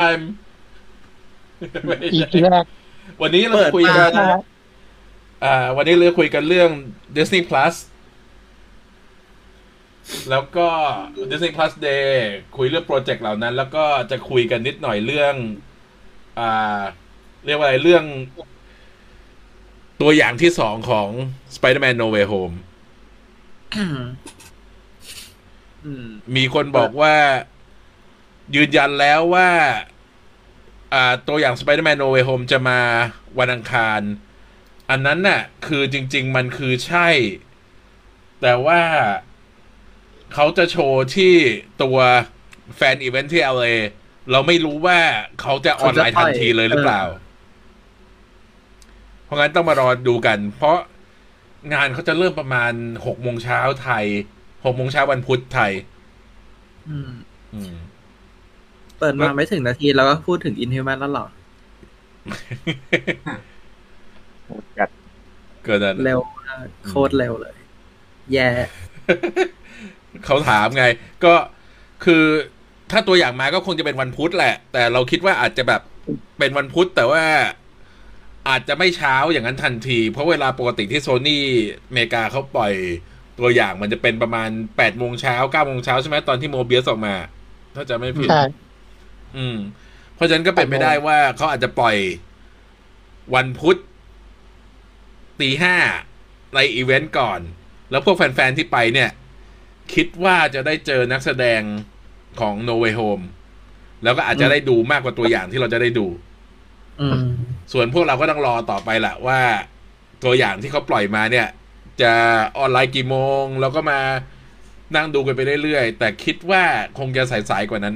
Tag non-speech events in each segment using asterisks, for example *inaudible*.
time อีพีแรก วันนี้เราจะคุยกัน นะครับ อ่า วันนี้เราคุยกันเรื่อง Disney Plus แล้วก็ Disney Plus Day คุยเรื่องโปรเจกต์เหล่านั้น แล้วก็จะคุยกันนิดหน่อยเรื่อง อ่า เรียกว่าอะไรเรื่อง ตัวอย่างที่สองของ Spider-Man No Way Home อืม มีคนบอกว่ายืนยันแล้วว่า อ่า ตัวอย่าง Spider-Man No Way Home จะมาวันอังคาร อันนั้นน่ะ คือจริง ๆ มันคือใช่ แต่ว่าเขาจะโชว์ที่ตัวแฟนอีเวนท์ที่ LA เราไม่รู้ว่าเขาจะออนไลน์ทันทีเลยหรือเปล่า เพราะงั้นต้องมารอดูกัน เพราะงานเขาจะเริ่มประมาณหกโมงเช้าไทยหกโมงเช้าวันพุธไทย อืม อืม เปิดมาไม่ถึงนาทีแล้วก็พูดถึงอินฮิวแมนแล้วเหรอ จัด เกิดอะไร เร็วมากโคตรเร็วเลย แย่ *laughs* เขาถามไง ก็คือถ้าตัวอย่างมาก็คงจะเป็นวันพุธแหละ แต่เราคิดว่าอาจจะแบบเป็นวันพุธแต่ว่าอาจจะไม่เช้าอย่างนั้นทันที เพราะเวลาปกติที่โซนี่อเมริกาเขาปล่อยตัวอย่างมันจะเป็นประมาณแปดโมงเช้าเก้าโมงเช้าใช่ไหมตอนที่โมเบียสออกมา ถ้าจะไม่ผิด ใช่ อืม เพราะฉะนั้นก็เป็นไปได้ว่าเขาอาจจะปล่อยวันพุธตีห้าในอีเวนต์ก่อน แล้วพวกแฟน ๆ ที่ไปเนี่ย คิดว่าจะได้เจอนักแสดงของ No Way Home แล้วก็อาจจะได้ดูมากกว่าตัวอย่างที่เราจะได้ดู อืม ส่วนพวกเราก็ต้องรอต่อไปแหละว่า ตัวอย่างที่เขาปล่อยมาเนี่ย จะออนไลน์กี่โมง แล้วก็มานั่งดูกันไปเรื่อยๆแต่คิดว่าคงจะสายๆกว่านั้น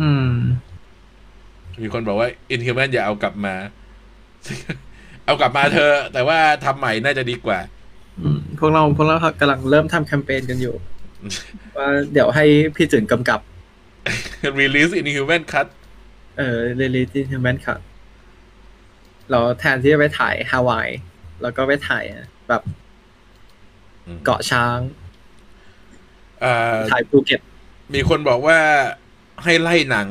อืม มีคนบอกว่า Inhuman อย่าเอากลับมา *laughs* เอากลับมาเธอะแต่ว่าทำใหม่น่าจะดีกว่า อืม พวกเราพวกเรากำลังเริ่มทำแคมเปญกันอยู่ ว่าเดี๋ยวให้พี่จุนกำกับ Release Inhuman Cut เออเรลิจินฮิวแมนครับเราแทนที่จะไปถ่ายฮาวาย แล้วก็ไปถ่ายแบบ อืม เกาะช้าง เอ่อ ถ่ายภูเก็ต มีคนบอกว่าให้ไล่หนัง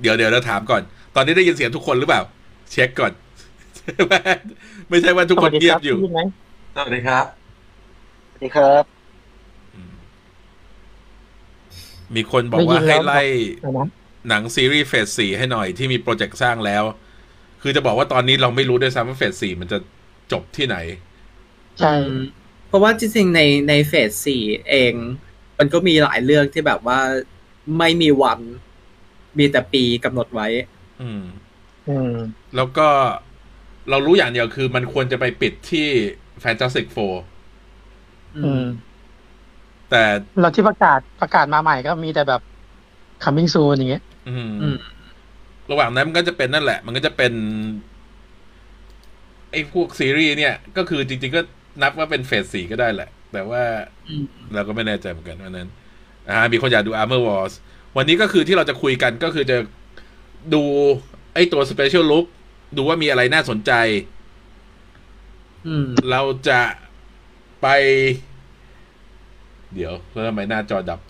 เดี๋ยวเดี๋ยวเราถามก่อน ตอนนี้ได้ยินเสียงทุกคนหรือเปล่า เช็คก่อน *laughs* ไม่ใช่ว่าทุกคนเงียบอยู่ สวัสดีครับ สสวัสวัสดีครับดีครับ มีคนบอกว่า ได้ยินแล้ ให้ ว ไล่ เอานะ หนังซีรีส์เฟสสี่ให้หน่อยที่มีโปรเจกต์สร้างแล้ว คือจะบอกว่าตอนนี้เราไม่รู้ด้วยซ้ำว่าเฟสสี่มันจะจบที่ไหน ใช่ อืมเพราะว่าจริงๆในในเฟสสี่เอง มันก็มีหลายเรื่องที่แบบว่าไม่มีวัน มีแต่ปีกำหนดไว้ อืม อืม แล้วก็เรารู้อย่างเดียวคือมันควรจะไปปิดที่ Fantastic Four อื อื ม ม แต่ เราที่ประกาศประกาศมาใหม่ก็มีแต่แบบ coming soon อย่างเงี้ย อืม อืม ระหว่างนั้นมันก็จะเป็นนั่นแหละ มันก็จะเป็น ไอ้พวกซีรีส์เนี่ย ก็คือจริงๆก็นับว่าเป็นเฟสสี่ก็ได้แหละ แต่ว่า อืม เราก็ไม่แน่ใจเหมือนกันวันนั้นอ่ามีคนอยากดู Armor Wars วันนี้ก็คือที่เราจะคุยกันก็คือจะดูไอ้ตัว Special Look ดูว่ามีอะไรน่าสนใจ อืม เราจะไป เดี๋ยวแล้วทำไมหน้าจอดับ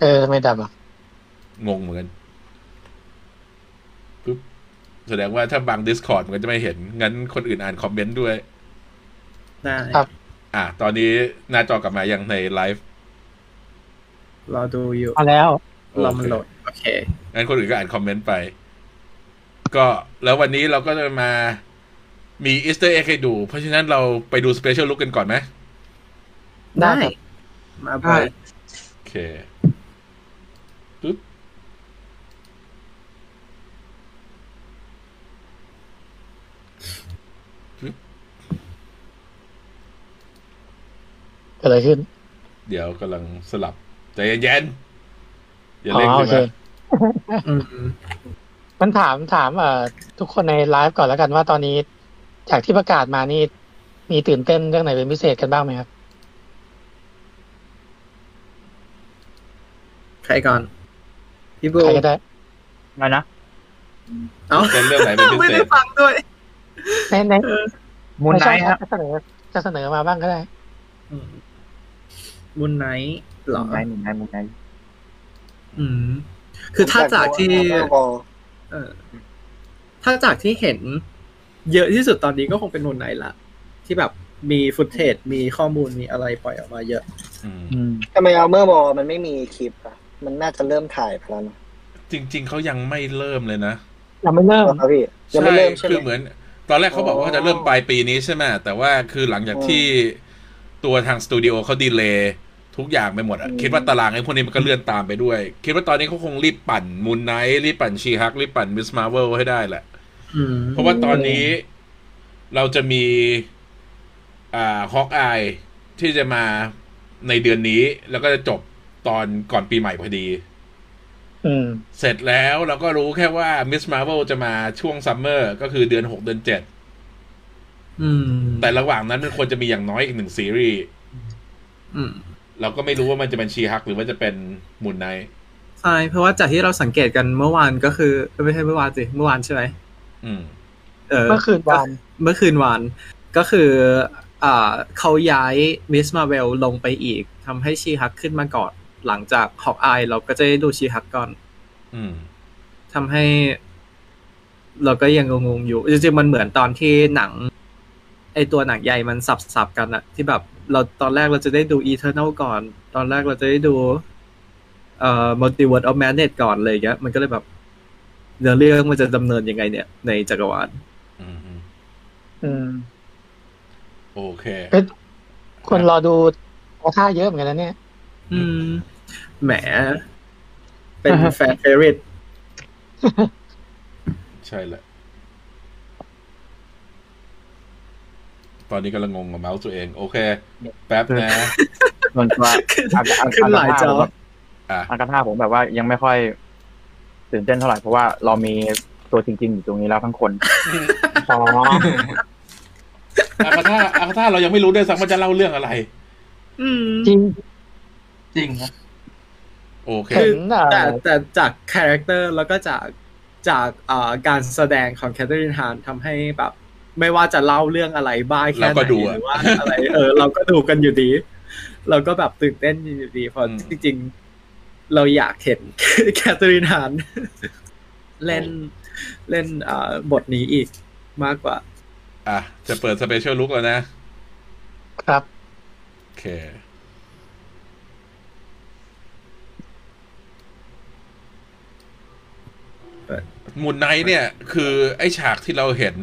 เออทำไม่ดับอ่ะ งงเหมือนกันปึ๊บแสดงว่าถ้าบาง Discord มันก็จะไม่เห็น งั้นคนอื่นอ่านคอมเมนต์ด้วย ได้ ครับ อ่ะ ตอนนี้หน้าจอกลับมายังในไลฟ์ รอดูอยู่ เอาแล้ว รอมันโหลดโอเค งั้นคนอื่นก็อ่านคอมเมนต์ไป ก็แล้ววันนี้เราก็จะมามีอ a สเตอร์เอ็กให้ดู เพราะฉะนั้นเราไปดูสเปเชียลลุกกันก่อนไหม ได้ ได้ มาไป ได้ โอเคปึ๊บ เกิดอะไรขึ้น เดี๋ยวกำลังสลับ ใจเย็นๆอย่า อ๋อ เร่ง โอ ขึ้น เค มา อืม มันถามถามเอ่อทุกคนในไลฟ์ก่อนแล้วกันว่าตอนนี้ จากที่ประกาศมานี่ มีตื่นเต้นเรื่องไหนเป็นพิเศษกันบ้างไหมครับ ใครก่อน พี่บู ใครก็ได้มานะ เอ้า เป็นเรื่องไหนเป็นพิ ไม่ เศ ได้ ษ ฟังด้วย ในใน มูน ใน ไน ช่อง ท์ครับ จะเสนอจะเสนอมาบ้างก็ได้ บุญไนท์เหรอ มูนไนท์มูนไนท์มูนไนท์ อืม คือถ้าจากที่ Marvel เออถ้าจากที่เห็นเยอะที่สุดตอนนี้ก็คงเป็นโนนไนท์ละ ที่แบบมีฟุตเทจมีข้อมูลมีอะไรปล่อยออกมาเยอะ อืม อืม ทำไมเอาเมอร์บอมันไม่มีคลิปอะมันน่าจะเริ่มถ่ายไปแล้วนะ จริง ๆเขายังไม่เริ่มเลยนะ ยังไม่เริ่ม ครับพี่ยังไม่เริ่มใช่ คือเห ไหม มือน ตอนแรกเขาบอกว่า อ๋อ เขาจะเริ่มปลายปีนี้ใช่ไหมแต่ว่าคือหลังจาก อืม ที่ตัวทางสตูดิโอเขาดีเลย์ทุกอย่างไปหมดอะ อืม คิดว่าตารางไอ้พวกนี้มันก็เลื่อนตามไปด้วย คิดว่าตอนนี้เขาคงรีบปั่นมูนไนท์รีบปั่นชีฮักรีบปั่นมิสมาเวลให้ได้แหละ อืม เพราะว่าตอนนี้เราจะมี อ่าฮอกอายที่จะมาในเดือนนี้ แล้วก็จะจบตอนก่อนปีใหม่พอดี อืม เสร็จแล้วเราก็รู้แค่ว่ามิสมาเวลจะมาช่วงซัมเมอร์ก็คือเดือนหกเดือนเจ็ด อืม แต่ระหว่างนั้นมันควรจะมีอย่างน้อยอีกหนึ่งซีรีส์ อืม เราก็ไม่รู้ว่ามันจะเป็นชีฮักหรือว่าจะเป็นมูนไนท์ ใช่เพราะว่าจากที่เราสังเกตกันเมื่อวานก็คือเอ้ยไม่ใช่เมื่อวานสิเมื่อวานใช่ไหม อืม เออ เมื่อคืนวาน เมื่อคืนวานก็คือ อ่าเขาย้ายมิสมาเวลลงไปอีกทำให้ชีฮักขึ้นมาก่อน หลังจากฮอกอายเราก็จะได้ดูชีฮักก่อน อืม ทำให้เราก็ยังงงๆอยู่จริงๆมันเหมือนตอนที่หนัง ไอตัวหนังใหญ่มันสับสับๆกันอะที่แบบ เราตอนแรกเราจะได้ดู Eternal ก่อน ตอนแรกเราจะได้ดู เอ่อ Multiverse of Madness ก่อนเลยางเงี้ยมันก็เลยแบบเนื้อเรื่องมันจะดำเนินยังไงเนี่ย ในจักรวาล อืมอืม อืม โอเค ก็คนรอดูท่าเยอะเหมือนกันนะเนี่ย อืมแหม เป็นแฟนเฟริต ใช่แหละ ตอนนี้กำลังงงกับเมาส์ตัวเอง โอเค แป๊บนะ มันว่า ขึ้น อาจจะอาจ ขึ้นหลายจอ อ่ะ อากาธาผมแบบว่ายังไม่ค่อยตื่นเต้นเท่าไหร่เพราะว่าเรามีตัวจริง ๆ อยู่ตรงนี้แล้วทั้งคน อ๋อ อาคาธาอาคาธาเรายังไม่รู้ด้วยซ้ำว่าจะเล่าเรื่องอะไร อืม จริง จริงครับ โอเค เห็นอ่ะ แต่แต่จากคาแรคเตอร์แล้วก็จากจากเอ่อการแสดงของแคทเธอรีนฮานทำให้แบบ ไม่ว่าจะเล่าเรื่องอะไรบ้าแค่ เรา ไห ก็ น ดูอะ หรือว่าอะไร เออ เราก็ดูกันอยู่ดี เราก็แบบตื่นเต้นอยู่ดีเพราะ อืม จริงๆ เราอยากเห็น *laughs* แคทเธอรีนฮานเล่นเล่นเอ่อบทนี้อีกมากกว่า อ่ะ จะเปิดสเปเชียลลุกแล้วนะ ครับ โอเค มูนไนท์เนี่ย คือไอ้ฉากที่เราเห็น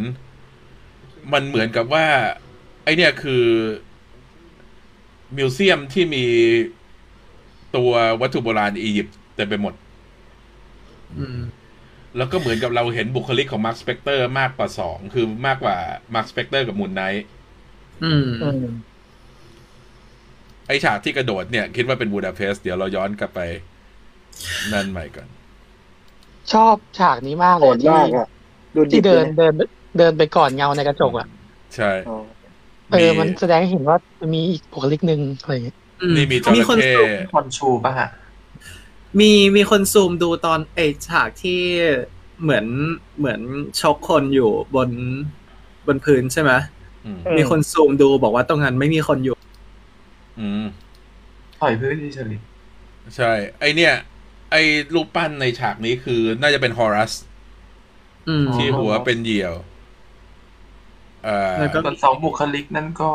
มันเหมือนกับว่า ไอ้เนี่ยคือ มิวเซียมที่มีตัววัตถุโบราณอียิปต์เต็มไปหมด อืม แล้วก็เหมือนกับเราเห็นบุคลิกของมาร์คสเปกเตอร์มากกว่าสองคือมากกว่ามาร์คสเปกเตอร์กับมูนไนท์ อืม อืม ไอ้ฉากที่กระโดดเนี่ย คิดว่าเป็นบูดาเปสต์เดี๋ยวเราย้อนกลับไป นั่นใหม่ก่อน ชอบฉากนี้มาก โห เลย ด ที่ มากอะดูดิ ที่ บ เดิน ลยะ เดินเดินไปก่อนเงาในกระจกอ่ะ ใช่ อ๋อ เออ มันแสดงให้เห็นว่ามันมีอีกบุคลิกหนึ่งอะไรอย่างเงี้ย นี่มีจ มี ระ คน เข้ ส่ง คนชูป่ะฮะ มีมีคนซูมดูตอนไอฉากที่เหมือนเหมือนชกคนอยู่บนบนพื้นใช่ไหม อืม เออ มีคนซูมดูบอกว่าตรงนั้นไม่มีคนอยู่ อืม ถอยพื้นเฉย ใช่ ไอเนี่ย ไอรูปปั้นในฉากนี้คือน่าจะเป็นฮอรัส อืม ที่หัวเป็นเหยี่ยวเอ่อ แล้วก็ ๆส่วนสองบุคลิกนั่นก็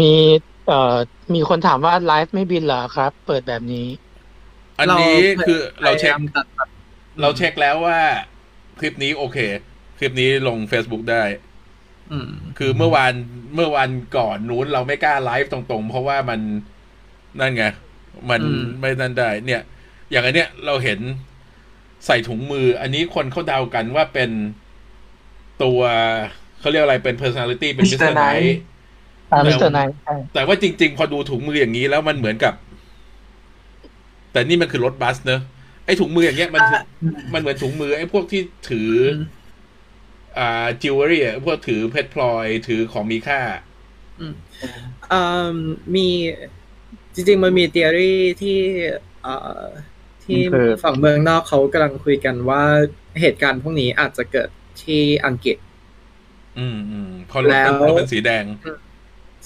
มีเอ่อมีคนถามว่าไลฟ์ไม่บินเหรอครับ เปิดแบบนี้ อันนี้ เรา คือเราเช็ค พยยมตัดตัด เราเช็คแล้วว่า คลิปนี้โอเค คลิปนี้ลง Facebook ได้ อืม คือเมื่อวานเมื่อวันก่อนนู้นเราไม่กล้าไลฟ์ตรงๆ เพราะว่ามันนั่นไง มัน อืม ไม่นั่นได้ เนี่ย อย่างอันเนี้ยเราเห็นใส่ถุงมือ อันนี้คนเขาเดากันว่าเป็นตัวเขาเรียกอะไรเป็น personality เป็น Mr. Mr. Knight Knight แล้อ่าว มิสเตอร์ไนท์ใช่ แต่ว่าจริง ๆ พอดูถุงมืออย่างนี้แล้วมันเหมือนกับ แต่นี่มันคือรถบัสเนอะไอ้ถุงมืออย่างเงี้ยมันคือมันเหมือนถุงมือไอ้พวกที่ถืออ ม อ่าจิวเวลรี่พวกถือเพชรพลอยถือของมีค่า เอ่อมีจริงๆมันมี t ี e o รีที่เอ่อที่ มันคือ ฝั่งเมืองนอกเขากำลังคุยกันว่าเหตุการณ์พวกนี้อาจจะเกิดที่อังกฤษ อืมอืมพอรถ แล้ว เราเป็นสีแดง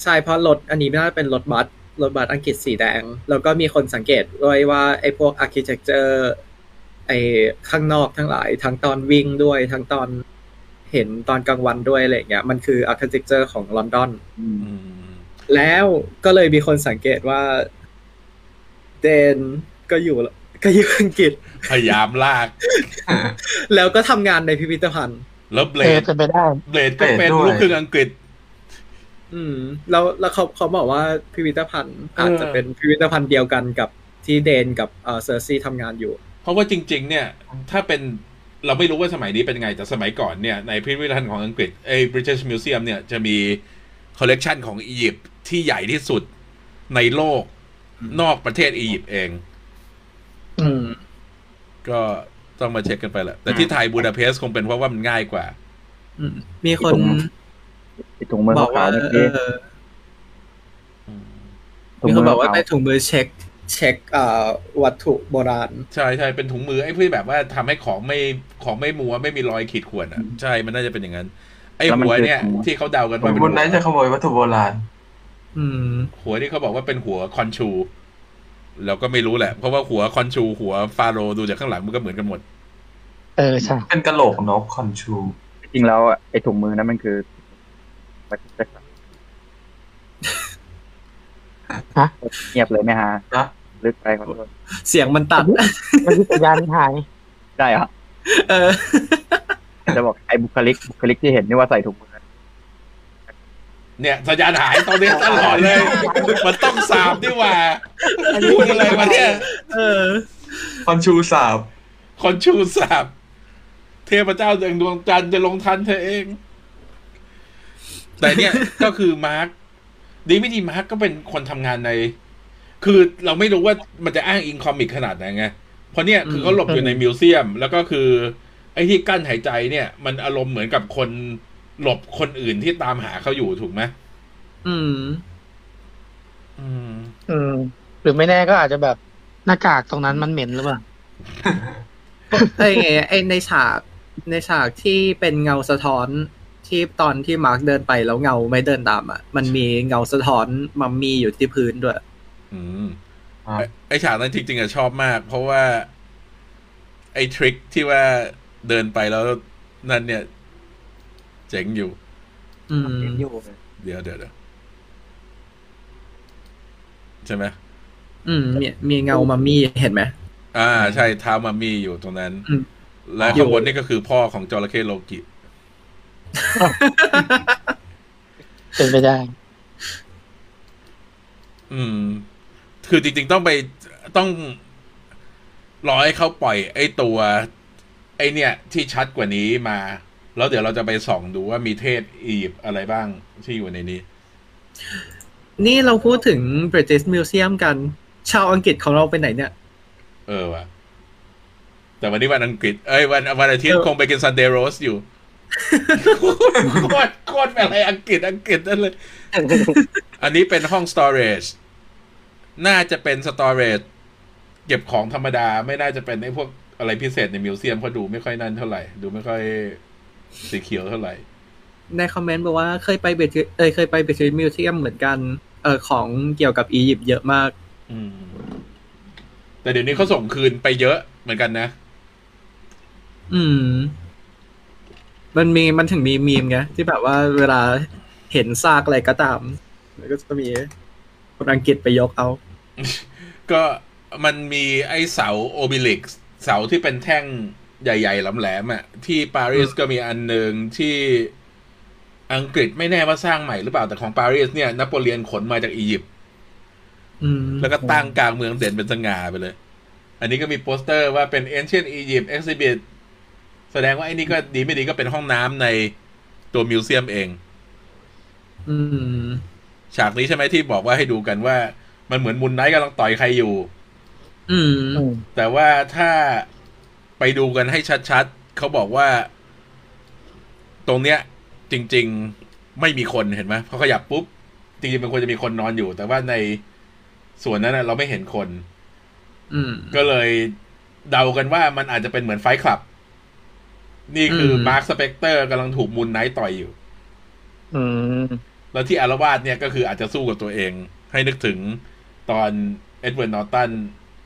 ใช่เพราะรถอันนี้ไม่น่าเป็นรถบัสรถบัสอังกฤษสีแดง แล้วก็มีคนสังเกตด้วยว่าไอ้พวก architecture ไอ้ข้างนอกทั้งหลาย ทั้งตอนวิ่งด้วย ทั้งตอนเห็นตอนกลางวันด้วยอะไรอย่างเงี้ยมันคืออาร์ i ิ e เจอร์ของลอนดอน อืม อืม แล้วก็เลยมีคนสังเกตว่าเดนก็อยู่ก็อยู่อังกฤษ พยายามลาก แล้วก็ทำงานในพิพิธภัณฑ์ แล้วเบล เออ ด เป็นไปได้ เบลดก็เป็น เบลดด้วย ลูกครึ่งอังกฤษ อืม แล้วแล้วเขาเขาบอกว่าพิพิธภัณฑ์ อาจจะ เออ เป็นพิพิธภัณฑ์เดียวกันกับที่เดนกับเอ่อเซอร์ซีทำงานอยู่ เพราะว่าจริง ๆ เนี่ย ถ้าเป็นเราไม่รู้ว่าสมัยนี้เป็นไง แต่สมัยก่อนเนี่ย ในพิพิธภัณฑ์ของอังกฤษไอ้ British Museum เนี่ย จะมีคอลเลกชันของอียิปต์ที่ใหญ่ที่สุดในโลก นอกประเทศอียิปต์เอง อืม ก็ต้องมาเช็คกันไปแหละแต่ที่ไทยบูดาเพสต์คงเป็นเพราะว่ามันง่ายกว่า อืม มีคน ผม ไอ้ถุงมือบ ขา อกว่าว ๆเมื่อ เอ กี้ อ อืม ถุง มีค มื น อ บอกว่า ขาว ใต้ถุงมือเช็ค เช็คเอ่อวัตถุโบราณ ใช่ใช่เป็นถุงมือไอ้พี่แบบว่าทำให้ของไม่ของไม่มัวไม่มีรอยขีดข่วนอ่ะ ใช่มันน่าจะเป็นอย่างนั้น ไอ้หัวเนี่ย ที่เขาเดากัน ผม ว่าเป็น คุ หั ณไนท์จะ ว ขโมยวัตถุโบราณ อืม หัวที่เขาบอกว่าเป็นหัวคอนชูเราก็ไม่รู้แหละ เพราะว่าหัวคอนชู หัวฟาโรห์ดูจากข้างหลังมันก็เหมือนกันหมด เออใช่ เป็นกระโหลกนกคอนชู จริงๆแล้วอะไอ้ถุงมือนั้นมันคือมันจะ ฮะ เงียบเลยไหมฮะ ฮะ ลึกไปขอโทษ เสียงมันตัด เมื่อกี้สัญญาณหาย ได้เหรอ เออ จะบอกไอ้บุคลิกบุคลิกที่เห็นนี่ว่าใส่ถุงมือ เนี่ยสัญญาณหายตอนนี้ตลอด *laughs* เลย มันต้องสามดีกว่าพูดอะไรมาเนี่ย เออ คอนชูสาบ คนชูสาบเทพเจ้าแห่งดวงจันทร์จะลงทันเธอเอง แต่เนี่ย ก็คือมาร์คดีไม่ดีมาร์คก็เป็นคนทำงานใน คือเราไม่รู้ว่ามันจะอ้างอิงคอมิกขนาดไหนไงเพราะเนี่ยคือเขาหลบอยู่ในมิวเซียม แล้วก็คือ ไอ้ที่กั้นหายใจเนี่ย มันอารมณ์เหมือนกับคนหลบคนอื่นที่ตามหาเขาอยู่ถูกไหม อืม อืม อืม หรือไม่แน่ก็อาจจะแบบหน้ากากตรงนั้นมันเหม็นหรือเปล่า ไอ้ไงไอ้ในฉากในฉากที่เป็นเงาสะท้อนที่ตอนที่มาร์คเดินไปแล้วเงาไม่เดินตามอ่ะ มันมีเงาสะท้อนมัมมี่อยู่ที่พื้นด้วย อืม อ่า ไอ้ไอฉากนั้นจริงๆอะชอบมาก เพราะว่า ไอทริคที่ว่าเดินไปแล้วนั่นเนี่ย เจ๋งอยู่ อืม เดี๋ยวเดี๋ยวเดี๋ยวใช่ไหม อืมมีมีเงามัมมี่เห็นไหม อ่า ใช่เท้ามามีอยู่ตรงนั้น อืม และข้างบนนี่ก็คือพ่อของจระเข้โลกิ เป็นไปได้ อืม คือจริงๆต้องไปต้องรอให้เขาปล่อย ไอ้ตัว ไอ้เนี่ย ที่ชัดกว่านี้มา แล้วเดี๋ยวเราจะไปส่องดูว่ามีเทศอียิปต์อะไรบ้างที่อยู่ในนี้ นี่เราพูดถึง British Museum กัน ชาวอังกฤษของเราไปไหนเนี่ย เออว่ะ แต่วันนี้วันอังกฤษ เอ้ยวันวันอาทิตย์ เออ คงไปกินซันเดย์โรสอยู่ *laughs* โคตรโคตรอะไรอังกฤษอังกฤษนั่น *laughs* เลย อันนี้เป็นห้อง storage น่าจะเป็น storage เก็บของธรรมดา ไม่น่าจะเป็นไอ้พวกอะไรพิเศษในมิวเซียมเพราะดูไม่ค่อยนั่นเท่าไหร่ ดูไม่ค่อยสีเขียวเท่าไหร่ ในคอมเมนต์บอกว่าเคยไปเบทเอยเคยไป British Museum เหมือนกัน เออของเกี่ยวกับอียิปต์เยอะมาก อืม แต่เดี๋ยวนี้เขาส่งคืนไปเยอะเหมือนกันนะ อืม มันมีมันถึงมีมีมไงที่แบบว่าเวลาเห็นซากอะไรก็ตาม แล้วก็จะมีคนอังกฤษไปยกเอา ก็มันมีไอ้เสาโอบิลิกเสาที่เป็นแท่งใหญ่ ๆ แหลมๆอ่ะ ที่ปารีสก็มีอันหนึ่งที่อังกฤษไม่แน่ว่าสร้างใหม่หรือเปล่าแต่ของปารีสเนี่ยนโปเลียนขนมาจากอียิปต์ อืม แล้วก็ตั้งกลางเมืองเด่นเป็นสง่าไปเลย อันนี้ก็มีโปสเตอร์ว่าเป็น Ancient Egypt Exhibit แสดงว่าไอ้นี่ก็ดีไม่ดีก็เป็นห้องน้ำในตัวมิวเซียมเอง อืม ฉากนี้ใช่ไหมที่บอกว่าให้ดูกันว่า มันเหมือนมุนไนท์กำลังต่อยใครอยู่ อืม อืม แต่ว่าถ้าไปดูกันให้ชัดๆ เขาบอกว่า ตรงเนี้ย จริง ๆไม่มีคนเห็นไหมพอขยับปุ๊บ จริงๆมันควรจะมีคนนอนอยู่ แต่ว่าในส่วนนั้นนะเราไม่เห็นคน อืม ก็เลยเดากันว่ามันอาจจะเป็นเหมือนไฟท์คลับ นี่คืออ ม มาร์คสเปกเตอร์กำลังถูกมูลไนท์ต่อยอยู่ อืม แล้วที่อารวาสเนี่ยก็คืออาจจะสู้กับตัวเอง ให้นึกถึงตอนเอ็ดเวิร์ดนอร์ตัน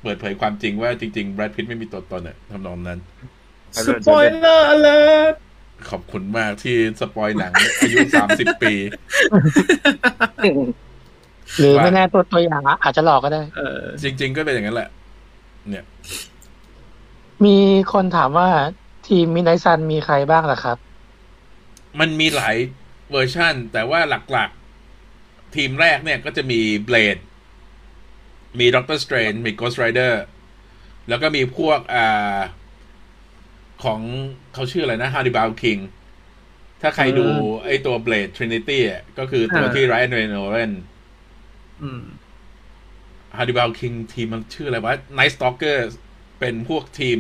เปิดเผยความจริงว่าจริงๆแบรดพิตไม่มีตัวตนอะทำนองนั้น สปอยเลอร์ alert ขอบคุณมากที่สปอยหนัง อายุสามสิบปี หรือ ว่า ไม่แน่ตัวตัวอย่างอะอาจจะหลอกก็ได้ เออ จริง ๆ ก็เป็นอย่างนั้นแหละ เนี่ย มีคนถามว่าทีมมินไนซันมีใครบ้างล่ะครับ มันมีหลายเวอร์ชั่น แต่ว่าหลักๆ ทีมแรกเนี่ยก็จะมี Blade มี Doctor Strange มี Ghost Rider แล้วก็มีพวกอ่าของเขาชื่ออะไรนะ Hannibal King ถ้าใครดู อืม ไอตัว Blade Trinity อะก็คือตัว อ่า ที่ Ryan Reynolds อืม Hannibal King ทีมมันชื่ออะไรวะ Night Stalker เป็นพวกทีม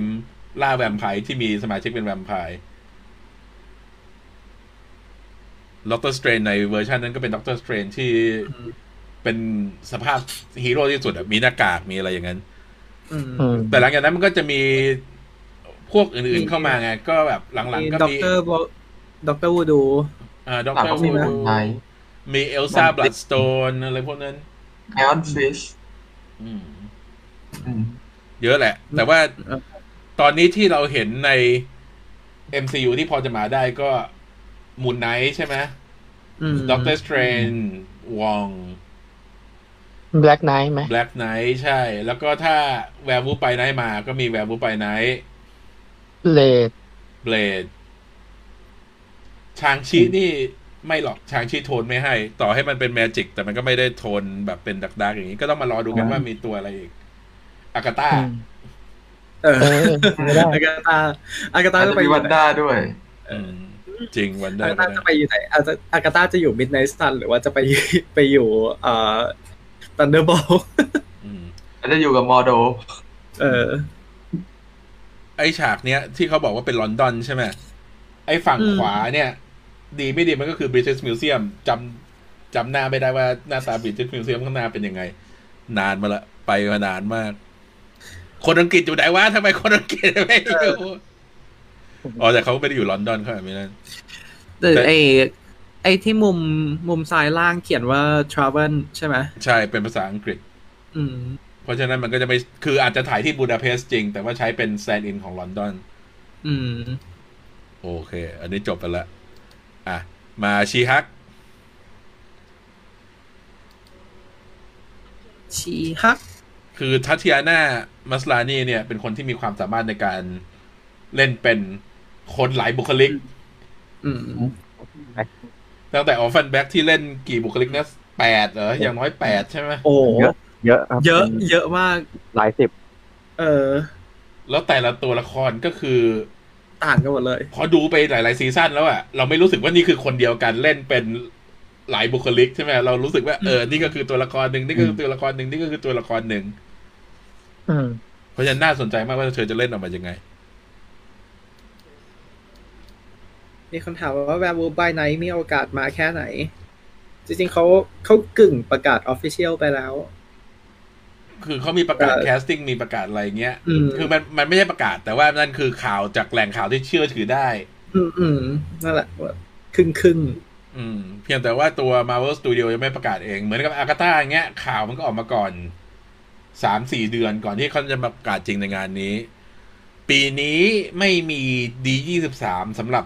ล่าแวมไพร์ที่มีสมาชิกเป็นแวมไพร์ Doctor Strange ในเวอร์ชันนั้นก็เป็น Doctor Strange ที่ อืม เป็นสภาพฮีโร่ที่สุดอะมีหน้ากากมีอะไรอย่างนั้น อืม อืม แต่หลังจากนั้นมันก็จะมีพวกอื่นๆเข้ามาไง ก็แบบหลัง มี ๆก็ ด็อก มี เตอร์ด็อกเตอร์วูดู อ่าด็อก หลัง เตอ ก็ ร์ มี วู วันไนท์ มีเอลซ่าบลัดสโตนอะไรพวกนั้น ไอออนฟิช อืม เยอะแหละ อืม แต่ว่า เออ ตอนนี้ที่เราเห็นใน MCU ที่พอจะมาได้ก็มูนไนท์ใช่ไหมด็อกเตอร์สเตรนวอง แบล็กไนท์ไหม แบล็กไนท์ใช่ แล้วก็ถ้าแวร์วูไปไนท์มาก็มีแวร์วูไปไนท์ เลด เบลดชางชีนี่ไม่หรอกชางชีโทนไม่ให้ ต่อให้มันเป็นแมจิก แต่มันก็ไม่ได้โทนแบบเป็นดักดักๆอย่างนี้ ก็ต้องมารอดูกันว่ามีตัวอะไรอีกอากาตา เออ เออไม่ได้ อากาตาอากาตา อาจ จะ จะ ไปอมียู่ วันด้าด้วย จริงวันได้ อากา ไม่ ตา ได้ จะไปอยู่ไหนอาจจะอากาตาจะอยู่มิดไนท์ซันหรือว่าจะไป *laughs* อยู่ไปอยู่เอ่อตันเดอร์บอล อืม อาจจะอยู่กับมอโด เออ ไอฉากเนี้ยที่เขาบอกว่าเป็นลอนดอนใช่ไหมไอฝั่ง อืม ขวาเนี่ย ดีไม่ดีมันก็คือ British Museum จำจำหน้าไม่ได้ว่าหน้าตา British Museum ข้างหน้าเป็นยังไง นานมาละ ไปมานานมาก คนอังกฤษอยู่ไหนวะทำไมคนอังกฤษไม่อยู่อ๋อแต่เขาไม่ได้อยู่ลอนดอนเขาแบบนี้นะ แต่ แต่ ไอไอที่มุมมุมซ้ายล่างเขียนว่า travel ใช่ไหม ใช่เป็นภาษาอังกฤษ อืม เพราะฉะนั้นมันก็จะไม่คืออาจจะถ่ายที่บูดาเปสต์จริง แต่ว่าใช้เป็นแซนด์อินของลอนดอน อืม โอเค อันนี้จบไปละอ่ะ มาชีฮัก ชีฮัก คือทัตยาน่ามัสลานีเนี่ย เป็นคนที่มีความสามารถในการเล่นเป็นคนหลายบุคลิก อืม ตั้งแต่ออฟฟันแบ็กที่เล่นกี่บุคลิกนะแปดเหรอ อย่างน้อยแปดใช่ไหม โอ้ เยอะ เยอะครับ เยอะ เป็น เยอะมาก หลายสิบ เออ แล้วแต่ละตัวละครก็คือ ต่างกันหมดเลย พอดูไปหลาย ๆ ซีซั่นแล้วอะเราไม่รู้สึกว่านี่คือคนเดียวกันเล่นเป็นหลายบุคลิกใช่ไหมเรารู้สึกว่าเออนี่ก็คือตัวละครหนึ่งนี่ก็คือตัวละครหนึ่งนี่ก็คือตัวละครหนึ่ง อืม เพราะฉะนั้นน่าสนใจมากว่าเธอจะเล่นออกมายังไง มีคนถามว่าแวร์บูบายไนมีโอกาสมาแค่ไหน จริงๆเขาเขากึ่งประกาศออฟฟิเชียลไปแล้ว คือเขามีประกาศ เออ แคสติ้งมีประกาศอะไรเงี้ย อืม คือมันมันไม่ใช่ประกาศ แต่ว่านั่นคือข่าวจากแหล่งข่าวที่เชื่อถือได้ อืมอืมนั่นแหละครึ่งครึ่ง อืม เพียงแต่ว่าตัว Marvel Studio ยังไม่ประกาศเอง เหมือนกับอากาตาเงี้ย ข่าวมันก็ออกมาก่อนสามสี่เดือนก่อนที่เขาจะประกาศจริงในงานนี้ ปีนี้ไม่มี D23 สำหรับ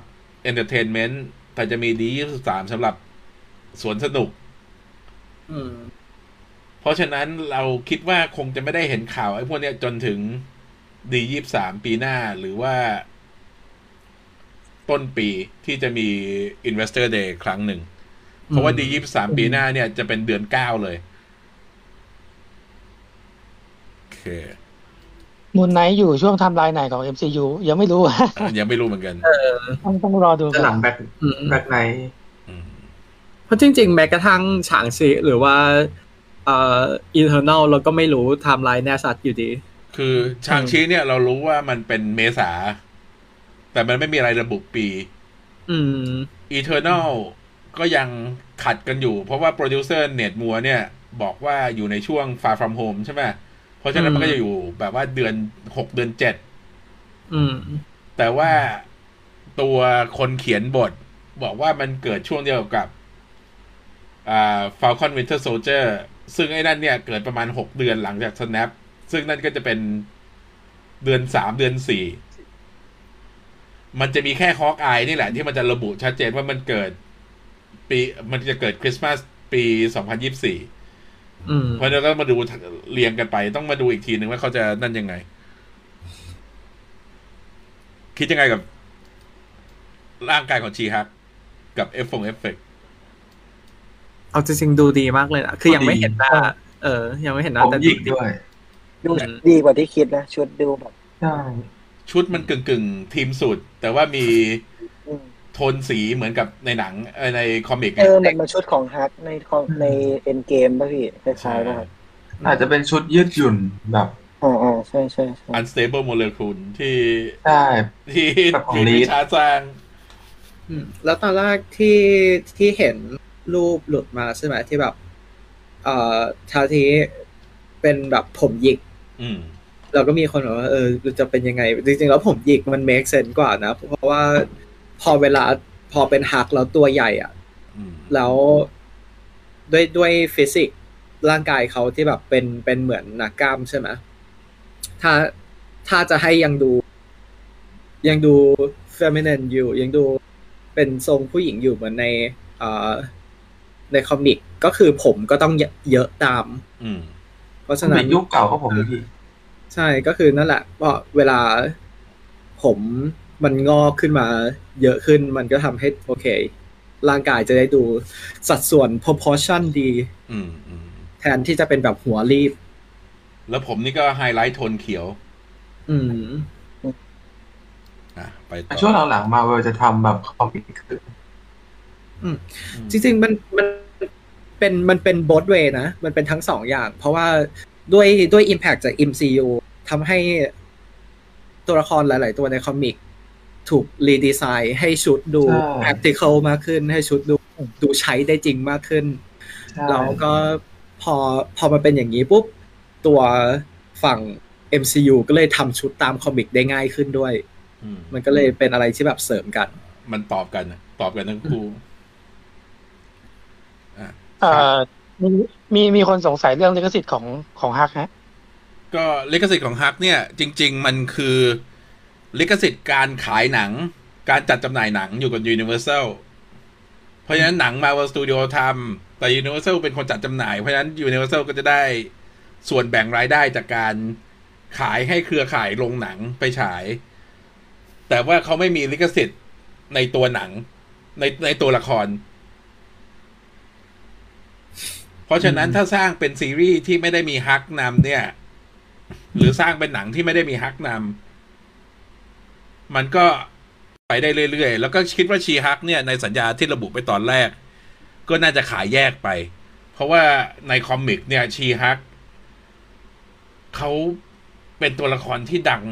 Entertainment แต่จะมี D23 สำหรับสวนสนุก ๆอืม เพราะฉะนั้นเราคิดว่าคงจะไม่ได้เห็นข่าวไอ้พวกเนี้ยจนถึงดียี่สามปีหน้าหรือว่า ต้นปีที่จะมี Investor Day ครั้งหนึ่ง เพราะว่า อืม ดียี่สามปีหน้าเนี่ยจะเป็นเดือนเก้าเลย โอเค มูนไนท์อยู่ช่วงไทำลายไหนของ MCU ยังไม่รู้ *laughs* อะ อ่ะยังไม่รู้เหมือนกัน ต้องต้องรอดู จะหลังแบ็ค อืม แบ็คไนท์ ม เพราะจริง ๆ แม้กระทั่งฉางซีหรือว่าเอ่ออินเทอร์เนลเราก็ไม่รู้ไทม์ไลน์แน่ชัดอยู่ดี คือชางชีเนี่ยเรารู้ว่ามันเป็นเมษา แต่มันไม่มีอะไรระบุปี อืม อีเทอร์นลก็ยังขัดกันอยู่ เพราะว่าโปรดิวเซอร์เน็ตมัวเนี่ย บอกว่าอยู่ในช่วง Far From Home ใช่ไหมเพราะฉะนั้นมันก็จะอยู่แบบว่าเดือนหกเดือนเจ็ด อืม แต่ว่าตัวคนเขียนบท บอกว่ามันเกิดช่วงเดียวกับอ่า Falcon Winter Soldier ซึ่งไอ้นั่นเนี่ย เกิดประมาณหกเดือนหลังจาก Snap ซึ่งนั่นก็จะเป็นเดือนสามเดือนสี่ มันจะมีแค่ฮอกอายนี่แหละ ที่มันจะระบุชัดเจนว่ามันเกิด ปีมันจะเกิดคริสต์มาสปีสองพันยิบสี่ อืม เพราะฉะนั้นก็มาดูเรียงกันไป ต้องมาดูอีกทีหนึ่งว่าเขาจะนั่นยังไง คิดยังไงกับ ร่างกายของชีฮักกับเอฟฟงเอฟเฟก เอาจริงๆดูดีมากเลยนะคือยังไม่เห็นหน้าเออ ยังไม่เห็นหน้า ผม แต่ หยิกด้วย ดูดีกว่าที่คิดนะชุดดูแบบ ใช่ ชุดมันกึ่งกึ่งๆทีมสุด แต่ว่ามี อืม โทนสีเหมือนกับในหนังเอ่อในคอมิก เอ อะ อมันมาชุดของฮักในของในเอ็นเกมป่ะพี่คล้ายๆป่ะครับ อาจจะเป็นชุดยืดหยุ่นแบบ อ่าอ่าใช่ใช่ใช่ อันสเตเบิลโมเลกุลที่ ใช่ ที่ แบบของ มีวิชาสร้าง อืมแล้วตอนแรกที่ที่เห็นรูปหลุดมาใช่ไหมที่แบบ เอ่อชาทีเป็นแบบผมหยิก อืม เราก็มีคนบอกว่าเออจะเป็นยังไง จริงๆ แล้วผมหยิกมัน make sense กว่านะ เพราะว่าพอเวลาพอเป็นหักแล้วตัวใหญ่อะ อืม แล้วด้วยด้วยฟิสิกส์ร่างกายเขาที่แบบเป็นเป็นเหมือนหนักกล้ามใช่ไหมถ้าถ้าจะให้ยังดู ยังดู feminine อยู่ ยังดูเป็นทรงผู้หญิงอยู่เหมือนในเอ่อในคอมิกก็คือผมก็ต้องเยอะตาม อืม เพราะฉะ เป็ นั้น น ยุคเก่าก็ผมอยู่ดี ใช่ก็คือนั่นแหละเพราะเวลาผมมันงอกขึ้นมาเยอะขึ้นมันก็ทำให้โอเค ร่างกายจะได้ดูสัดส่วน proportion ดี อืมอืม แทนที่จะเป็นแบบหัวรีบ แล้วผมนี่ก็ไฮไลท์โทนเขียว อืม อ่ะไปต่ แต่ อ ช่วงหลังๆมาเวลจะทำแบบคอมิกคือ จริงๆมันมันเป็นมันเป็นบทเวนะ มันเป็นทั้งสองอย่าง เพราะว่าด้วยด้วย Impact จาก MCU ทำให้ตัวละครหลาย ๆ ตัวในคอมิก ถูกรีดีไซน์ให้ชุดดู ใช่ practical มากขึ้น ให้ชุดดูดูใช้ได้จริงมากขึ้น ใช่ แล้วก็พอพอมันเป็นอย่างนี้ปุ๊บ ตัวฝั่ง MCU ก็เลยทำชุดตามคอมิกได้ง่ายขึ้นด้วย อืม มันก็เลยเป็นอะไรที่แบบเสริมกัน มันตอบกันนะตอบกันทั้งคู่อ่ะ เอ่อมีมีมีคนสงสัยเรื่องลิขสิทธิ์ของของฮักฮะ ก็ลิขสิทธิ์ของฮักเนี่ย จริง ๆ มันคือลิขสิทธิ์การขายหนัง การจัดจำหน่ายหนังอยู่กับ Universal เพราะฉะนั้นหนัง Marvel Studio ทำแต่ Universal เป็นคนจัดจำหน่าย เพราะฉะนั้น Universal ก็จะได้ส่วนแบ่งรายได้จากการขายให้เครือข่ายโรงหนังไปฉาย แต่ว่าเขาไม่มีลิขสิทธิ์ในตัวหนัง ในในตัวละคร เพราะฉะนั้นถ้าสร้างเป็นซีรีส์ที่ไม่ได้มีฮักนำเนี่ย หรือสร้างเป็นหนังที่ไม่ได้มีฮักนำมันก็ไปได้เรื่อยๆ แล้วก็คิดว่าชีฮักเนี่ยในสัญญาที่ระบุไปตอนแรก ก็น่าจะขายแยกไป เพราะว่าในคอมิกเนี่ยชีฮักเขาเป็นตัวละครที่ดัง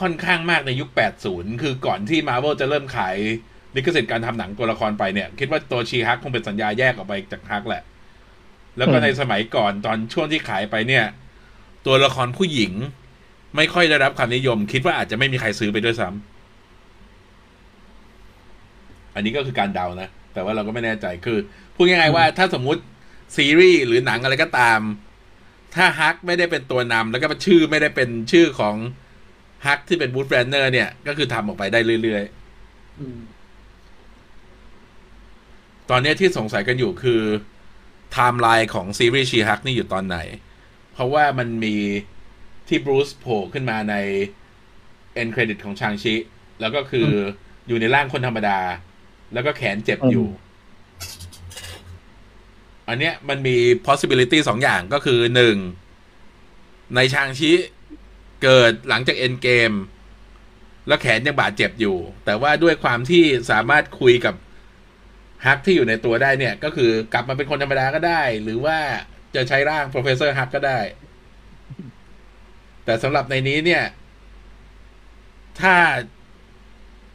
ค่อนข้างมากในยุค 80 คือก่อนที่มา r v เวลจะเริ่มขายลิขสิทธิ์การทำหนังตัวละครไปเนี่ย คิดว่าตัวชีฮักคงเป็นสัญญาแยกออกไปจากฮักแหละ แล้วก็ อืม ในสมัยก่อนตอนช่วงที่ขายไปเนี่ย ตัวละครผู้หญิง ไม่ค่อยได้รับความนิยม คิดว่าอาจจะไม่มีใครซื้อไปด้วยซ้ำ อันนี้ก็คือการเดานะ แต่ว่าเราก็ไม่แน่ใจคือพูดง่ายๆว่าถ้าสมมุติซีรีส์หรือหนังอะไรก็ตาม ถ้าฮักไม่ได้เป็นตัวนำแล้วก็ชื่อไม่ได้เป็นชื่อของฮักที่เป็นบูธแบรนเนอร์เนี่ย ก็คือทำออกไปได้เรื่อย อืม ๆ ตอนเนี้ยที่สงสัยกันอยู่คือไทม์ไลน์ของซีรีส์ชีฮักนี่อยู่ตอนไหน เพราะว่ามันมีที่บรูซโผล่ขึ้นมาในเอ็นเครดิตของชางชิแล้วก็คือออยู่ในร่างคนธรรมดา แล้วก็แขนเจ็บอยู่ อันเนี้ยมันมี possibility สองอย่างก็คือหนึ่งในชางชิเกิดหลังจากเอ็นเกม แล้วแขนยังบาดเจ็บอยู่ แต่ว่าด้วยความที่สามารถคุยกับฮักที่อยู่ในตัวได้เนี่ย ก็คือกลับมาเป็นคนธรรมดาก็ได้ หรือว่าจะใช้ร่าง professor ฮักก็ได้ แต่สำหรับในนี้เนี่ย ถ้า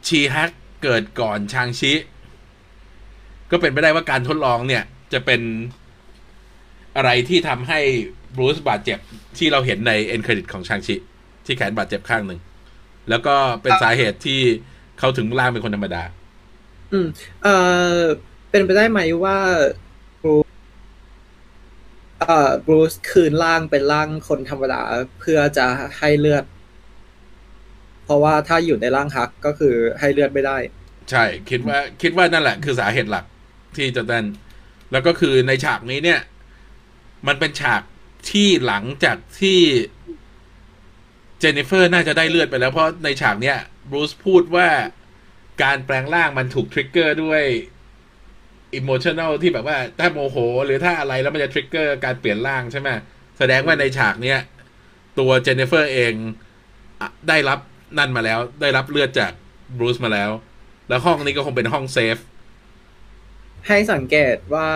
ชีฮักเกิดก่อนชางชิ ก็เป็นไปได้ว่าการทดลองเนี่ย จะเป็นอะไรที่ทำให้บรูซบาดเจ็บที่เราเห็นในเอ็นเครดิตของชางชิ ที่แขนบาดเจ็บข้างหนึ่ง แล้วก็เป็นสาเหตุที่เขาถึงล่างเป็นคนธรรมดา อืม เอ่อ เป็นไปได้ไหมว่าครู เอ่อบรูซคืนร่างเป็นร่างคนธรรมดาเพื่อจะให้เลือด เพราะว่าถ้าอยู่ในร่างฮักก็คือให้เลือดไม่ได้ ใช่ คิดว่าคิดว่านั่นแหละคือสาเหตุหลักที่จะนั่นแล้วก็คือในฉากนี้เนี่ย มันเป็นฉากที่หลังจากที่เจนนิเฟอร์น่าจะได้เลือดไปแล้ว เพราะในฉากเนี้ยบรูซพูดว่าการแปลงร่างมันถูกทริกเกอร์ด้วยอิโมชันแนลที่แบบว่าถ้าโมโห หรือถ้าอะไรแล้วมันจะทริกเกอร์การเปลี่ยนร่างใช่ไหมแสดงว่าในฉากเนี้ยตัวเจนนิเฟอร์เองอะได้รับนั่นมาแล้ว ได้รับเลือดจากบรูซมาแล้ว แล้วห้องนี้ก็คงเป็นห้องเซฟ ให้สังเกตว่า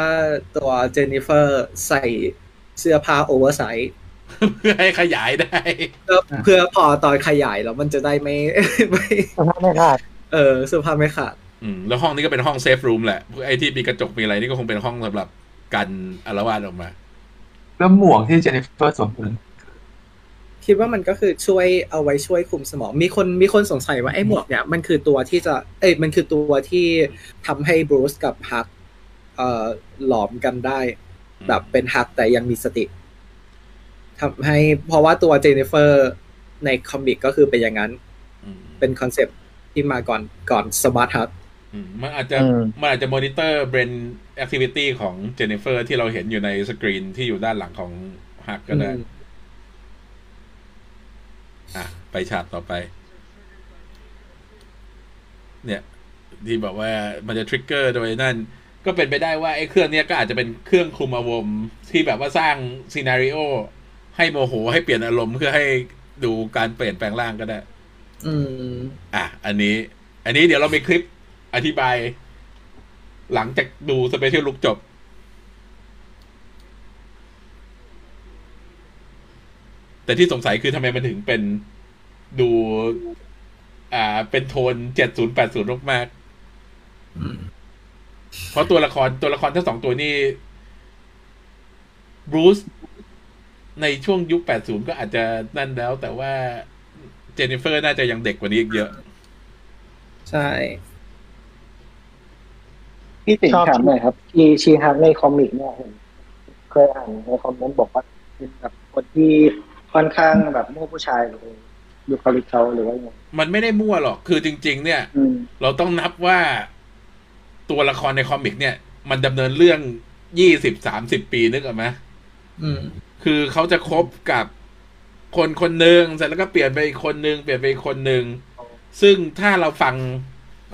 ตัวเจนนิเฟอร์ใส่เสื้อผ้าโอเวอร์ไซส์ เพื่อ *laughs* ให้ขยายได้ เพื่อเพื่อพอตอนขยายแล้วมันจะได้ไม่ *laughs* ไม่ สภาพไม่ขาด เออเสื้อผ้าไม่ขาด อืมแล้วห้องนี้ก็เป็นห้องเซฟรูมแหละไอ้ที่มีกระจกมีอะไรนี่ก็คงเป็นห้องสำหรับกันอารวาสออกมา แล้วหมวกที่เจนนิเฟอร์สวมเป็น คิดว่ามันก็คือช่วยเอาไว้ช่วยคุมสมอง มีคนมีคนสงสัยว่าไอ้หมวกเนี่ยมันคือตัวที่จะ เอ้ยมันคือตัวที่ทำให้บรูซกับฮักเอ่อหลอมกันได้ แบบเป็นฮักแต่ยังมีสติทำให้เพราะว่าตัวเจเนฟเฟอร์ในคอมิกก็คือเป็นอย่างนั้น อืม เป็นคอนเซปต์ที่มาก่อนก่อนสมาร์ทฮัก อืมมันอาจจะ อืม มันอาจจะมอนิเตอร์เบรนแอคทิวิตี้ของเจนนิเฟอร์ที่เราเห็นอยู่ในสกรีนที่อยู่ด้านหลังของฮักก็ได้อ่ะไปฉากต่อไป เนี่ย ที่บอกว่ามันจะทริกเกอร์โดยนั่น ก็เป็นไปได้ว่าไอ้เครื่องเนี้ยก็อาจจะเป็นเครื่องคุมอารมณ์ที่แบบว่าสร้างซีนารีโอให้โมโหให้เปลี่ยนอารมณ์เพื่อให้ดูการเปลี่ยนแปลงร่างก็ได้ อืม อ่ะ อันนี้ อันนี้เดี๋ยวเรามีคลิปอธิบาย หลังจากดูสเปเชียลลุกจบ แต่ที่สงสัยคือทำไมมันถึงเป็นดู อ่า เป็นโทนเจ็ดศูนย์แปดศูนย์มากๆ อืม เพราะตัวละครตัวละครทั้งสองตัวนี่บรูซในช่วงยุคแปดศูนย์ก็อาจจะนั่นแล้ว แต่ว่าเจนนิเฟอร์น่าจะยังเด็กกว่านี้อีกเยอะ ใช่ พี่สิงห์ถามหน่อยครับชีชีฮักในคอมิกเนี่ยเห็นเคยอ่านในคอมเมนต์บอกว่าเป็นแบบคนที่ค่อนข้างแบบมู่ผู้ชายเลยดูคาลิเขาหรือว่ายังไง มันไม่ได้มั่วหรอก คือจริง ๆ เนี่ย อืม เราต้องนับว่าตัวละครในคอมิกเนี่ย มันดำเนินเรื่องยี่สิบสามสิบปีนึกออกไหม อืม คือเขาจะคบกับคนคนหนึ่งเสร็จแล้วก็เปลี่ยนไปอีกคนหนึ่งเปลี่ยนไปอีกคนหนึ่งซึ่งถ้าเราฟัง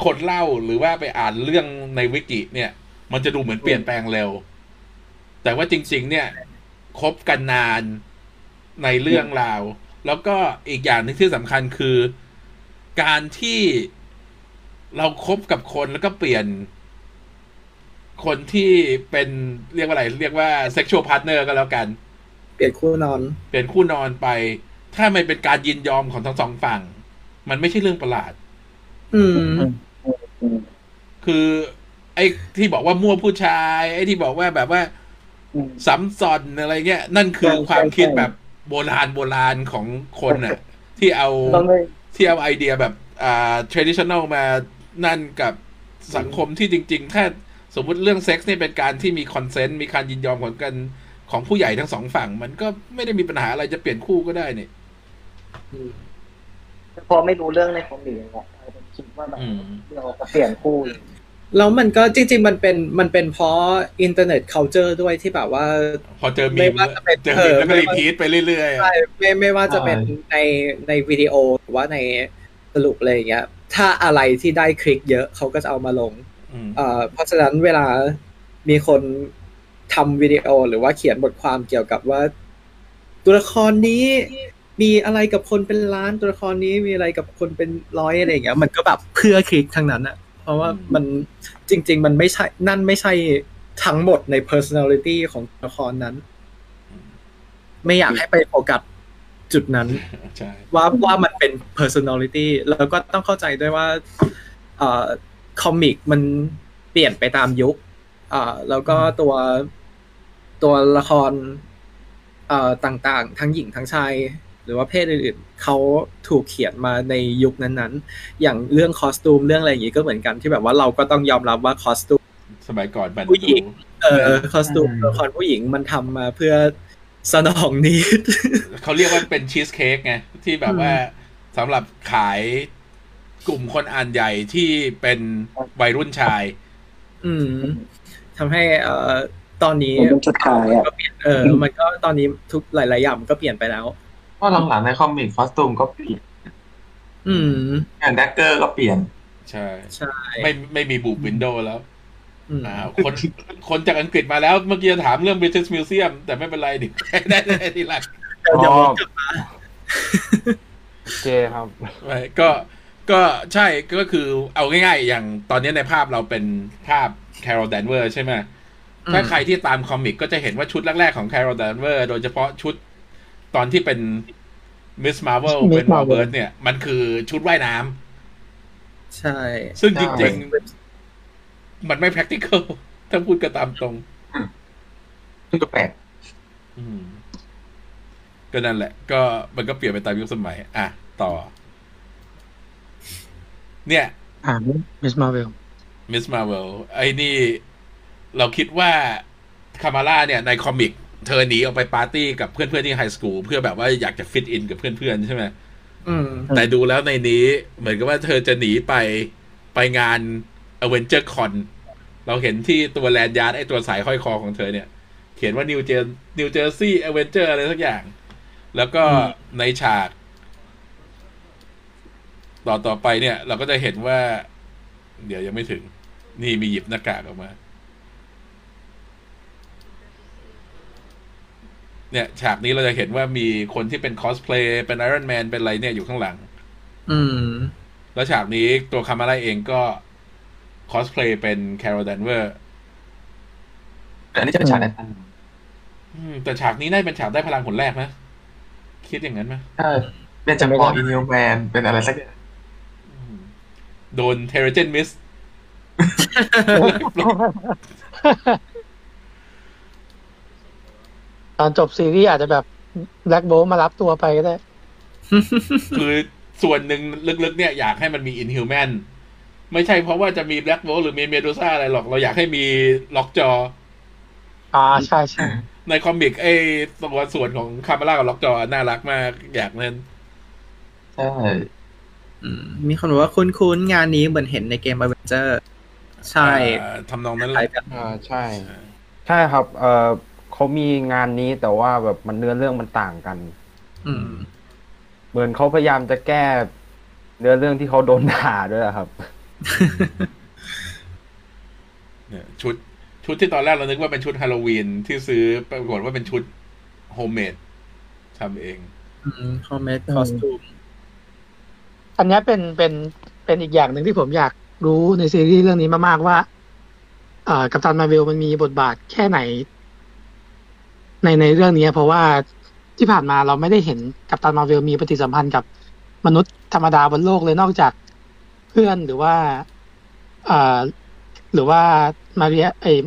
คนเล่าหรือว่าไปอ่านเรื่องในวิกิเนี่ย มันจะดูเหมือนเปลี่ยนแปลงเร็ว แต่ว่าจริง ๆ เนี่ยคบกันนานในเรื่องราว แล้วก็อีกอย่างหนึงที่สำคัญคือการที่เราครบกับคนแล้วก็เปลี่ยน คนที่เป็นเรียกว่าอะไร เรียกว่า sexual partner ก็แล้วกัน เปลี่ยนคู่นอน เปลี่ยนคู่นอนไป ถ้ามันเป็นการยินยอมของทั้งสองฝั่ง มันไม่ใช่เรื่องประหลาด อืม คือไอ้ที่บอกว่ามั่วผู้ชาย ไอ้ที่บอกว่าแบบว่า อืม ซ้ำซ้อนอะไรเงี้ย นั่นคือ ใช่ใช่ ความคิด ใช่ แบบโบราณโบราณของคนน่ะ ที่เอา ต้องเลย ที่เอาไอเดียแบบอ่า traditional มานั่นกับสังคมที่จริง ๆ ถ้าสมมุติเรื่องเซ็กซ์เนี่ยเป็นการที่มีคอนเซนต์มีการยินยอมของกันของผู้ใหญ่ทั้งสองฝั่ง มันก็ไม่ได้มีปัญหาอะไรจะเปลี่ยนคู่ก็ได้เนี่ย พอไม่รู้เรื่องในคอมมิกเนี่ยกลายเป็นคิดว่าแบบ อืม เราจะเปลี่ยนคู่เลย แล้วมันก็จริง ๆ มันเป็นมันเป็นเพราะอินเทอร์เน็ตเคาเจอร์ด้วยที่แบบว่า พอเจอมี ไม่ ม ว่าจะเป็น เจอมีม เออ แล้วก็ ไม่ รี ว่า พีทไปเรื่อยๆอะ ใช่ไม่ไม่ว่าจะเป็นในในวิดีโอหรือว่าในสรุปอะไรอย่างเงี้ย ถ้าอะไรที่ได้คลิกเยอะเขาก็จะเอามาลง อืม เอ่อเพราะฉะนั้นเวลามีคนทำวิดีโอหรือว่าเขียนบทความเกี่ยวกับว่า ตัวละครนี้มีอะไรกับคนเป็นล้านตัวละครนี้มีอะไรกับคนเป็นร้อยอะไรอย่างเงี้ยมันก็แบบเพื่อคลิกทั้งนั้นอะเพราะว่ามันจริง ๆ มันไม่ใช่นั่นไม่ใช่ทั้งหมดใน personality ของตัวละครนั้น ไม่อยากให้ไปโฟกัสจุดนั้น ใช่ ว่าว่ามันเป็น personality แล้วก็ต้องเข้าใจด้วยว่าเอ่อคอมิกมันเปลี่ยนไปตามยุคเอ่อแล้วก็ตัวตัวละครเอ่อต่างๆ ทั้งหญิงทั้งชาย หรือว่าเพศอื่นๆเขาถูกเขียนมาในยุคนั้นๆ อย่างเรื่องคอสตูมเรื่องอะไรอย่างนี้ก็เหมือนกันที่แบบว่าเราก็ต้องยอมรับว่าคอสตูม สมัยก่อนมัน ผู้หญิง ดู เออคอสตูมตัวละครผู้หญิงมันทำมาเพื่อสนองนิด *laughs* เขาเรียกว่าเป็นชีสเค้กไง ที่แบบว่าสำหรับขายกลุ่มคนอ่านใหญ่ที่เป็นวัยรุ่นชาย อืมทำให้เอ่อตอนนี้ ผมเป็นจุดขายอ่ะ ก็เปลี่ยนเออมันก็ตอนนี้ทุกหลายๆอย่างมันก็เปลี่ยนไปแล้ว เพราะหลังๆในคอมิกคอสตูมก็เปลี่ยน อืม อย่างแดกเกอร์ก็เปลี่ยน ใช่ ใช่ ไม่ไม่มีบูบวินโดว์แล้ว อืม อ่าคนคนจากอังกฤษมาแล้ว เมื่อกี้จะถามเรื่อง British Museum แต่ไม่เป็นไรดิ *laughs* ได้ได้ทีหลัง อ๋ เดี๋ยว อโอเคครับ ไม่ก็ก็ใช่ก็คือเอาง่ายๆ อย่างตอนนี้ในภาพเราเป็นภาพแค r o l แดนเวอร์ใช่ไหมถ้าใครที่ตามคอมิกก็จะเห็นว่าชุดแรกๆของแค r o l แดนเวอร์โดยเฉพาะชุดตอนที่เป็นมิสมาร์เวล Miss เป็นวอล Marvel เบิร์ดเนี่ย มันคือชุดว่ายน้ ใช่ ำซึ่งจ ใช่ ริงๆ มันไม่ practical *laughs* ถ้าพูดก็ตามตรง ซึ่งก็แปลก อืมก็นั่นแหละ ก็มันก็เปลี่ยนไปตามยุคสมัย อ่ะ ต่อ เนี่ย ถามมิสมาเวล มิสมาเวลไอ้นี่ เราคิดว่าคามาร่าเนี่ยในคอมิก เธอหนีออกไปปาร์ตี้กับเพื่อนๆที่ไฮสคูลเพื่อแบบว่าอยากจะฟิตอินกับเพื่อนๆใช่ไหม อืม แต่ดูแล้วในนี้ เหมือนกับว่าเธอจะหนีไปไปงานอเวนเจอร์คอน เราเห็นที่ตัวแลนด์ยาร์ดไอตัวสายห้อยคอของเธอเนี่ย เขียนว่านิวเจนนิวเจอร์ซีย์อเวนเจอร์อะไรสักอย่าง แล้วก็ในฉาก ต่อต่อไปเนี่ย เราก็จะเห็นว่า เดี๋ยวยังไม่ถึง นี่มีหยิบหน้ากากออกมา เนี่ย ฉากนี้เราจะเห็นว่ามีคนที่เป็นคอสเพลย์เป็นไอรอนแมนเป็นอะไรเนี่ยอยู่ข้างหลัง อืม แล้วฉากนี้ตัวคามาร่าเองก็คอสเพลย์เป็นแคโรลแดนเวอร์ แต่อันนี้จะเป็นฉากแดนตัน อืมแต่ฉากนี้น่าจะเป็นฉากได้พลังผลแรกนะคิดอย่างนั้นไหม เออเป็นจากพออินิวแมนเป็นอะไรสักอย่าง อืมโดนเทเรเจนมิส ตอนจบซีรีส์อาจจะแบบแบล็กโบมารับตัวไปก็ได้ คือส่วนหนึ่งลึกๆ เนี่ยอยากให้มันมีอินฮิวแมนไม่ใช่เพราะว่าจะมีแบล็กโวหรือมีเมดูซ่าอะไรหรอก เราอยากให้มีล็อกจอ อ่าใช่ใช่ ในคอมิกไอ้ตัวส่วนของคามาร่ากับล็อกจอ น่ารักมากอยากเล่น ใช่ อืม มีคนบอกว่าคุ้นๆงานนี้เหมือนเห็นในเกม a เวนเจอร์ ใช่ อ่าทำนองนั้น ห เล ลาย ย แบบ อ่าใช่ ใช่ครับ เออเขามีงานนี้แต่ว่าแบบมันเนื้อเรื่องมันต่างกัน อืม เหมือนเขาพยายามจะแก้เนื้อเรื่องที่เขาโดนด่าด้วยอะครับ เนี่ยชุดชุดที่ตอนแรกเรานึกว่าเป็นชุดฮาโลวีนที่ซื้อปรากฏว่าเป็นชุดโฮมเมดทำเอง อืมคอมเมดคอสตูม อันเนี้ยเป็นเป็นเป็นอีกอย่างหนึ่งที่ผมอยากรู้ในซีรีส์เรื่องนี้มากๆว่าเอ่อกัปตันมาร์เวลมันมีบทบาทแค่ไหน ในในเรื่องเนี้ย เพราะว่าที่ผ่านมาเราไม่ได้เห็นกัปตันมาร์เวลมีปฏิสัมพันธ์กับมนุษย์ธรรมดาบนโลกเลยนอกจากเพื่อนหรือว่าเอ่อหรือว่ามาเรียเอย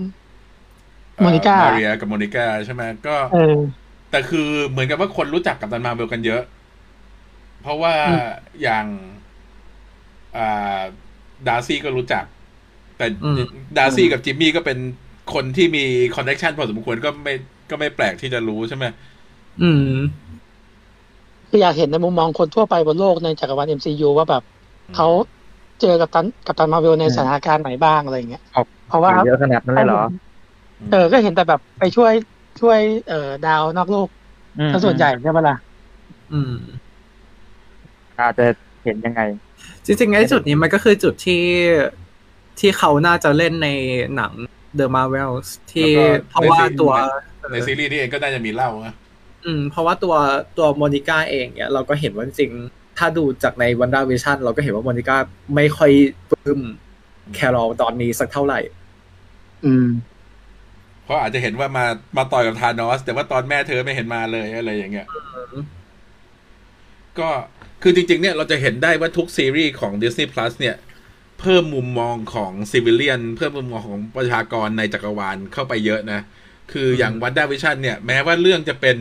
โมนิก้า มาเรียกับโมนิก้าใช่ไหมก็ เออ แต่คือเหมือนกับว่าคนรู้จักกับตันมาร์เวลกันเยอะ เพราะว่า อืม อย่างอ่าดาร์ซี่ก็รู้จัก แต่ อืม ดาร์ซี่กับจิมมี่ก็เป็นคนที่มีคอนเนคชันพอสมควรก็ไม่ก็ไม่แปลกที่จะรู้ใช่ไหม อืม คืออยากเห็นในมุมมองคนทั่วไปบนโลกในจักรวาล MCU ว่าแบบเขาเจอกับตันกับตันมาร์เวลในสถานการณ์ไหนบ้างอะไรอย่างเงี้ย ครับ เพราะว่า เยอะขนาดนั้นเลยเหรอ เออก็เห็นแต่แบบไปช่วยช่วยเอ่อดาวนอกโลก ม ซะส่วนใหญ่ใช่ปะล่ะ อืม อาจจะเห็นยังไง จริงๆไอ้จุดนี้มันก็คือจุดที่ที่เขาน่าจะเล่นในหนัง The Marvels ที่เพราะว่าตัว ในซีรีส์นี่เองก็น่าจะมีเล่านะ อืม เพราะว่าตัวตัวโมนิก้าเองเนี่ยเราก็เห็นว่าจริงๆถ้าดูจากในวันด้าวิชั่นเราก็เห็นว่าโมนิก้าไม่ค่อยปลื้มแครอลตอนนี้สักเท่าไหร่ อืม เพราะอาจจะเห็นว่ามามาต่อยกับธานอส แต่ว่าตอนแม่เธอไม่เห็นมาเลยอะไรอย่างเงี้ย ม ก็คือจริง ๆ เนี่ยเราจะเห็นได้ว่าทุกซีรีส์ของ Disney Plus เนี่ย เพิ่มมุมมองของซิวิเลียน เพิ่มมุมมองของประชากรในจักรวาลเข้าไปเยอะนะ คืออย่างวันด้าวิชันเนี่ย แม้ว่าเรื่องจะเป็น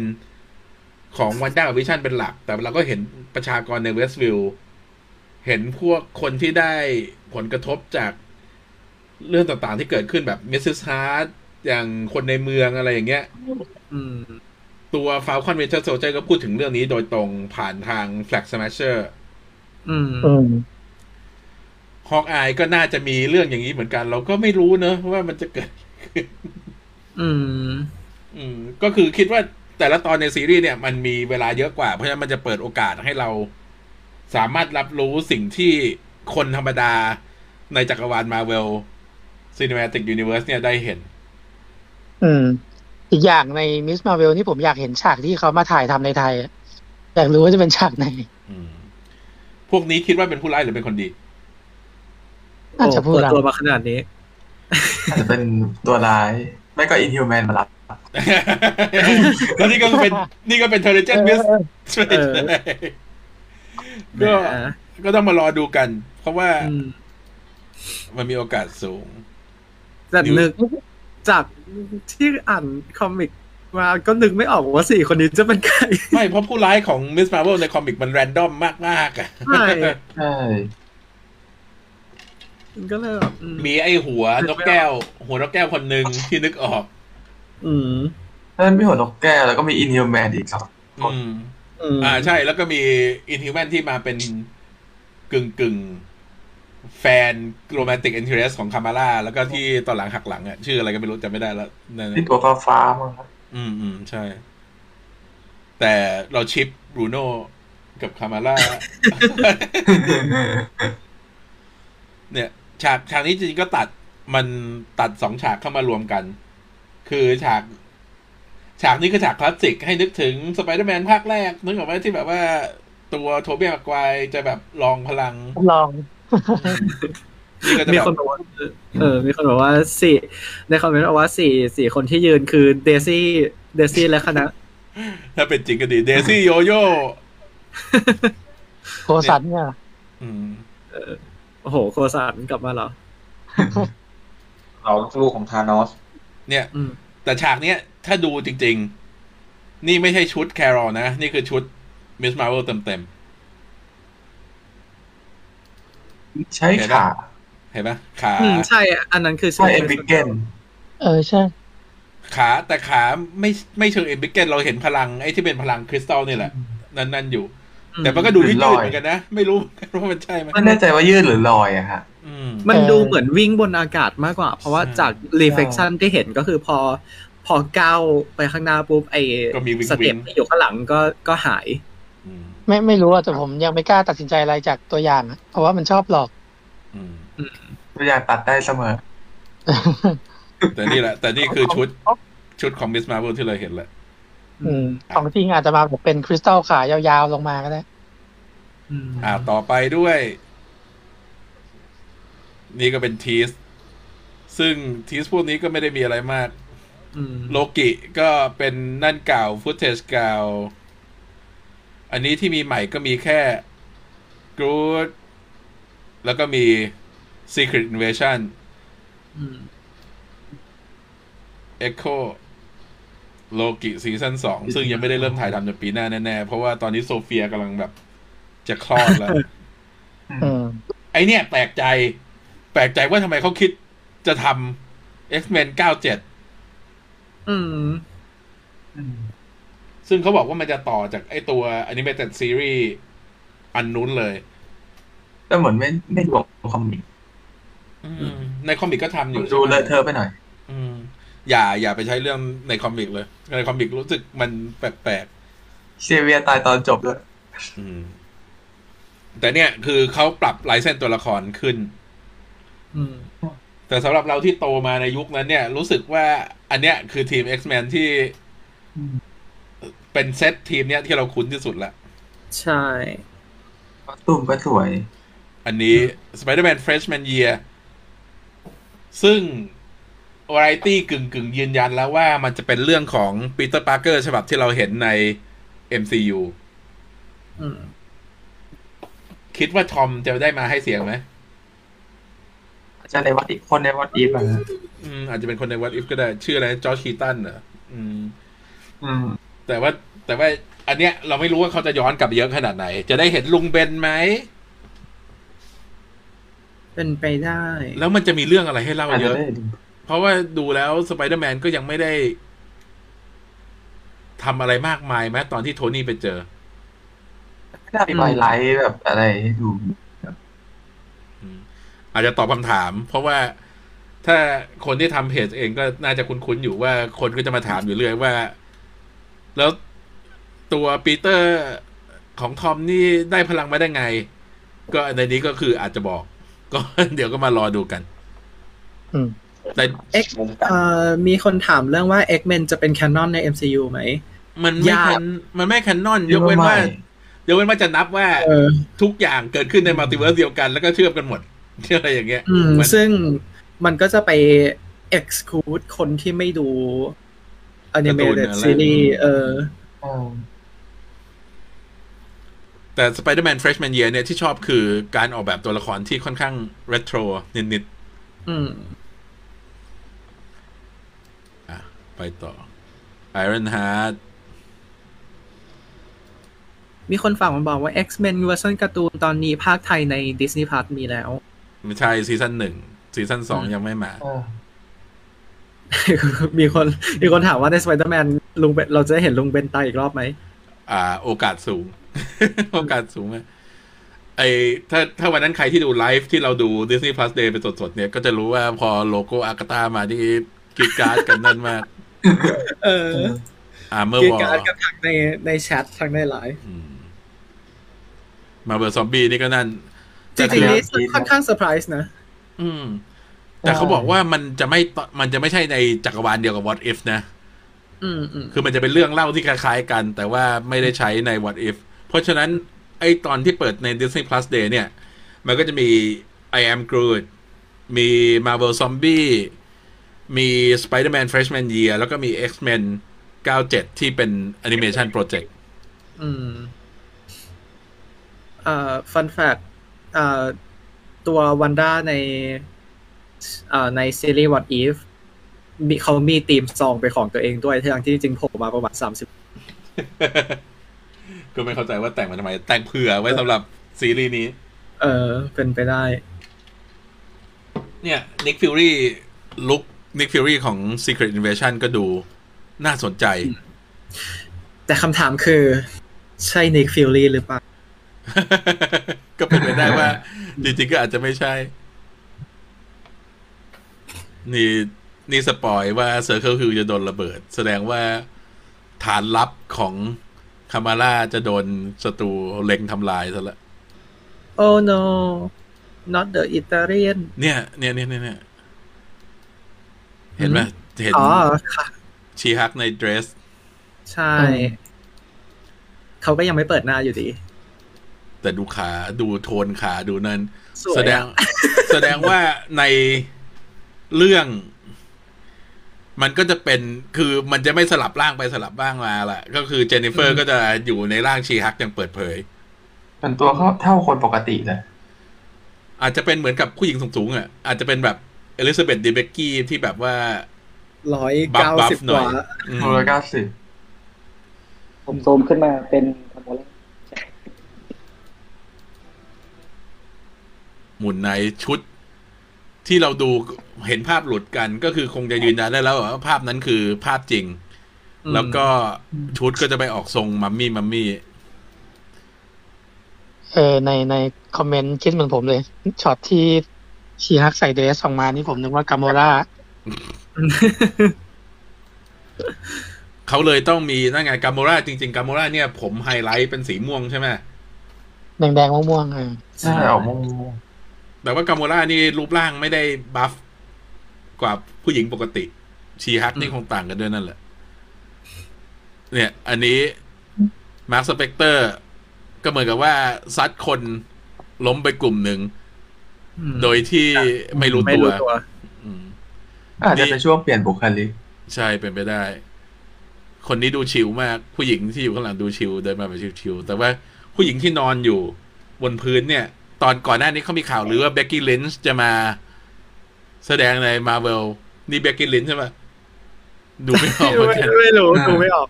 ของวันด้าวิชันเป็นหลัก แต่เราก็เห็นประชากรในเวสต์วิลเห็นพวกคนที่ได้ผลกระทบจากเรื่องต่างๆที่เกิดขึ้นแบบมิสซิสฮาร์ด อย่างคนในเมืองอะไรอย่างเงี้ย อืม ตัวฟาวคอนเวเทอร์โซเจอร์ก็พูดถึงเรื่องนี้โดยตรงผ่านทางแฟลกสมาชเชอร์ อืม อืม ฮอกอายก็น่าจะมีเรื่องอย่างนี้เหมือนกัน เราก็ไม่รู้เนอะว่ามันจะเกิด *laughs* อืม อืมก็คือคิดว่าแต่ละตอนในซีรีส์เนี่ยมันมีเวลาเยอะกว่า เพราะฉะนั้นมันจะเปิดโอกาสให้เรา สามารถรับรู้สิ่งที่คนธรรมดาในจักรวาลมาเวลซีนิมาติกยูนิเวอร์สเนี่ยได้เห็น อืม อีกอย่างในมิสมาเวลนี่ผมอยากเห็นฉากที่เขามาถ่ายทำในไทยอะอยากรู้ว่าจะเป็นฉากไหน อืม พวกนี้คิดว่าเป็นผู้ร้ายหรือเป็นคนดี น่าจะพูด โอ้ เรา เปิตัวมาขนาดนี้ อาจจะเป็นตัวร้าย ไม่ก็อินฮิวแมนมารับ แล้วนี่ก็เป็นนี่ก็เป็นเทเลเจนต์มิส เออ ก็ แหม ก็ต้องมารอดูกัน เพราะว่า อืม มันมีโอกาสสูง แต่ นิ้ว นึกจากที่อ่านคอมิกมาก็นึกไม่ออกว่าสี่คนนี้จะเป็นใคร ไม่เพราะผู้ร้ายของมิสมา r v ว l ในคอมิกมันแรนดอมมาก ๆ อ่ะ ใช่ *laughs* ใช่ มันก็เลยแบบอืม มีไอหัวนกแก้ว หัวนกแก้วคนหนึ่งที่นึกออก อืม แล้วมีหัวนกแก้วแล้วก็มีอินฮิวแมนอีกสอง อืม อืม อ่าใช่แล้วก็มีอินฮิวแมนที่มาเป็นกึ่งกึ่งๆ แฟนโรแมนติก i อนเท e รสของคามาร่าแล้วก็ที่ตอนหลังหักหลังอ่ะ ชื่ออะไรก็ไม่รู้จำไม่ได้แล้วนั่น ที่ น่ะ ตัวฟ้าฟ้าๆมั้งครับ อืมอืมใช่ แต่เราชิปบรูโน่กับคามาร่า *laughs* เนี่ยฉากฉากนี้จริงๆก็ตัดมันตัดสองฉากเข้ามารวมกัน คือฉาก ฉากนี้คือฉากคลาสสิก ให้นึกถึงสไปเดอร์แมนภาคแรก นึกออกไหมที่แบบว่าตัวโทเบียมากไกวจะแบบลองพลัง ลอง นี่ก็จะ มี แบ คน บ บอกว่าเออ มีคนบอกว่าสี่ในคอมเมนต์บอกว่าสี่สี่คนที่ยืนคือเดซี่เดซี่และคณะ ถ้าเป็นจริงก็ดีเดซี่โยโย่ โคสันเนี่ย อืม โอ้โห โคสานกลับมาเหรอ เราลูกของทานอส เนี่ย อืม แต่ฉากเนี้ย ถ้าดูจริง ๆ นี่ไม่ใช่ชุดแครอลนะ นี่คือชุดมิสมาร์เวลเต็ม ใช่ค่ะ ๆเห็นไหมขา อืม ใช่ อันนั้นคือ ใช่เอพิเกน เออใช่ ขาแต่ขาไม่ไม่เชิงเอ็มบิเกนเราเห็นพลังไอ้ที่เป็นพลังคริสตัลนี่แหละ นั่นนั่นอยู่ อืม แต่มันก็ดูยืดๆเหมือนกันนะ ไม่รู้เหมือนกันว่ามันใช่ไหม ไม่แน่ใจว่ายืดหรือลอยอะฮะ อืม มันดูเหมือนวิ่งบนอากาศมากกว่า เพราะว่า ใช่ จาก reflection ที่เห็นก็คือพอ พอก้าวไปข้างหน้าปุ๊บไอ้ ก็มีวิ่งๆ สเต็ปที่อยู่ข้างหลังก็ก็หาย อืม ไม่ไม่รู้อะแต่ผมยังไม่กล้าตัดสินใจอะไรจากตัวอย่างอะเพราะว่ามันชอบหลอก อืม ตัวอย่างตัดได้เสมอ แต่นี่แหละ แต่นี่คือชุดชุดของมิสมาร์เวลที่เราเห็นแหละ อืมของจริงอาจจะมาแบบเป็นคริสตัลขายาวๆลงมาก็ได้ อืม อ่าต่อไปด้วย นี่ก็เป็นทีส ซึ่งทีสพวกนี้ก็ไม่ได้มีอะไรมาก อืม โลกิก็เป็นนั่นเก่าฟุตเทจเก่า อันนี้ที่มีใหม่ก็มีแค่กรูดแล้วก็มี Secret Invasion อืม Echo โลกิซีซั่นสองซึ่งยังไม่ได้เริ่มถ่ายทำจนปีหน้าแน่ๆ เพราะว่าตอนนี้โซเฟียกำลังแบบ จะคลอดแล้ว *laughs* อืม ไอเนี่ยแปลกใจ แปลกใจว่าทำไมเขาคิดจะทำ X-Men 97 อืม ซึ่งเขาบอกว่ามันจะต่อจากไอตัว Animated Series อันนู้นเลย แต่เหมือนไม่ไม่รวมคอมมิก ในคอมิกก็ทำอยู่ ดู ใช่ไหม เลอะเทอะไปหน่อย อืมอย่าอย่าไปใช้เรื่องในคอมิกเลย ในคอมิกรู้สึกมันแปลก เซเวียตายตอนจบด้วย ๆอืม แต่เนี่ยคือเขาปรับลายเส้นตัวละครขึ้น อืม แต่สำหรับเราที่โตมาในยุคนั้นเนี่ย รู้สึกว่าอันเนี้ยคือทีม X-Men ที่เป็นเซตทีมเนี้ยที่เราคุ้นที่สุดละ ใช่ คอสตูมก็สวย อันนี้ Spider-Man Freshman Year ซึ่งว a ไรตี้กึ่งกึ่งๆ ยืนยันแล้วว่ามันจะเป็นเรื่องของปีเตอร์ปาร์เกอร์ฉบับที่เราเห็นใน MCU อืม คิดว่าทอมจะได้มาให้เสียงไหม จะในวัดอีกคนในวัดอีกอะฮะ อืมอาจจะเป็นคนใน What If ก็ได้ ชื่ออะไรจอร์จคีตันเหรออืม อืม แต่ว่าแต่ว่าอันเนี้ยเราไม่รู้ว่าเขาจะย้อนกลับไปเยอะขนาดไหน จะได้เห็นลุงเบนไหม เป็นไปได้ แล้วมันจะมีเรื่องอะไรให้เล่า อาจ เย จะ อะ ได้ดู เพราะว่าดูแล้วสไปเดอร์แมนก็ยังไม่ได้ทำอะไรมากมายแม้ตอนที่โทนี่ไปเจอ ไม่น่ามีไวไลท์แบบอะไรให้ดู อืมอาจจะตอบคำถาม เพราะว่าถ้าคนที่ทำเพจเองก็น่าจะคุ้นๆอยู่ว่าคนก็จะมาถามอยู่เรื่อยว่า แล้วตัวปีเตอร์ของทอมนี่ได้พลังมาได้ไง ก็ในนี้ก็คืออาจจะบอก ก็ เดี๋ยวก็มารอดูกัน อืม แต่ มุมกัน เอ่อมีคนถามเรื่องว่า X-Men จะเป็นแคนนอนใน MCU ไหม มันไม่ ยาก แคนมันไม่แคนนอนยกเว้นว่า ยกเว้นว่าจะนับว่า เออ ทุกอย่างเกิดขึ้นในมัลติเวิร์สเดียวกัน แล้วก็เชื่อมกันหมดอะไรอย่างเงี้ย อืม มัน ซึ่งมันก็จะไป exclude คนที่ไม่ดู การ์ animated ตูนอะไร series เออ แต่ Spider-Man Freshman Year เนี่ยที่ชอบคือการออกแบบตัวละครที่ค่อนข้างเรโทรนิด อืม ๆอ่ะไปต่อ Iron Heart มีคนฝากมาบอกว่า X-Men เวอร์ชันการ์ตูนตอนนี้ภาคไทยใน Disney Plus มี *laughs* แล้ว ไม่ใช่ซีซั่นหนึ่งซีซั่นสองยังไม่มา มีคนมีคนถามว่าใน Spider-Man ลุงเบนเราจะได้เห็นลุงเบนตายอีกรอบไหม อ่า โอกาสสูง *laughs* โอกาสสูงอะไอถ้าถ้าวันนั้นใครที่ดูไลฟ์ที่เราดู Disney Plus Day เป็นสดๆ เนี่ย ก็จะรู้ว่าพอโลโก้อากาตามานี่กรีดกราร์ดกันนั่นมาก เออ อ่าเมื่อ กิ วอ การกับทักในในแชททางในไลฟ์ มาเบอร์ซอมบี้นี่ก็นั่น จริงๆนี่ค่อนข้างเซอร์ไพรส์นะ อืม แต่เขาบอกว่ามันจะไม่ตมันจะไม่ใช่ในจักรวาลเดียวกับ What If นะ อืมอืม คือมันจะเป็นเรื่องเล่าที่คล้ายๆกัน แต่ว่าไม่ได้ใช้ใน What If เพราะฉะนั้น ไอตอนที่เปิดใน Disney Plus Day เนี่ย มันก็จะมี I Am Groot มี Marvel Zombie มี Spider-Man Freshman Year แล้วก็มี X-Men 97 ที่เป็น Animation Project *laughs* อืมเอ่อฟันแฟกเอ่อตัววันด้าในเอ่อในซีรีส์ What If มีเขามีทีมซองเป็นของตัวเองด้วยทั้งที่จริงๆโผล่มาประมาณสามสิบ ก็ไม่เข้าใจว่าแต่งมาทำไม แต่งเผื่อไว้สำหรับซีรีส์นี้ เออ เป็นไปได้ เนี่ยนิกฟิวรี่ลุกนิกฟิวรี่ของ Secret Invasion ก็ดูน่าสนใจ แต่คำถามคือ ใช่นิกฟิลลี่หรือเปล่า ก็เป็นไปได้ว่า จริงๆก็อาจจะไม่ใช่ นี่นี่สปอยว่า Circle Hill จะโดนระเบิด แสดงว่าฐานลับของคามาร่าจะโดนศัตรูเล็งทำลายซะละ Oh no not the Italian เนี่ยเนี่ยเนี่ยเนี่ยเนี่ยเห็นไหมเห็น อ๋อค่ะ ชีฮักในเดรส ใช่ เขาก็ยังไม่เปิดหน้าอยู่ดี แต่ดูขาดูโทนขาดูนั่น สวยอะ แสดง *laughs* แสดงว่าในเรื่อง มันก็จะเป็นคือมันจะไม่สลับร่างไปสลับร่างมาแหละก็คือเจนนิเฟอร์ก็จะอยู่ในร่างชีฮักอย่างเปิดเผย เป็นตัวเขาเท่าคนปกติเลย อาจจะเป็นเหมือนกับผู้หญิงสูงๆอ่ะ อาจจะเป็นแบบเอลิซาเบธเดเบกกี้ที่แบบว่า ร้อย บัฟ เก้า บัฟ สิบ ห ก น่อย ว่า อืม โรยเก้าสิบ ผมโซมขึ้นมาเป็นคาโมเล หมุนในชุด ที่เราดูเห็นภาพหลุดกัน ก็คือคงจะยืนยันได้แล้วว่าภาพนั้นคือภาพจริง อืม แล้วก็ชุดก็จะไปออกทรงมัมมี่มัมมี่ เออในในคอมเมนต์คิดเหมือนผมเลยช็อตที่ชีฮักใส่เดรสออกมานี่ผมนึกว่ากาโมรา เขาเลยต้องมีนั่นไงกาโมราจริง ๆกาโมราเนี่ย ผมไฮไลท์เป็นสีม่วงใช่ไหม แดงแดงๆม่วงๆอ่ะ ใช่ออกมง แต่ว่ากาโมรานี่รูปร่างไม่ได้บัฟกว่าผู้หญิงปกติ ชีฮักนี่คงต่างกันด้วยนั่นแหละ เนี่ย อันนี้มาร์คสเปกเตอร์ก็เหมือนกับว่าซัดคนล้มไปกลุ่มหนึ่ง อืม โดยที่ไม่รู้ ไม่ ตัว รู้ตัว อืม อาจจะเป็นช่วงเปลี่ยนบุคลิก ใช่เป็นไปได้ คนนี้ดูชิลมาก ผู้หญิงที่อยู่ข้างหลังดูชิลเดินมาแบบชิลๆแต่ว่าผู้หญิงที่นอนอยู่บนพื้นเนี่ย ตอนก่อนหน้านี้เขามีข่าวหรือว่าเบกกี้ลินช์จะมาแสดงในมาเวลนี่เบกกี้ลินช์ใช่ปะดูไม่ออกเหมือนกัน *laughs* ไม่รู้ดูไม่ออก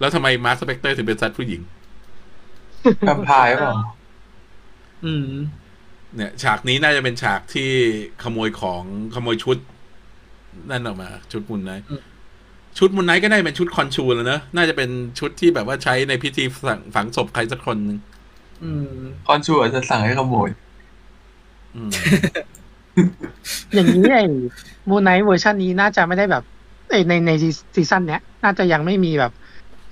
แล้วทำไมมาร์คสเปกเตอร์ถึงเป็นซัดผู้หญิง แวมไพายเปล่า อืม เนี่ย ฉากนี้น่าจะเป็นฉากที่ขโมยของขโมยชุด นั่นออกมา ชุดมุนไนท์ อืม ชุดมุนไนท์ก็ได้เป็นชุดคอนชูแล้วเนอะน่าจะเป็นชุดที่แบบว่าใช้ในพิธีฝังฝังศพใครสักคนหนึ่ง อืม คอนชูอาจจะสั่งให้ขโมย อืม อย่างนี้ไอ้มูไนเวอร์ชันนี้น่าจะไม่ได้แบบไอ้ในในซีซั่นเนี้ย น่าจะยังไม่มีแบบ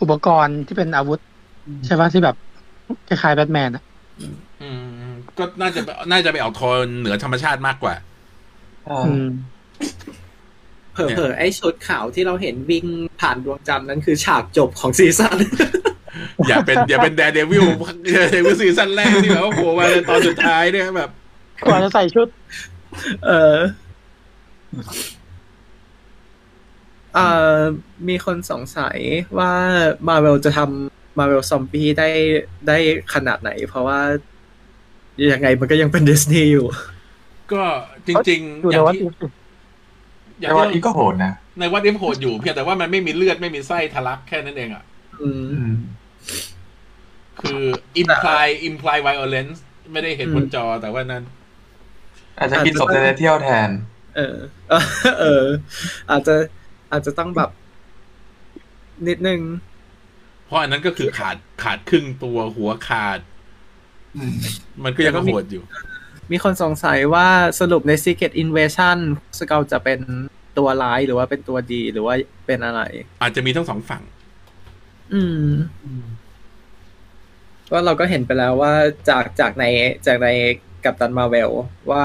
อุปกรณ์ที่เป็นอาวุธ ใช่ป่ะที่แบบคล้ายๆแบทแมนอะ อืม ก็น่าจะน่าจะไปออกโทนเหนือธรรมชาติมากกว่า อืม เผลอๆไอ้ชุดขาวที่เราเห็นวิ่งผ่านดวงจันทร์นั้นคือฉากจบของซีซั่น อย่าเป็นอย่าเป็นแดเดวิลเดวิลซีซั่นแรกที่แบบว่าโผล่มาในตอนสุดท้ายเนี่ยแบบ กว่าจะใส่ชุด เออเอ่อมีคนสงสัยว่ามาเวลจะทำมาเวลซอมบี้ได้ได้ขนาดไหน เพราะว่ายังไงมันก็ยังเป็นดิสนีย์อยู่ ก็จริง ๆ อยู่ อ ใน ย่าง วัด ที่อย่า แต่ ง ว่าอี ที่ กก็โหดนะ ในวัดเอฟโหดอยู่เพียงแต่ว่ามันไม่มีเลือดไม่มีไส้ทะลักแค่นั้นเองอ่ะ อืม อืม คือ imply imply violence ไม่ได้เห็นบนจอแต่ว่านั้น อาจจะกินศพในเที่ยวแทน เออ เออ อาจจะอาจจะต้องแบบ นิดนึง เพราะอันนั้นก็คือขาดขาดครึ่งตัวหัวขาด อืม มันก็ยังโหดอยู่ มีคนสงสัยว่าสรุปใน Secret Invasion สเกลจะเป็นตัวร้ายหรือว่าเป็นตัวดีหรือว่าเป็นอะไร อาจจะมีทั้งสองฝั่ง อืมว่าเราก็เห็นไปแล้วว่าจากจากในจากในกัปตันมาเวลว่า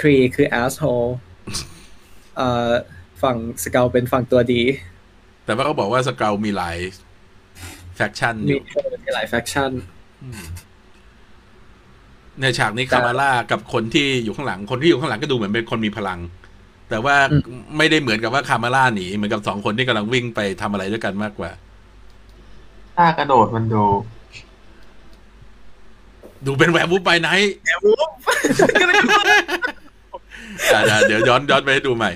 ครีคือ asshole เอ่อฝั่งสเกลเป็นฝั่งตัวดี แต่ว่าเขาบอกว่าสเกลมีหลายแฟคชั่นอ มี ยู่ มีหลายแฟคชั่น ในฉากนี้คามาร่ากับคนที่อยู่ข้างหลังคนที่อยู่ข้างหลังก็ดูเหมือนเป็นคนมีพลัง แต่ว่า อืม ไม่ได้เหมือนกับว่าคามาร่าหนีเหมือนกับสองคนที่กำลังวิ่งไปทำอะไรด้วยกันมากกว่า ถ้ากระโดดมันดู ดูเป็นแวร์วูฟไปไหน *laughs* แวร์วูฟเดี๋ยวย้อนย้อนไปให้ดูใหม่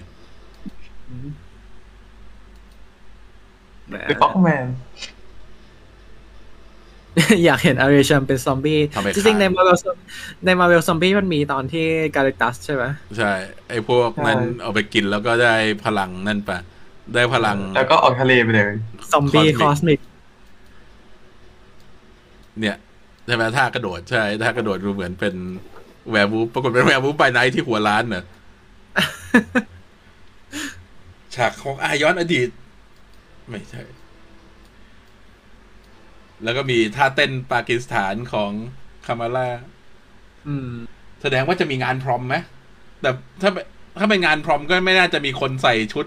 หรือป๊อกแมน *laughs* อยากเห็นอาริชัมเป็นซอมบี้ ทำไม จริงๆ ขาย ในมาเวลในมาเวลซอมบี้มันมีตอนที่กาลิตัสใช่ไหม ใช่ ไอ้พวกนั้น ใช่ เอาไปกินแล้วก็ได้พลังนั่นปะได้พลัง แล้วก็ออกทะเลไปเลย ซอมบี้คอ Cosmic สมิก เนี่ยใช่ไหมท่ากระโดดใช่ท่ากระโดดดูเหมือนเป็นแวร์วูฟปรากฏเป็นแวร์วูฟไปไหนที่หัว *laughs* ร้านเนอะฉากของอายย้อนอดีต ไม่ใช่ แล้วก็มีท่าเต้นปากีสถานของคามาร่า อืม แสดงว่าจะมีงานพรอมไหมแต่ถ้าเป็นถ้าเป็นงานพรอมก็ไม่น่าจะมีคนใส่ชุด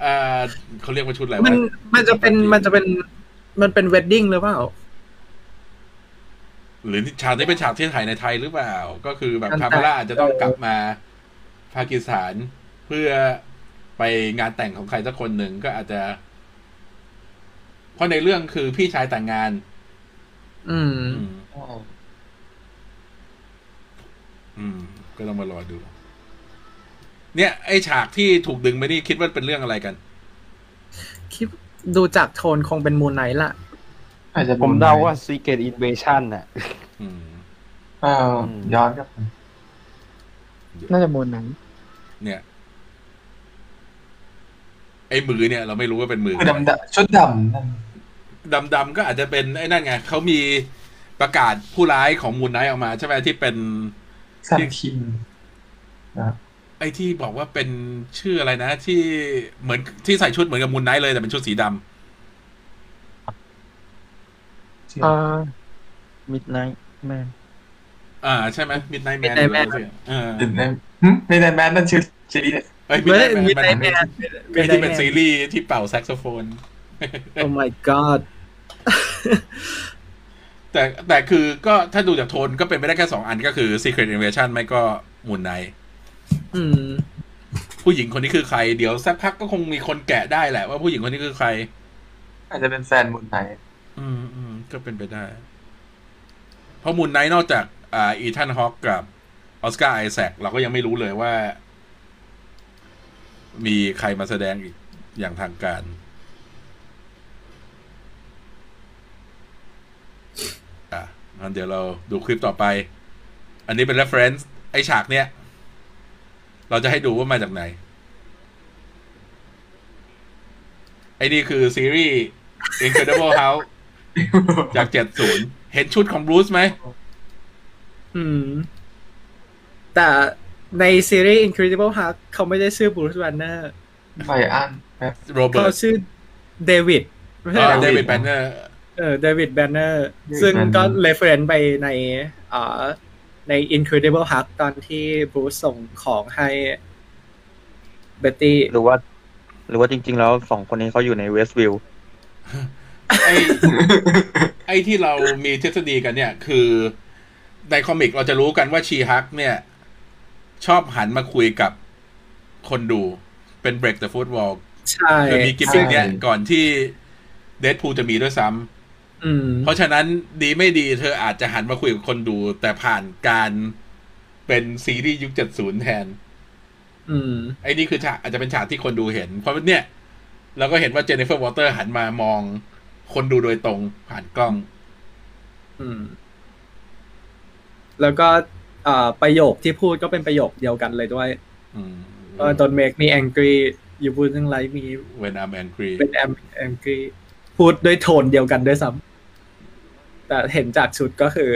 เอ่อเขาเรียกว่าชุดอะไรวะ มันมันจะเป็นมันจะเป็นมันเป็นเวดดิ้งหรือเปล่า หรือฉากนี้เป็นฉากที่ถ่ายในไทยหรือเปล่า ก็คือแบบ มันแต่ คาง เมล่าอาจจะต้องกลับมาปากีสถานเพื่อไปงานแต่งของใครสักคนหนึ่งก็อาจจะ เพราะในเรื่องคือพี่ชายแต่งงาน อืม อืม อืม ก็ต้องมารอดู เนี่ย ไอฉากที่ถูกดึงไปนี่คิดว่าเป็นเรื่องอะไรกัน คิดดูจากโทนคงเป็นมูนไนท์ละ อาจจะ ผมเดาว่า Secret Invasion น่ะ อืม เอ้าย้อนกลับไป น่าจะมูนนั้น เนี่ย ไอ้มือเนี่ย เราไม่รู้ว่าเป็นมือ คือดำๆชุดดำนั่น ดำดำๆก็อาจจะเป็นไอ้นั่นไงเขามีประกาศผู้ร้ายของมูนไนท์ออกมา ใช่ไหมที่เป็น สันคินนะครับ ไอ้ที่บอกว่าเป็นชื่ออะไรนะ ที่เหมือนที่ใส่ชุดเหมือนกับมูนไนท์เลยแต่เป็นชุดสีดำ ชื่อ อ่า Midnight Man อ่า ใช่ไหมมิดไนท์แมน Midnight Man อ่า Midnight หึ Midnight Man นั่นชื่อซีรีส์ เอ้ยมิด เว้ ไน ย ท์แมน มีไนท์แมน ไอ้ที่เป็นซีรีส์ที่เป่าแซกโซโฟน โอ้ my god แต่แต่คือก็ถ้าดูจากโทนก็เป็นไปได้แค่สองอันก็คือ Secret Invasion ไม่ก็มูนไนท์ อืม ผู้หญิงคนนี้คือใคร เดี๋ยวสักพักก็คงมีคนแกะได้แหละว่าผู้หญิงคนนี้คือใคร อาจจะเป็นแฟนมูนไนท์ *laughs* อืมอืมก็เป็นไปได้ เพราะมูนไนท์นอกจากอ่าอีธานฮอกกับออสการ์ไอแซคเราก็ยังไม่รู้เลยว่า มีใครมาแสดงอีกอย่างทางการ อ่ะงั้นเดี๋ยวเราดูคลิปต่อไป อันนี้เป็น reference ไอฉากเนี้ย เราจะให้ดูว่ามาจากไหน ไอ้นี่คือซีรีส์ Incredible House จากเจ็ดศูนย์เห็นชุดของบรูซไหม อืม แต่ในซีรีส์ Incredible Hulk เขาไม่ได้ชื่อบรูซแวนเนอร์ ไบอันแบบ โรเบิ เขา ร์ต ชื่อเดวิดไม่ใช่เหรอ เดวิดแบนเนอร์ เออเดวิดแบนเนอร์ซึ่ง Banner ก็เ e ฟ e r e n c e ไปในอ่าใน Incredible Hulk ตอนที่บรูซส่งของให้เบตตี้ หรือว่า หรือว่าจริง ๆ แล้วสองคนนี้เขาอยู่ในเวสต์วิว ไอ้ไอ้ที่เรามีทฤษฎีกันเนี่ย คือในคอมิกเราจะรู้กันว่าชีฮักเนี่ย ชอบหันมาคุยกับคนดูเป็น break the fourth wall ใช่ คือมีกิมมิค ใช่ เนี่ยก่อนที่เด p พูจะมีด้วยซ้ อืม ำเพราะฉะนั้นดีไม่ดีเธออาจจะหันมาคุยกับคนดู แต่ผ่านการเป็นซีรีส์ยุค 70 แทน อืม ไอ้นี่คือฉากอาจจะเป็นฉากที่คนดูเห็น เพราะเนี่ย เราก็เห็นว่าเจนนิเฟอร์วอเตอร์หันมามองคนดูโดยตรงผ่านกล้อง อืม แล้วก็อ่าประโยคที่พูดก็เป็นประโยคเดียวกันเลยด้วย อืม ก็ don't make me angry you wouldn't like me when I'm angry เป็น am- angry พูดด้วยโทนเดียวกันด้วยซ้ำแต่เห็นจากชุดก็คือ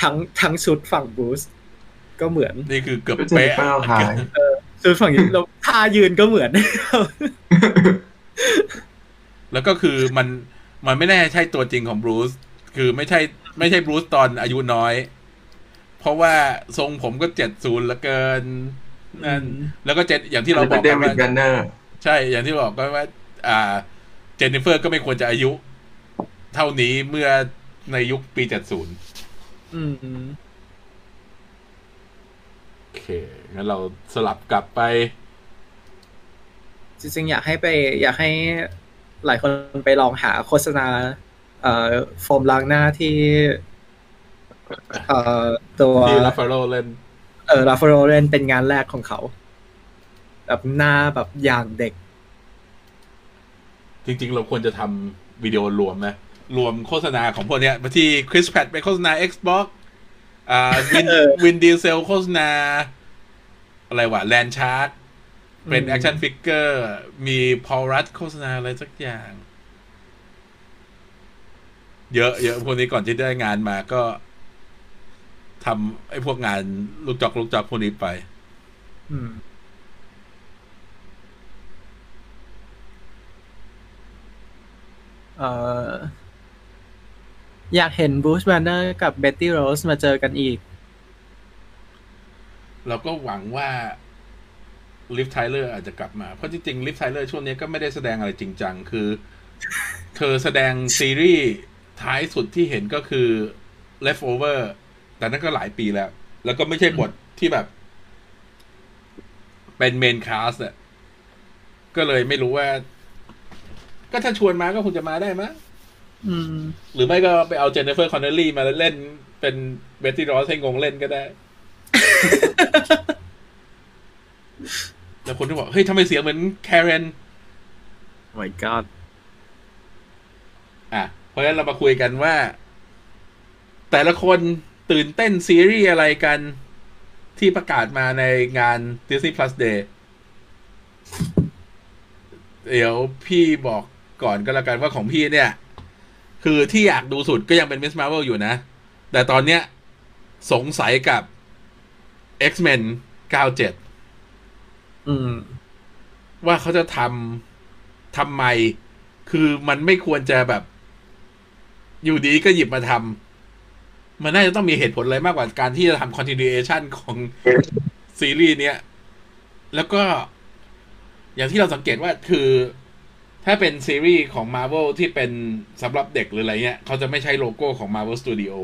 ทั้งทั้งชุดฝั่งบรูซก็เหมือน นี่คือเกือบ ก็จะมี เป๊ะ เป้าหาย ชุดฝั่ง *laughs* นี้แล้วท่ายืนก็เหมือน แล้วก็คือมันมันไม่แน่ใช่ตัวจริงของบรูซคือไม่ใช่ไม่ใช่บรูซตอนอายุน้อย เพราะว่าทรงผมก็เจ็ดศูนย์ละเกินนั่น อืม แล้วก็เจ็ดอย่างที่เรา อันนี้ บ เป็ อน ก เด กัน วิดแบ ว่าน เนอร์ ใช่อย่างที่บอกก็ว่า อ่า เจนนิเฟอร์ก็ไม่ควรจะอายุ เท่านี้เมื่อในยุคปีเจ็ดศูนย์ อืม โอเคงั้นเราสลับกลับไป จริงๆ อยากให้ไป อยากให้หลายคนไปลองหาโฆษณา เอ่อโฟมล้างหน้าที่ เอ่อตัว ที่ลาฟาโรเล่น เออลาฟโรเรนเป็นงานแรกของเขา แบบหน้าแบบอย่างเด็ก จริง ๆ เราควรจะทำวิดีโอรวมนะ รวมโฆษณาของพวกเนี้ยที่คริสแพดไปโฆษณา Xbox อ่าวิน เออ วินดีเซลโฆษณา อะไรวะแลนชาร์ดเป็น อืม แอคชั่นฟิกเกอร์มีพอรั d โฆษณาอะไรสักอย่าง เยอะเยอะพวกนี้ก่อนที่ได้งานมาก็ทำไอ้พวกงานลูกจอกลูกจอกพวกนี้ไป อืม เอ่อ อยากเห็นบรูซแบนเนอร์กับเบ็ตตี้โรสมาเจอกันอีก เราก็หวังว่าลิฟไทเลอร์อาจจะกลับมา เพราะจริงๆลิฟไทเลอร์ช่วงนี้ก็ไม่ได้แสดงอะไรจริงจัง คือ เธอแสดงซีรีส์ท้ายสุดที่เห็นก็คือ leftover แต่นั่นก็หลายปีแล้ว แล้วก็ไม่ใช่บทที่แบบ เป็นเมนคาสอะก็เลยไม่รู้ว่า ก็ถ้าชวนมาก็คงจะมาได้มั้ย อืม หรือไม่ก็ไปเอาเจนนิเฟอร์คอนเนลลี่มาเล่นเป็นเบตตี้รอสให้งงเล่น *laughs* ก็ได้ แล้วคนที่บอก เฮ้ยทำไมเสียงเหมือนแคเรน my god อ่ะ เพราะฉะนั้นเรามาคุยกันว่า แต่ละคนตื่นเต้นซีรีส์อะไรกันที่ประกาศมาในงาน Disney Plus Day เดี๋ยวพี่บอกก่อนก็แล้วกันว่าของพี่เนี่ย คือที่อยากดูสุดก็ยังเป็น Miss Marvel อยู่นะ แต่ตอนเนี้ย สงสัยกับ X-Men 97 อืม ว่าเขาจะทำทำไม คือมันไม่ควรจะแบบ อยู่ดีก็หยิบมาทำ มันน่าจะต้องมีเหตุผลอะไรมากกว่าการที่จะทำ continuation ของซีรีส์เนี้ย แล้วก็ อย่างที่เราสังเกตว่าคือ ถ้าเป็นซีรีส์ของ Marvel ที่เป็นสำหรับเด็กหรืออะไรเงี้ย เขาจะไม่ใช้โลโก้ของ Marvel Studio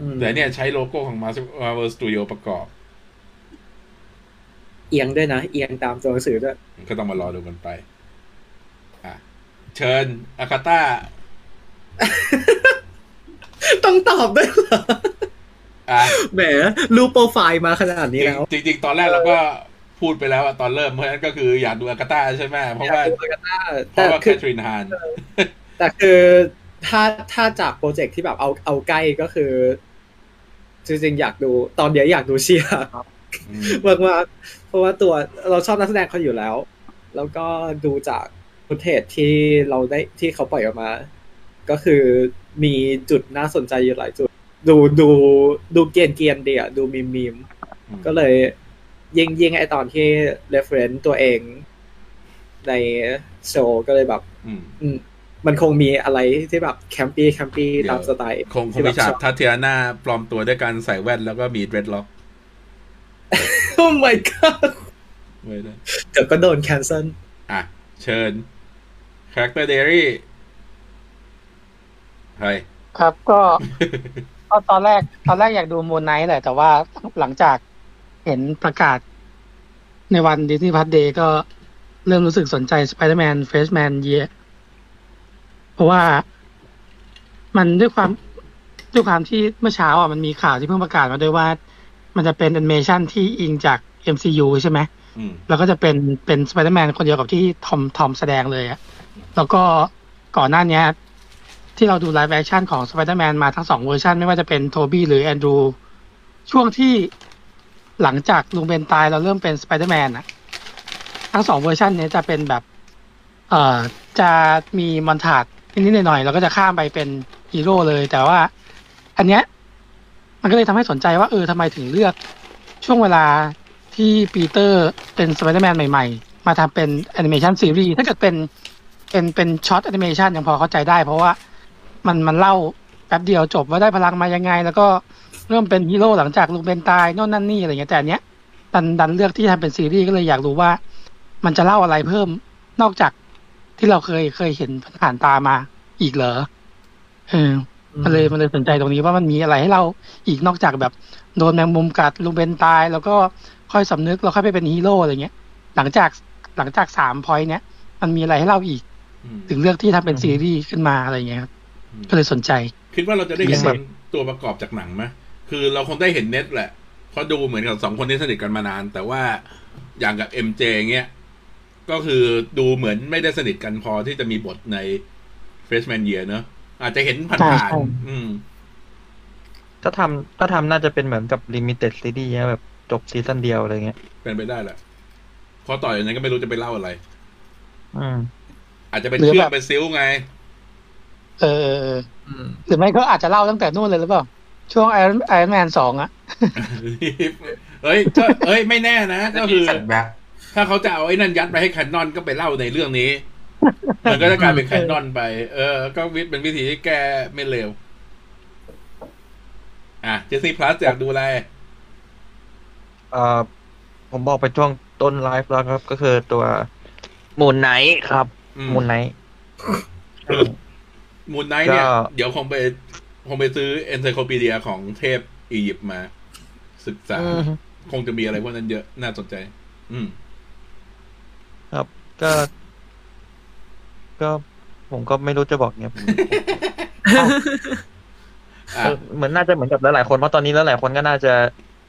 อืม แต่เนี่ยใช้โลโก้ของ Marvel Studio ประกอบ เอียงด้วยนะ เอียงตามตัวหนังสือด้วย ก็ต้องมารอดูกันไป อ่ะ เชิญอากาตา ต้องตอบด้วยเหรอ อ่ะ แหม รูปโปรไฟล์มาขนาดนี้แล้ว จริงจริง ๆ ตอนแรกเราก็พูดไปแล้วอะตอนเริ่มเพราะฉะนั้นก็คืออยากดูอากาตาใช่ไหมเพราะว่าเพ แต่ ราะว่าแค คือ ทรินฮาน แต่คือถ้าถ้าจากโปรเจกต์ที่แบบเอาเอาใกล้ก็คือ จริงๆ อยากดู ตอนเดียวอยากดูเชียร์ มากมากๆเพราะว่าตัวเราชอบนักแสดงเขาอยู่แล้ว แล้วก็ดูจากฟุตเทจที่เราได้ที่เขาปล่อยออกมา ก็คือมีจุดน่าสนใจอยู่หลายจุด ดูดูดูเกรียนเกียนๆดีอะดูมีมมีม อืม ก็เลย ยิ่งยิ่งไอตอนที่ reference ตัวเองในโชว์ก็เลยแบบ อืม อืมมันคงมีอะไรที่แบบแคมปี้แคมปี้ตามสไตล์ คงคงมี *laughs* ฉากทัตเทียนาปลอมตัวด้วยการใส่แว่นแล้วก็มีเดรดล็อก โอ้ my god ไว้ด้วย เดี๋ยวก็โดนแคนเซิล อ่ะ เชิญคาแรคเตอร์เดรี่เฮ้ย *laughs* ครับก็ ก็ตอนแรกตอนแรกอยากดูมูนไนท์แหละแต่ว่าหลังจากเห็นประกาศ ในวันดิสนีย์พัทเดย์ก็เริ่มรู้สึกสนใจสไปเดอร์แมนเฟสแมนเยเพราะว่ามันด้วยความด้วยความที่เมื่อเช้าอ่ะมันมีข่าวที่เพิ่งประกาศมาด้วยว่า มันจะเป็นแอนิเมชันที่อิงจาก MCU ใช่ไหม อืม แล้วก็จะเป็นเป็นสไปเดอร์แมนคนเดียวกับที่ทอมทอมแสดงเลยอะแล้วก็ก่อนหน้าเนี้ยที่เราดูไลฟ์แอคชั่นของสไปเดอร์แมนมาทั้งสองเวอร์ชันไม่ว่าจะเป็นโทบี้หรือแอนดรูช่วงที่หลังจากลุงเบนตายเราเริ่มเป็นสไปเดอร์แมนอะทั้งสองเวอร์ชันเนี้ยจะเป็นแบบ เอ่อจะมีมอนทาดนิดๆหน่อยๆเราก็จะข้ามไปเป็นฮีโร่เลย แต่ว่า อันเนี้ยมันก็เลยทำให้สนใจว่าเออทำไมถึงเลือกช่วงเวลา ที่ปีเตอร์เป็นสไปเดอร์แมนใหม่ๆ มาทำเป็นแอนิเมชันซีรีส์ถ้าเกิดเป็นเป็นเป็นช็อตแอนิเมชันยังพอเข้าใจได้ เพราะว่ามันมันเล่าแป๊บเดียวจบว่าได้พลังมายังไง แล้วก็เริ่มเป็นฮีโร่หลังจากลุงเบนตายโน่นนั่นนี่อะไรอย่างเงี้ยแต่อันเนี้ยดันดันเลือกที่จะทำเป็นซีรีส์ก็เลยอยากรู้ว่า มันจะเล่าอะไรเพิ่มนอกจากที่เราเคยเคยเห็นผ่านตามาอีกเหรอเออ มันเลยมันเลยสนใจตรงนี้ว่ามันมีอะไรให้เราอีกนอกจากแบบโดนแมงมุมกัดลุงเบนตาย แล้วก็ค่อยสำนึกแล้วค่อยไปเป็นฮีโร่อะไรเงี้ย หลังจากหลังจากสามพอยต์เนี้ยมันมีอะไรให้เราอีก อืม ถึงเลือกที่ทำเป็นซีรีส์ขึ้นมาอะไรเงี้ยครับ อืม ก็เลยสนใจ คิดว่าเราจะได้เห็น ใช่ ตัวประกอบจากหนังไหมคือเราคงได้เห็นเน็ตแหละ เพราะดูเหมือนกับสองคนที่สนิทกันมานาน แต่ว่าอย่างกับเอ็มเจเงี้ย ก็คือดูเหมือนไม่ได้สนิทกันพอที่จะมีบทในเฟสแมนเยียเนอะอาจจะเห็นผ่านๆอืม ถ้าทำถ้าทำน่าจะเป็นเหมือนกับลิมิเต็ดซีรีส์แบบจบซีซั่นเดียวอะไรเงี้ย เป็นไปได้แหละเพราะต่ออย่างนั้นก็ไม่รู้จะไปเล่าอะไร อืม อาจจะเป็น หรือ เชื่อ แบ ม บ เป็นซิลไง *laughs* เออเออเออ อืม หรือไม่ก็อาจจะเล่าตั้งแต่นู่นเลยหรือเปล่า ช่วงไอรอนไอรอนแมนสองอะ เอ้ยก็เอ้ยไม่แน่นะ ก็คือ แฟลชแบ็ก ถ้าเขาจะเอาไอ้นั่นยัดไปให้แคนนอนก็ไปเล่าในเรื่องนี้ มันก็จะกลายเป็นแคนนอนไป เออ ก็วิทย์เป็นวิธีที่แก้ไม่เร็ว อ่ะเจสซี่พลัสอยากดูอะไร เอ่อผมบอกไปช่วงต้นไลฟ์แล้วครับ ก็คือตัวมูนไนท์ครับ อืม มูนไนท์ มูนไนท์เนี่ย ก็ เดี๋ยวคงไปคงไปซื้อเอนไซโคปีเดียของเทพอียิปต์มา ศึกษา คงจะมีอะไรพวกนั้นเยอะ น่าสนใจ อืม ก็ ก็ผมก็ไม่รู้จะบอกไงผม อ่ะ เหมือนน่าจะเหมือนกับหลายๆคนเพราะตอนนี้หลายๆคนก็น่าจะ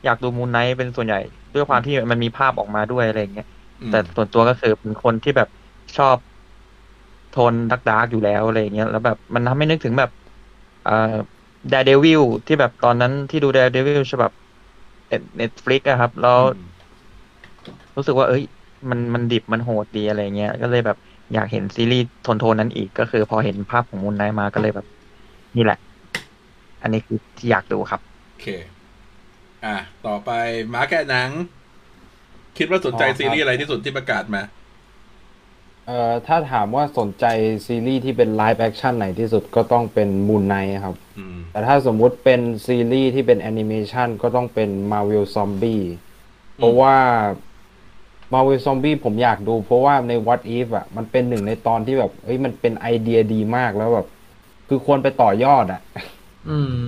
อยากดูมูนไนท์เป็นส่วนใหญ่ ด้วยความที่มันมีภาพออกมาด้วยอะไรอย่างเงี้ย อืม แต่ส่วนตัวก็คือเป็นคนที่แบบชอบโทนดักดาร์กๆอยู่แล้วอะไรอย่างเงี้ยแล้วแบบมันทำให้นึกถึงแบบเอ่อดเดวิลที่แบบตอนนั้นที่ดูดเดวิลฉบับเน็ตฟลิกอะครับ แล้วรู้สึกว่า เอ้ย มันมันดิบมันโหดดีอะไรเงี้ย ก็เลยแบบอยากเห็นซีรีส์โทนโทนๆนั้นอีกก็คือพอเห็นภาพของมูนไนมาก็เลยแบบ นี่แหละ อันนี้คือที่อยากดูครับ โอเค อ่ะ ต่อไปหมาแกะหนัง คิดว่าสนใจ อ๋อครับ ซีรีส์อะไรที่สุดที่ประกาศมา เอ่อถ้าถามว่าสนใจซีรีส์ที่เป็นไลฟ์แอคชั่นไหนที่สุดก็ต้องเป็นมูนไนครับ อืม แต่ถ้าสมมุติเป็นซีรีส์ที่เป็นแอนิเมชันก็ต้องเป็น Marvel Zombie เพราะว่า Marvel Zombie ผมอยากดู เพราะว่าใน What If อ่ะมันเป็นหนึ่งในตอนที่แบบเอ้ยมันเป็นไอเดียดีมากแล้วแบบ คือควรไปต่อยอดอ่ะ *laughs* อืม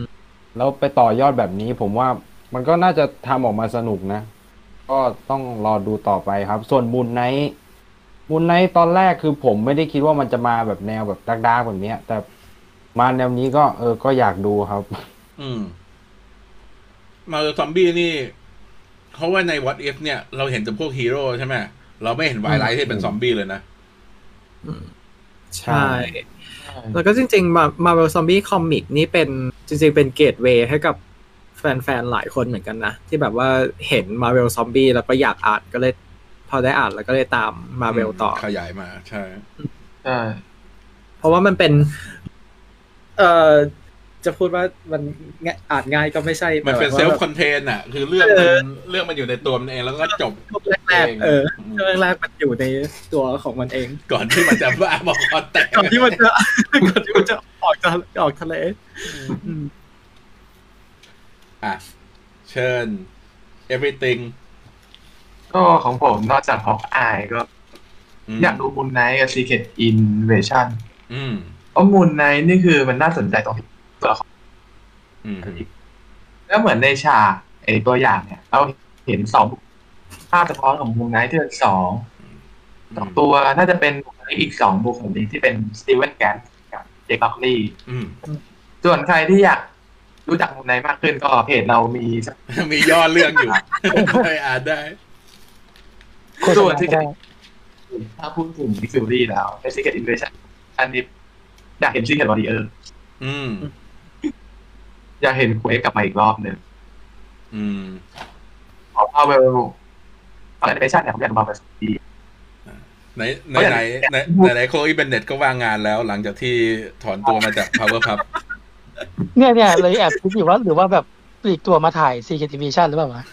แล้วไปต่อยอดแบบนี้ผมว่ามันก็น่าจะทำออกมาสนุกนะ ก็ต้องรอดูต่อไปครับ ส่วนมูนไนท์มูนไนท์ตอนแรกคือผมไม่ได้คิดว่ามันจะมาแบบแนวแบบดักดาร์กๆแบบเนี้ย แต่มาแนวนี้ก็เออก็อยากดูครับ อืม มาซอมบี้นี่เขาว่าใน What If เนี่ย เราเห็นแต่พวกฮีโร่ใช่ไหมเราไม่เห็นวายไลท์ที่เป็นซอมบี้เลยนะ ใช่ ใช่ แล้วก็จริงๆมา Marvel Zombie Comic นี่เป็นจริงๆเป็นเกตเวย์ให้กับแฟ แฟนๆหลายคนเหมือนกันนะ ที่แบบว่าเห็นมาเวลซอมบี้แล้วก็อยากอ่านก็เลย พอได้อ่านแล้วก็เลยตามมาเวลต่อ ขยายมาใช่ ใช่ เพราะว่ามันเป็น เอ่อ จะพูดว่ามันง่ายอ่านง่ายก็ไม่ใช่ มันเป็น แบบว่า เซลฟ์คอนเทนอ่ะ คือเรื่องมันเรื่องมันอยู่ในตัวมันเองแล้วก็จบ แรกๆเออเรื่องแรกมันอยู่ในตัวของมันเอง *laughs* ก่อนที่มันจะบ้าบอกคอนแตก ก่อนที่มันจะ *laughs* ก่อนที่มันจะออกจะออกทะเลอืม อ่ะ เชิญ everything ก็ของผมนอกจากฮอกอายก็ อยากดูมูนไนท์กับซีเกตอินเวชั่น อืม เพราะมูนไนท์นี่คือมันน่าสนใจตรงที่ตัวละคร อืม แล้วเหมือนในฉากไอตัวอย่างเนี่ย เราเห็นสองภาพสะท้อนของมูนไนท์ที่เป็นสองสองตัวน่าจะเป็นบุคลิกอีกสองบุคลิกที่เป็นสตีเวนแกนกับเจคล็อกลี่ อืม *laughs* ส่วนใครที่อยากรู้จักมูนไนท์มากขึ้นก็เพจเรามีสัก มีย่อเรื่องอยู่ *laughs* ไปอ่านได้ ส่วนที่จะถ้าพูดถึงฟิลลี่แล้วเป็น Secret Invasion อันนี้อยากเห็น Secret Warrior อืม อยากเห็นเควสกลับมาอีกรอบหนึ่ง อืม เพราะว่าเวลฝั่ง Animation เนี่ยผมอยากมาแบบดี ไหนไหนไหนไหนไหนไหนโคอีเบนเน็ตก็ว่างงานแล้ว หลังจากที่ถอนตัวมาจาก power pub เนี่ยเนี่ยเลยแอบคิดอยู่ว่าหรือว่าแบบปลีกตัวมาถ่ายซีเคทีวีชั่นหรือเปล่าวะ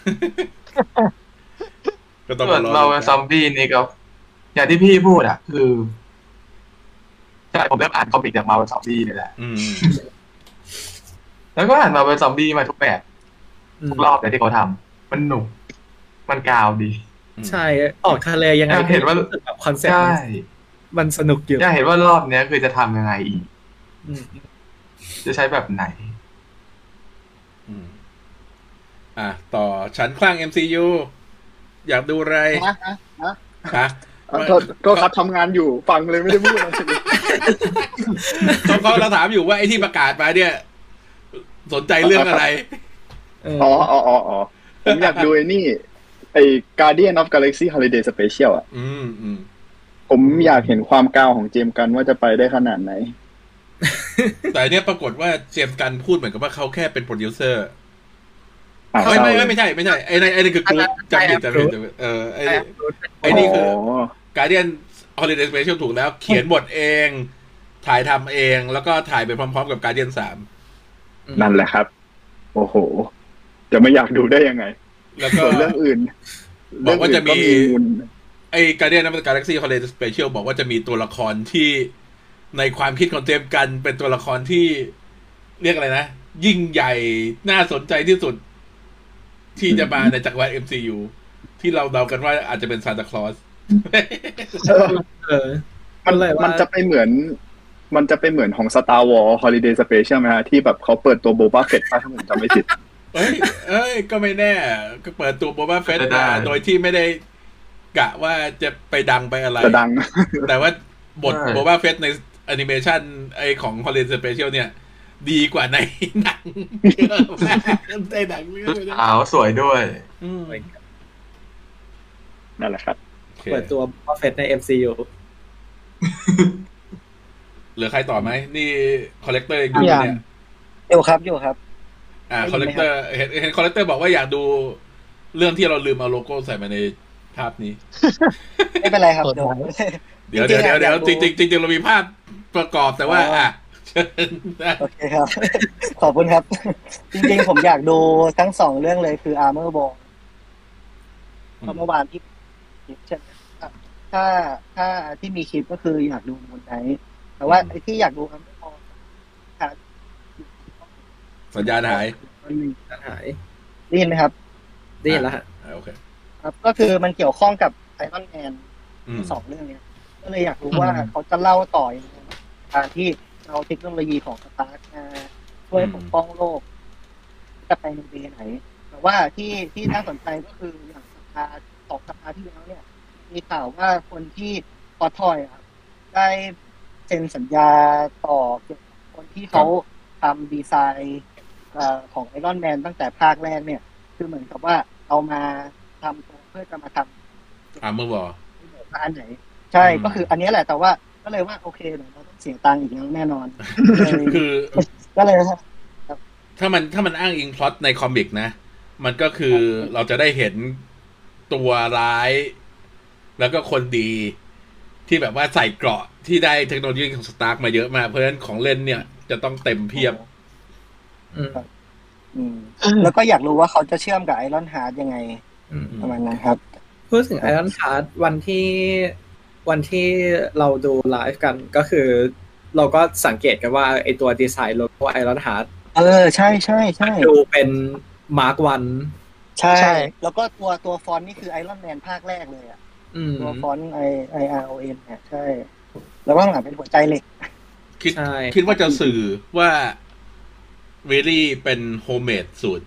ก็ต้อง ส่ว มาน รอ เรา ดู ซอมบี้นี่ก็อย่างที่พี่พูดอ่ะ คือใช่ผมเริ่มอ่านคอมิกจากมาเป็นซอมบี้นี่แหละ อืม แล้วก็อ่านมาเป็นซอมบี้มาทุกแบบ อืม ทุกรอบเลยที่เขาทำมันหนุก มันกาวดี ใช่ ออกทะเลยังไง อยากเห็นว่า แบบคอนเซ็ปต์ ใช่ มันสนุกอยู่ อยากเห็นว่ารอบเนี้ยคือจะทำยังไงอีก อืม จะใช้แบบไหน อืม อ่ะ ต่อฉันคลั่ง MCU อยากดูอะไร นะนะนะ ฮะ เอ่อโทษโทษครับทำงานอยู่ฟังเลยไม่ได้พูดอะไรเลย เขาเขาเราถามอยู่ว่าไอ้ที่ประกาศมาเนี่ย สนใจเรื่อง *laughs* อะไร อ๋ออ๋ออ๋ออ๋อผมอยากดูไอ้นี่ไอ้ Guardian of Galaxy Holiday Special อ่ะ อืมอืม ผมอยากเห็นความก้าวของเจมส์กันว่าจะไปได้ขนาดไหน แต่อันเนี้ยปรากฏว่าเจมส์กันพูดเหมือนกับว่าเขาแค่เป็นโปรดิวเซอร์ อ้าว ไม่ไม่ ใช่ ไม่ไม่ใช่ไม่ใช่ไอ้นนไอ้นั่นคือกรุ๊ปจำผิดจำผิดจำผิดเออไอ้ไอ้นี่คือการเดียนฮอลิเดย์สเปเชียลถูกแล้ว เขียนบทเอง ถ่ายทำเองแล้วก็ถ่ายไปพร้อมๆกับการเดียนสาม นั่นแหละครับ โอ้โห จะไม่อยากดูได้ยังไง แล้วก็ ส่วนเรื่องอื่น บอกว่าจะมี เรื่องอื่นก็มูล ไอ้การเดียนนักกาแล็กซี่ฮอลิเดย์สเปเชียลบอกว่าจะมีตัวละครที่ในความคิดของเจมส์กันเป็นตัวละครที่เรียกอะไรนะ ยิ่งใหญ่น่าสนใจที่สุด ที่จะมาในจักรวาล MCU ที่เราเดากันว่าอาจจะเป็นซานตาคลอส มัน เลยว่า มันจะไปเหมือน มันจะไปเหมือนของ Star Wars Holiday Special ไหมฮะ ที่แบบเขาเปิดตัวโบบ a าเฟตป้าถ้าผมจำไม่ผิด เอ้ย เอ้ย ก็ไม่แน่ ก็เปิดตัวโบบ้าเฟส ได้ มาโดยที่ไม่ได้กะว่าจะไปดังไปอะไร จะดัง แต่ว่าบท ใช่ โบบ้าเฟสในแอนิเมชันไอของฮอล l ี n สเปเชียลเนี่ย ดีกว่าในหนัง *laughs* เยอะมากในหนังเรื่องเลยนะ ขาวสวยด้วย อืม นั่นแหละครับ โอเค เปิดตัวบอฟเฟตใน MCU เหลือใครต่อไหม นี่คอลเลกเตอร์ยังอยู่ ยัง เนี่ย อยู่ครับอยู่ครับ อ่าคได้ยิอล นไหม เลกเตครับอร์เห็นเห็นคอลเลกเตอร์บอกว่าอยากดูเรื่องที่เราลืมเอาโลโก้ใส่มาในภาพนี้ ไม่เป็นไรครับ เปิด เดี๋ยวผม เดี๋ยว จริ เดี๋ย ง ว ๆ เดี๋ยวเดี๋ยว อยากดู จริงๆจริงๆเรามีภาพประกอบแต่ว่า อ่ะ *laughs* เชิญนะ โอเคครับ *laughs* ขอบคุณครับ จริงๆ ผมอยากดูทั้งสองเรื่องเลยคือ Armor b o r n เพราะเมื่อวานที่คลิปใช่ไหมถ้าถ้าที่มีคลิปก็คืออยากดูมูนไนท์แต่ว่าไอ้ที่อยากดู Armor b o r n ขาด สัญญาณหาย มันมี หาย ได้ยินไหมครับ ได้ยินแล้วฮะ อ่าโอเค ครับ ก็คือมันเกี่ยวข้องกับไอรอนแมน อืม สองเรื่องเนี้ยก็เลยอยากรู้ว่า อืม เขาจะเล่าต่อยังไงการที่เอาเทคโนโลยีของสตาร์มาช่วยปกป้องโลก จะไปในเวไหน แต่ว่าที่ที่น่าสนใจก็คืออย่างสัปดาห์สองสัปดาห์ที่แล้วเนี่ย มีข่าวว่าคนที่พอทอยอะครับได้เซ็นสัญญาต่อเกี่ยวกับคนที่เขาทำดีไซน์เอ่อของไอรอนแมนตั้งแต่ภาคแรกเนี่ย คือเหมือนกับว่าเอามาทำตัวเพื่อจะมาทำ อ่าเมื่อวอ ว่าอันไหน ใช่ อืม ก็คืออันเนี้ยแหละแต่ว่าก็เลยว่าโอเคเดี๋ยวเราต้องเสียตังค์อีกแล้วแน่นอน ก็เลย คือ ก็เลย ถ้ามันถ้ามันอ้างอิงพล็อตในคอมิกนะ มันก็คือเราจะได้เห็นตัวร้าย แล้วก็คนดีที่แบบว่าใส่เกราะที่ได้เทคโนโลยีของสตาร์กมาเยอะมากเพราะฉะนั้นของเล่นเนี่ย จะต้องเต็มเพียบ อืมแล้วก็อยากรู้ว่าเขาจะเชื่อมกับไอรอนฮาร์ดยังไงประมาณนั้นครับ พูดถึงไอรอน a าร์ดวันที่วันที่เราดูไลฟ์กันก็คือ เราก็สังเกตกันว่าไอตัวดีไซน์โลโก้ไอรอน a าร์ด เออ ใช่ใช่ใช่ ดูเป็นมาร์กวัน ใช่ แล้วก็ตัวตัวฟอนต์นี่คือไอรอนแมนภาคแรกเลยอ่ะ อืม ตัวฟอนต์ไอไออาร์โอเอ็นเนี่ยใช่ แล้วว่างหลังเป็นหัวใจเหล็ก คิดคิดว่าจะสื่อว่าเวลี่เป็นโฮมเมดสูตร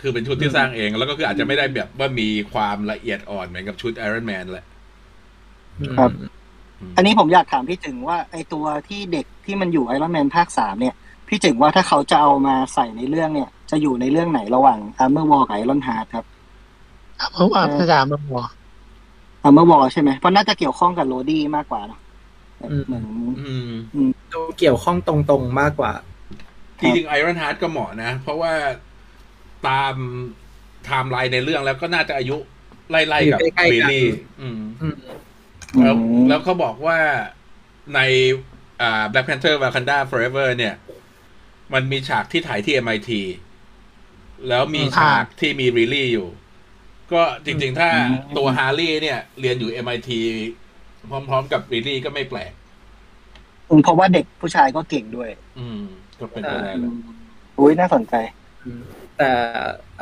คือเป็นชุดที่สร้างเอง แล้วก็คืออาจจะไม่ได้แบบว่ามีความละเอียดอ่อนเหมือนกับชุดไอรอนแมนแหละ ครับ อันนี้ผมอยากถามพี่จึงว่าไอตัวที่เด็กที่มันอยู่ไอรอนแมนภาคสามเนี่ย พี่จึงว่าถ้าเขาจะเอามาใส่ในเรื่องเนี่ย จะอยู่ในเรื่องไหนระหว่างอาร์เมอร์วอลกับไอรอนฮาร์ดครับ ผมอ่านภาษาเมืองวอ อาร์เมอร์วอลใช่ไหมเพราะน่าจะเกี่ยวข้องกับโรดี้มากกว่าเนอะเหมือน ดูเกี่ยวข้องตรงๆมากกว่า จริงๆไอรอนฮาร์ดก็เหมาะนะ เพราะว่าตามไทม์ไลน์ในเรื่องแล้วก็น่าจะอายุไล่ๆกับ อยู่ใกล้ๆกัน เบลลี่อืม แล้วแล้วเขาบอกว่าในอ่า Black Panther Wakanda Forever เนี่ย มันมีฉากที่ถ่ายที่ MIT แล้วมีฉากที่มีรีลี่อยู่ ก็จริงๆ ถ้าตัวฮาร์ลี่เนี่ย เรียนอยู่ MIT พร้อมๆ กับรีลี่ก็ไม่แปลก อืมเพราะว่าเด็กผู้ชายก็เก่งด้วย อืม ก็เป็นไปได้เลย อุ้ยน่าสนใจ *laughs* แต่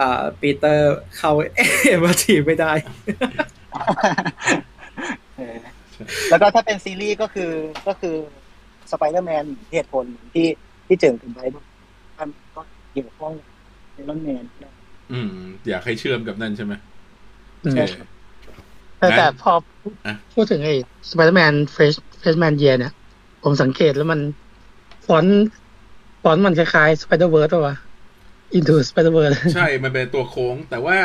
อ่าปีเตอร์เข้า *laughs* เอมาทีไม่ได้ เออแล้วก็ถ้าเป็นซีรีส์ก็คือก็คือสไปเดอร์แมนเหตุผลที่ที่เจิงถึงไปมันก็เกี่ยวข้องไอรอนแมน อืม อยากให้เชื่อมกับนั่นใช่ไหม อืม ใช่ แต่ งั้น แต่พออะ พูดถึงไอ้สไปเดอร์แมนเฟสเฟสแมนเยียเนี่ย ผมสังเกตแล้วมันฟอนต์ฟอนต์มันคล้ายๆสไปเดอร์เวิร์สป่ะวะอินทูสไปเดอร์เวิร์ส ใช่ มันเป็นตัวโค้ง แต่ว่า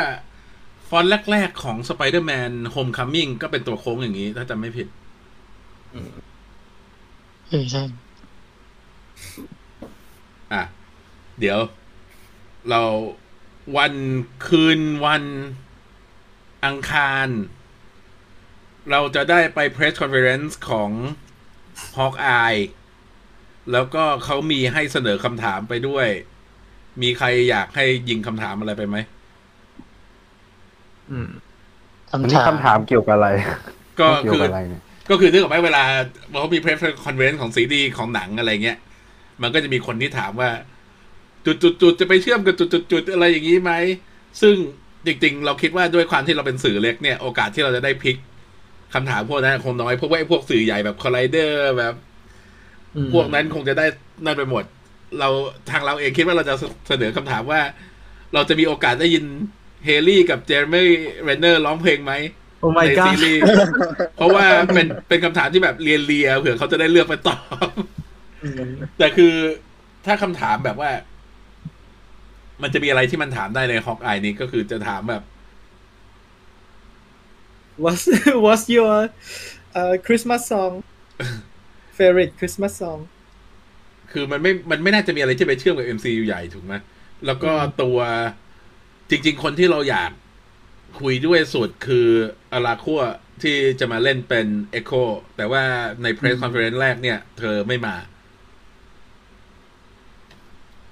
ฟอนต์แรก ๆ ของ Spider-Man Homecoming ก็เป็นตัวโค้งอย่างนี้ ถ้าจำไม่ผิด *laughs* เออใช่ อ่ะ เดี๋ยว เราวันคืนวันอังคาร เราจะได้ไป press conference ของ Hawkeye แล้วก็เขามีให้เสนอคำถามไปด้วย มีใครอยากให้ยิงคำถามอะไรไปไหม อันนี้คำถามเกี่ยวกับอะไร ก็ เกี่ยคือวกับอะไรเนี่ย ก็คือนึกออกไหมเวลาเขามีเพลฟคอนเวนต์ของซีดีของหนังอะไรเงี้ย มันก็จะมีคนที่ถามว่า จุดจุดจุดจะไปเชื่อมกับจุดจุดจุดอะไรอย่างนี้ไหม ซึ่งจริงๆ เราคิดว่าด้วยความที่เราเป็นสื่อเล็กเนี่ย โอกาสที่เราจะได้พลิกคำถามพวกนั้นคงน้อยเพราะว่าไอ้พวกสื่อใหญ่แบบคอลไลเดอร์แบบ อืม พวกนั้นคงจะได้นั่นไปหมด เราทางเราเองคิดว่าเราจะเสนอคำถามว่า เราจะมีโอกาสได้ยินเฮลี่กับเจอร์มี่เรนเนอร์ร้องเพลงไหม Oh my ใน God ซีรีส์ เพราะว่าเป็นเป็นคำถามที่แบบเรียนเรียๆเผื่อเขาจะได้เลือกไปตอบ แต่คือถ้าคำถามแบบว่า มันจะมีอะไรที่มันถามได้ในฮอกอายนี้ก็คือจะถามแบบ What's *laughs* What's your uh Christmas song *laughs* favorite Christmas song คือมันไม่ มันไม่น่าจะมีอะไรที่ไปเชื่อมกับ MCU ใหญ่ถูกไหมแล้วก็ตัวจริง ๆ คนที่เราอยากคุยด้วยสุดคืออาราคัวที่จะมาเล่นเป็น Echo แต่ว่าใน Press Conference แรกเนี่ย เธอไม่มา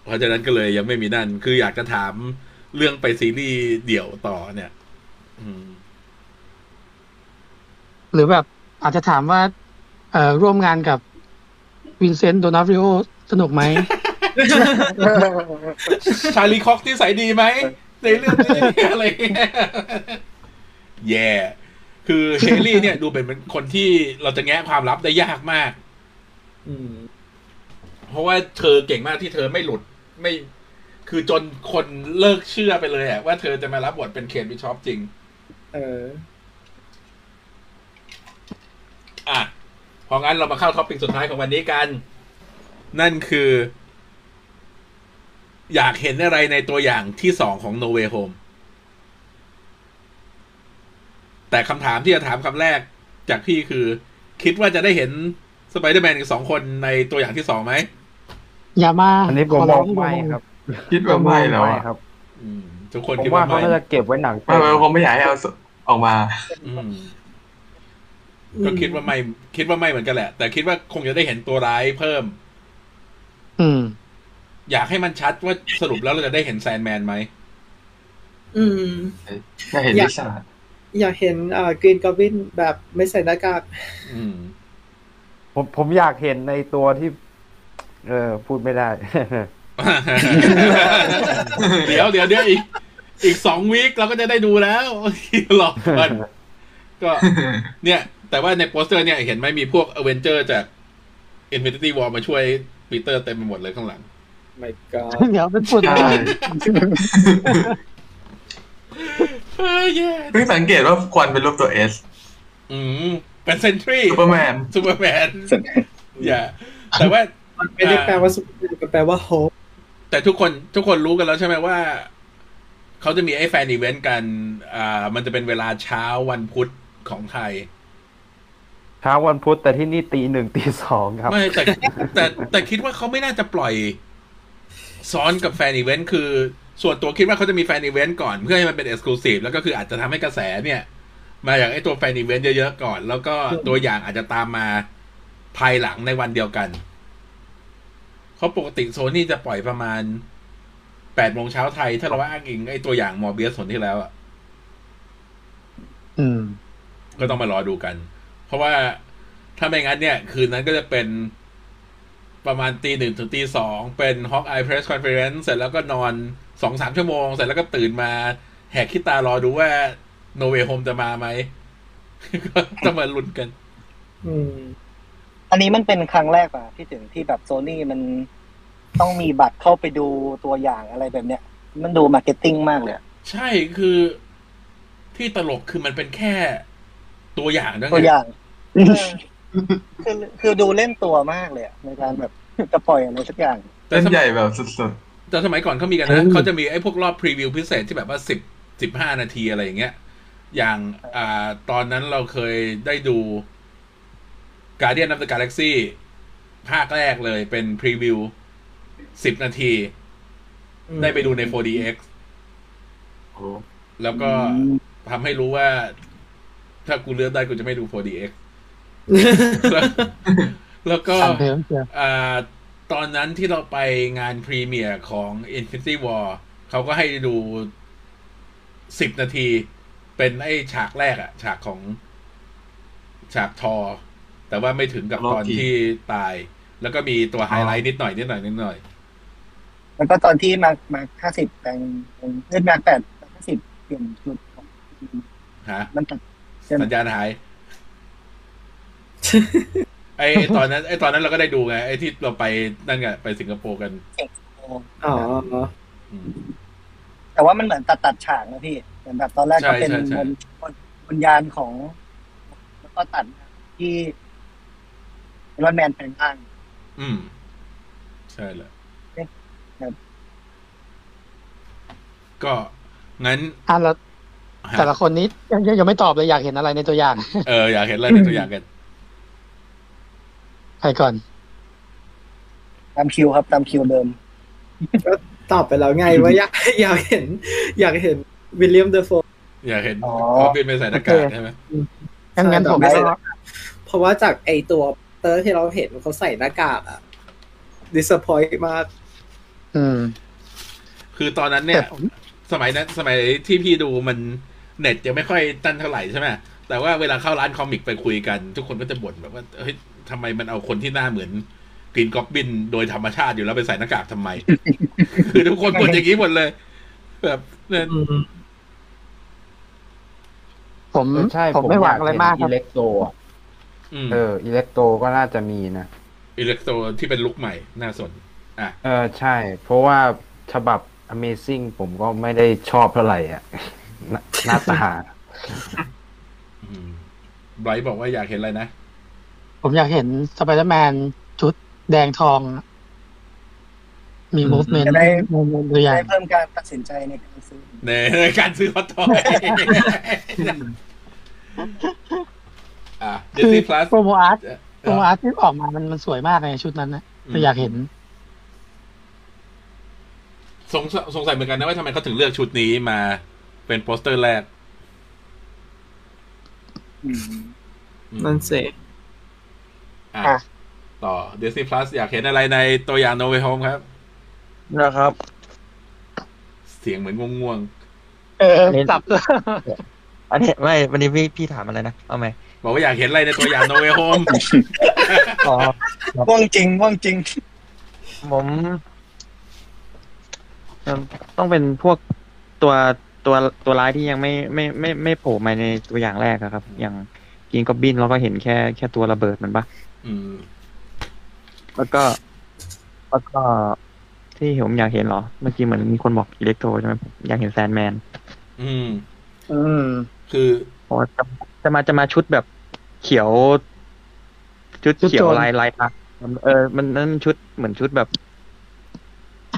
เพราะฉะนั้นก็เลยยังไม่มีนั่น คืออยากจะถามเรื่องไปซีรีส์เดี่ยวต่อเนี่ย อืม หรือแบบอาจจะถามว่า เอ่อร่วมงานกับวินเซนต์โดนาฟริโอสนุกไห *laughs* ม *laughs* ชาลีคอกที่ใสยดีไหม ในเรื่องนี้ อะไรเงี้ยแย่ คือเชลลี่เนี่ยดูเป็นเป็นคนที่เราจะแง้ความลับได้ยากมาก อืม เพราะว่าเธอเก่งมากที่เธอไม่หลุดไม่ คือจนคนเลิกเชื่อไปเลยอะว่าเธอจะมารับบทเป็นเคนบิชอปจริง เออ อ่ะเพองั้นเรามาเข้าท็อปิกสุดท้ายของวันนี้กัน นั่นคือ อยากเห็นอะไรในตัวอย่างที่สองของ No Way Home แต่คำถามที่จะถามคำแรกจากพี่คือ คิดว่าจะได้เห็นสไปเดอร์แมนอีกสองคนในตัวอย่างที่สองไหม อย่ามา อันนี้ผม ข บ ร้ อง กไม่ อย่าา ครับ คิดว่าไม่หรอ ไม่ครับ ทุกคน ผม คิด ว่า ว่า เขา ไม่ น่าจะเก็บไว้หนัง ไม่ไม่ผมไม่อยากให้เอาออกมา อืมก็คิดว่าไม่ คิดว่าไม่เหมือนกันแหละ แต่คิดว่าคงจะได้เห็นตัวร้ายเพิ่ม อืม *laughs* อยากให้มันชัดว่าสรุปแล้วเราจะได้เห็นแซนแมนไหม อืม จะเห็น อยาก ลิซ่า อยากเห็นอ่ากรีนกอบลินแบบไม่ใส่หน้ากาก ผมผมอยากเห็นในตัวที่ เออ พูดไม่ได้ *laughs* เดี๋ยวเดี๋ยวเดี๋ยวอีก อีกสองวีคเราก็จะได้ดูแล้ว หลอกมันก็ เนี่ย แต่ว่าในโปสเตอร์เนี่ยเห็นไหมมีพวกอเวนเจอร์จาก Infinity War มาช่วยปีเตอร์เต็มไปหมดเลยข้างหลัง my god เดี๋ยวเป็นฝุ่น ใช่ เออแย่ เพิ่งสังเกตว่าควันเป็นรูปตัวเอส อืมเป็นเซนทรี ซูเปอร์แมน ซูเปอร์แมนอย่า แต่ว่า มันไม่ได้แปลว่าสุดมันแปลว่าโฮป แต่ทุกคนทุกคนรู้กันแล้วใช่ไหมว่า เขาจะมีไอ้แฟนอีเวนต์กัน อ่า มันจะเป็นเวลาเช้าวันพุธของไทย เช้าวันพุธแต่ที่นี่ตีหนึ่งตีสองครับ ไม่แต่แต่แต่คิดว่าเขาไม่น่าจะปล่อย ซ้อนกับแฟนอีเวนต์คือ ส่วนตัวคิดว่าเขาจะมีแฟนอีเวนต์ก่อนเพื่อให้มันเป็นเอ็กซ์คลูซีฟแล้วก็คืออาจจะทำให้กระแสเนี่ย มาอย่างไอ้ตัวแฟนอีเวนต์เยอะๆก่อน แล้วก็ตัวอย่างอาจจะตามมาภายหลังในวันเดียวกันเขาะปกติโซนี่จะปล่อยประมาณแปดโมงเช้าไทย ถ้าเราว่าอ้างอิงไอ้ตัวอย่างมอร์เบียสนที่แล้วอะ *laughs* อืม ก็ต้องมารอดูกัน เพราะว่าถ้าไม่งั้นเนี่ย คืนนั้นก็จะเป็นประมาณตีหนึ่งถึงตีสองเป็นฮอกไอเพรสคอนเฟอเรนซ์เสร็จแล้วก็นอนสองสามชั่วโมง เสร็จแล้วก็ตื่นมา แหกขี้ตารอดูว่าโนเว y h โฮมจะมา *laughs* ไหม ก็ต้องมาลุ้นกัน อืม อันนี้มันเป็นครั้งแรกป่ะที่ถึงที่แบบโซนี่มันต้องมีบัตรเข้าไปดูตัวอย่างอะไรแบบเนี้ย มันดูมาร์เก็ตติ้งมากเลยอะ ใช่คือที่ตลกคือมันเป็นแค่ตัวอย่างนะไ ตัวอย่าง *laughs* คือคือดูเล่นตัวมากเลยอะในการแบบ จะปล่อยอะไรสักอย่าง แต่ เล่น สมัย ใหญ่แบบสุด แต่สมัยก่อนเขามีกันนะเขาจะมีไอ้พวกรอบพรีวิวพิเศษที่แบบว่าสิบสิบห้านาทีอะไรอย่างเงี้ย อย่างอ่าตอนนั้นเราเคยได้ดู Guardian of the Galaxy ภาคแรกเลยเป็นพรีวิวสิบนาที อืม ได้ไปดูใน 4DX ๆโอ้ แล้วก็ทำให้รู้ว่า ถ้ากูเลือกได้กูจะไม่ดู *laughs* 4DX แล้วแล้วก็ สั่นเทิมเชียว อ่าตอนนั้นที่เราไปงานพรีเมียร์ของ Infinity War เขาก็ให้ดูสิบนาที เป็นไอ้ฉากแรกอะฉากของฉากทอ แต่ว่าไม่ถึงกับตอนที่ตาย แล้วก็มีตัวไฮไลท์นิดหน่อยนิดหน่อยนิดหน่อย แล้วก็ตอนที่มามาห้าสิบแปลงเป็นเล่นมาแปดห้าสิบเปลี่ยนจุดของ ฮะ มันตัด ใช่ไหม สัญญาณ *laughs* หาย ไอ้ตอนนั้นไอ้ตอนนั้นเราก็ได้ดูไง ไอ้ที่เราไปนั่นไงไปสิงคโปร์กัน อ๋อ อืม แต่ว่ามันเหมือนตัดตัดฉากนะพี่เหมือนแบบตอนแรกก็เป็น ใช่ใช่ บน ใช่ บนบนยานของ แล้วก็ตัดที่รอนแมนแปลงร่าง อืม ใช่แหละ แบบ ก็งั้น อ่ะแล้ว ฮะ แต่ละคนนี้ยังยังยังไม่ตอบเลยอยากเห็นอะไรในตัวอย่าง เอออยากเห็นอะไรเป็นตัวอย่างกัน ใครก่อน ตามคิวครับ ตามคิวเดิม ตอบไปแล้ว *laughs* ไงว่าอยากอยากเห็น อยากเห็นวิลเลียมเดอโฟ อยากเห็น อ๋อ เขาบินไปใส่หน้ากากใช่ไหม งั้นงั้น ใช่ ผม ไม่ใช่ ก็ เพราะว่าจากไอตัวเตอร์ที่เราเห็นเขาใส่หน้ากากอะ disappoint มาก อืม คือตอนนั้นเนี่ย แต่ผม สมัยนั้นสมัยที่พี่ดูมันเน็ตยังไม่ค่อยตั้นเท่าไหร่ใช่ไหมแต่ว่าเวลาเข้าร้านคอมิกไปคุยกัน ทุกคนก็จะบ่นแบบว่าเฮ้ยทำไมมันเอาคนที่หน้าเหมือนกรีนกอบบินโดยธรรมชาติอยู่แล้วไปใส่หน้ากากทำไม คือทุกคนบ่นอย่างนี้หมดเลย แบบเนี่ย ผม เออใช่ ผมไม่หวัง ย อะไรมากค อิ รับ เล็กโตรอะ อืม เอออิเล็กโตรก็น่าจะมีนะ อิเล็กโตรที่เป็นลุคใหม่น่าสน อ่ะ เออใช่ เพราะว่าฉบับ Amazing ผมก็ไม่ได้ชอบเท่าไหร่อ่ะ *laughs* หน้าหน้าตา อืมไบรท์บอกว่าอยากเห็นอะไรนะ ผมอยากเห็นสไปเดอร์แมนชุดแดงทอง มีมูฟเมนต์ จะได้ ตัวอย่าง ได้เพิ่มการตัดสินใจในการซื้อ ในในการซื้อคอตทอยอ่ะดิสนีย์พลัส โปรโมอาร์ต เอ่อ โปรโมอาร์ตที่ออกมามันมันสวยมากเลยชุดนั้นนะ อืม แต่อยากเห็น สงสัยสงสัยเหมือนกันนะว่าทำไมเขาถึงเลือกชุดนี้มาเป็นโปสเตอร์แรก นั่นสิ อ่ะ ต่อ Disney Plus อยากเห็นอะไรในตัวอย่าง No Way Home ครับ นะครับ เสียงเหมือนง่วง เออสับ อันนี้ไม่วันนี้พี่พี่ถามอะไรนะ เอาไหม ๆ บอกว่าอยากเห็นอะไรในตัวอย่าง No Way Home อ๋อ ว่างจริงว่างจริง ผมมันต้องเป็นพวกตัวตัวตัวร้ายที่ยังไม่ไม่ไม่ไม่ไม่โผล่มาในตัวอย่างแรกอะครับ อย่างกินก็บินเราก็เห็นแค่แค่ตัวระเบิดมันปะ อืม แล้วก็แล้วก็ที่ผมอยากเห็นเหรอ เมื่อกี้เหมือนมีคนบอกอิเล็กโทรใช่ไหมผมอยากเห็นแซนแมน อืม อืม คือ เพราะว่าจะจะมาจะมาชุดแบบเขียว ชุด ชุดโจร เขียวลายลายพักเออ มันนั่นชุดเหมือนชุดแบบ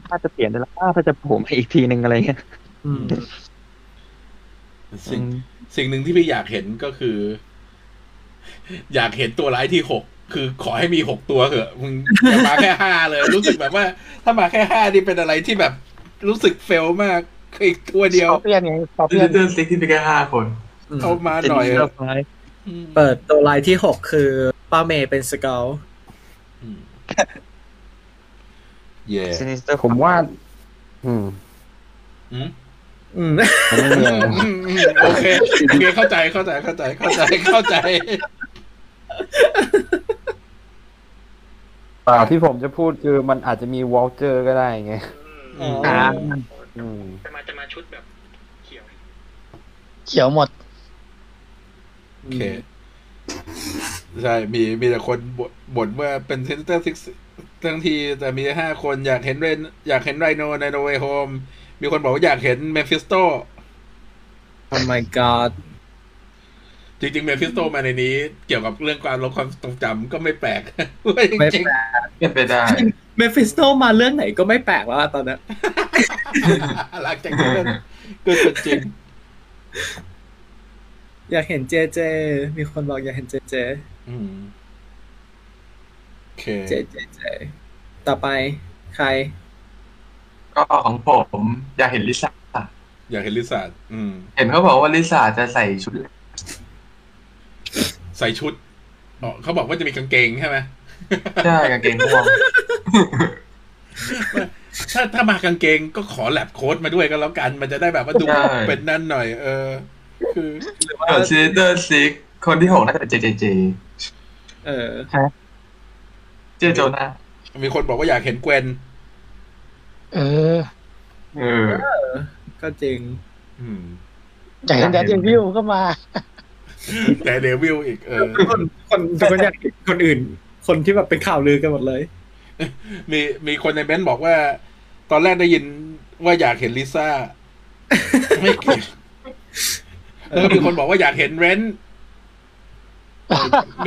ถ้าจะเปลี่ยนได้แล้วถ้าจะผมอีกทีหนึ่งอะไรเงี้ย สิ่งสิ่งหนึ่งที่พี่อยากเห็นก็คือ *laughs* อยากเห็นตัวร้ายที่หกคือขอให้มีหกตัวเถอะมึงอย่ามาแค่ห้าเลย รู้สึกแบบว่า ถ้ามาแค่ห้านี่เป็นอะไรที่แบบรู้สึกเฟลมากคืออีกตัวเดียว เปลี่ยนไง ดิจิตอลซิกที่มีแค่ห้าคน เอามาหน่อย เอามา เปิดตัวลายที่หกคือป้าเมย์เป็นสเกล เย่ ผมว่า อืม อืม อืม อืมอืมโอเคโอเคเข้าใจเข้าใจเข้าใจเข้าใจเข้าใจ เปล่าที่ผมจะพูดคือมันอาจจะมีวอลเจอร์ก็ได้ไง อืม อ่า จะมาจะมาชุดแบบเขียว เขียวหมด โอเค ใช่ มีมีแต่คนบ่นบ่นว่าเป็นเซนเตอร์ซิกทั้งทีแต่มีห้าคนอยากเห็นเรนอยากเห็นไรโนในโนเวโฮมมีคนบอกว่าอยากเห็นเมฟิสโต oh my god จริงๆเมฟิสโตมาในนี้ เกี่ยวกับเรื่องการลบความทรงจำก็ไม่แปลก *laughs* จริง เป็นไปได้ เมฟิสโตมาเรื่องไหนก็ไม่แปลกแล้วอะตอนเนี้ย ๆหลัง *laughs* จากนั้นก็เป็นจริง อยากเห็นเจเจ มีคนบอกอยากเห็นเจเจ อืมโอเค เจเจเจ ต่อไปใคร ก็ของผมอยากเห็นลิซ่า อยากเห็นลิซ่าอืม เห็นเขาบอกว่าลิซ่าจะใส่ชุด ใส่ชุดอ๋อเขาบอกว่าจะมีกางเกงใช่ไหม ใช่กางเกงม่วง ถ้าถ้ามากางเกงก็ขอแลบโค้ดมาด้วยก็แล้วกัน มันจะได้แบบว่าดู ใช่ เป็นนั่นหน่อย เออ คือ ส่วนซีเตอร์ซิกคนที่หกน่าจะเป็นเจเจเจ เออ เจโจนา มีคนบอกว่าอยากเห็นเกวน เออ เออ ก็จริง อืม อยากเห็นแดดเดวิลก็มา แต่เดวิลอีก เออ คนคนคนอยากเห็นคนอื่น คนที่แบบเป็นข่าวลือกันหมดเลย มีมีคนในเบนซ์บอกว่า ตอนแรกได้ยินว่าอยากเห็นลิซ่า ไม่เกี่ยวแล้วก็มีคนบอกว่าอยากเห็นเรน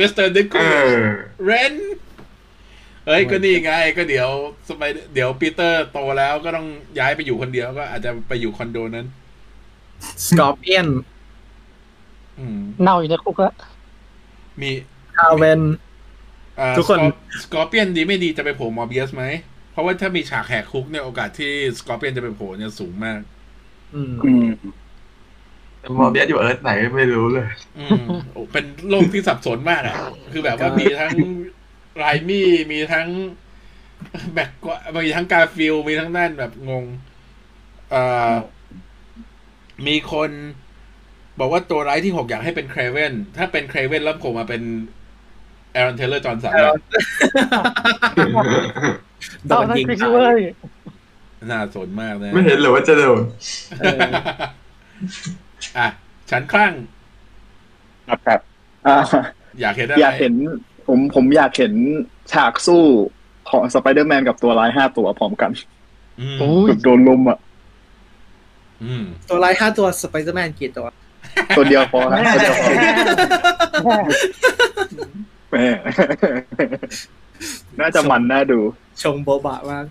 มิสเตอร์ดิ เอ คู อ เรนเอ้ยก็นี่ไง ก็เดี๋ยวสมัยเดี๋ยวปีเตอร์โตแล้วก็ต้องย้ายไปอยู่คนเดียวก็อาจจะไปอยู่คอนโดนั้น สกอร์เปียน อืม เน่าอยู่ในคุกละ มี คาเวน อ่า ทุกคน สกอร์เปียนดีไม่ดีจะไปโผล่มอร์เบียสไหม เพราะว่าถ้ามีฉากแหกคุกเนี่ยโอกาสที่สกอร์เปียนจะไปโผล่เนี่ยสูงมาก อืม อืม แต่มอร์เบียสอยู่เอิร์ธไหนไม่รู้เลย อืมโอ้เป็นโลกที่สับสนมากอ่ะ คือแบบว่ามีทั้งไรมี่ มีทั้งแบกกว่ามีทั้งกาฟิลด์มีทั้งนั่นแบบงงเอ่อมีคนบอกว่าตัวร้ายที่หกอยากให้เป็นเครเวนถ้าเป็นเครเวนแล้วโผล่มาเป็นแอรอนเทเลอร์จอห์นสันอะ โด เอ้าน นั่น ยิง คือ ตา เว้ ย ย น่าสนมากนะ ไม่เห็นหรือว่าจะโดน เออ อ่ะ ฉันคลั่ง ครับครับอ่า อยากเห็นอะไร อยากเห็น ผมผมอยากเห็นฉากสู้ของสไปเดอร์แมนกับตัวร้ายห้าตัวพร้อมกัน อืม โอ้ย แบบโดนลุมอ่ะ อืม ตัวร้ายห้าตัวสไปเดอร์แมนกี่ตัว ตัวเดียวพอครับตัวเดียวพอแหมน่าจะมันน่าดู ชงโบบะมาก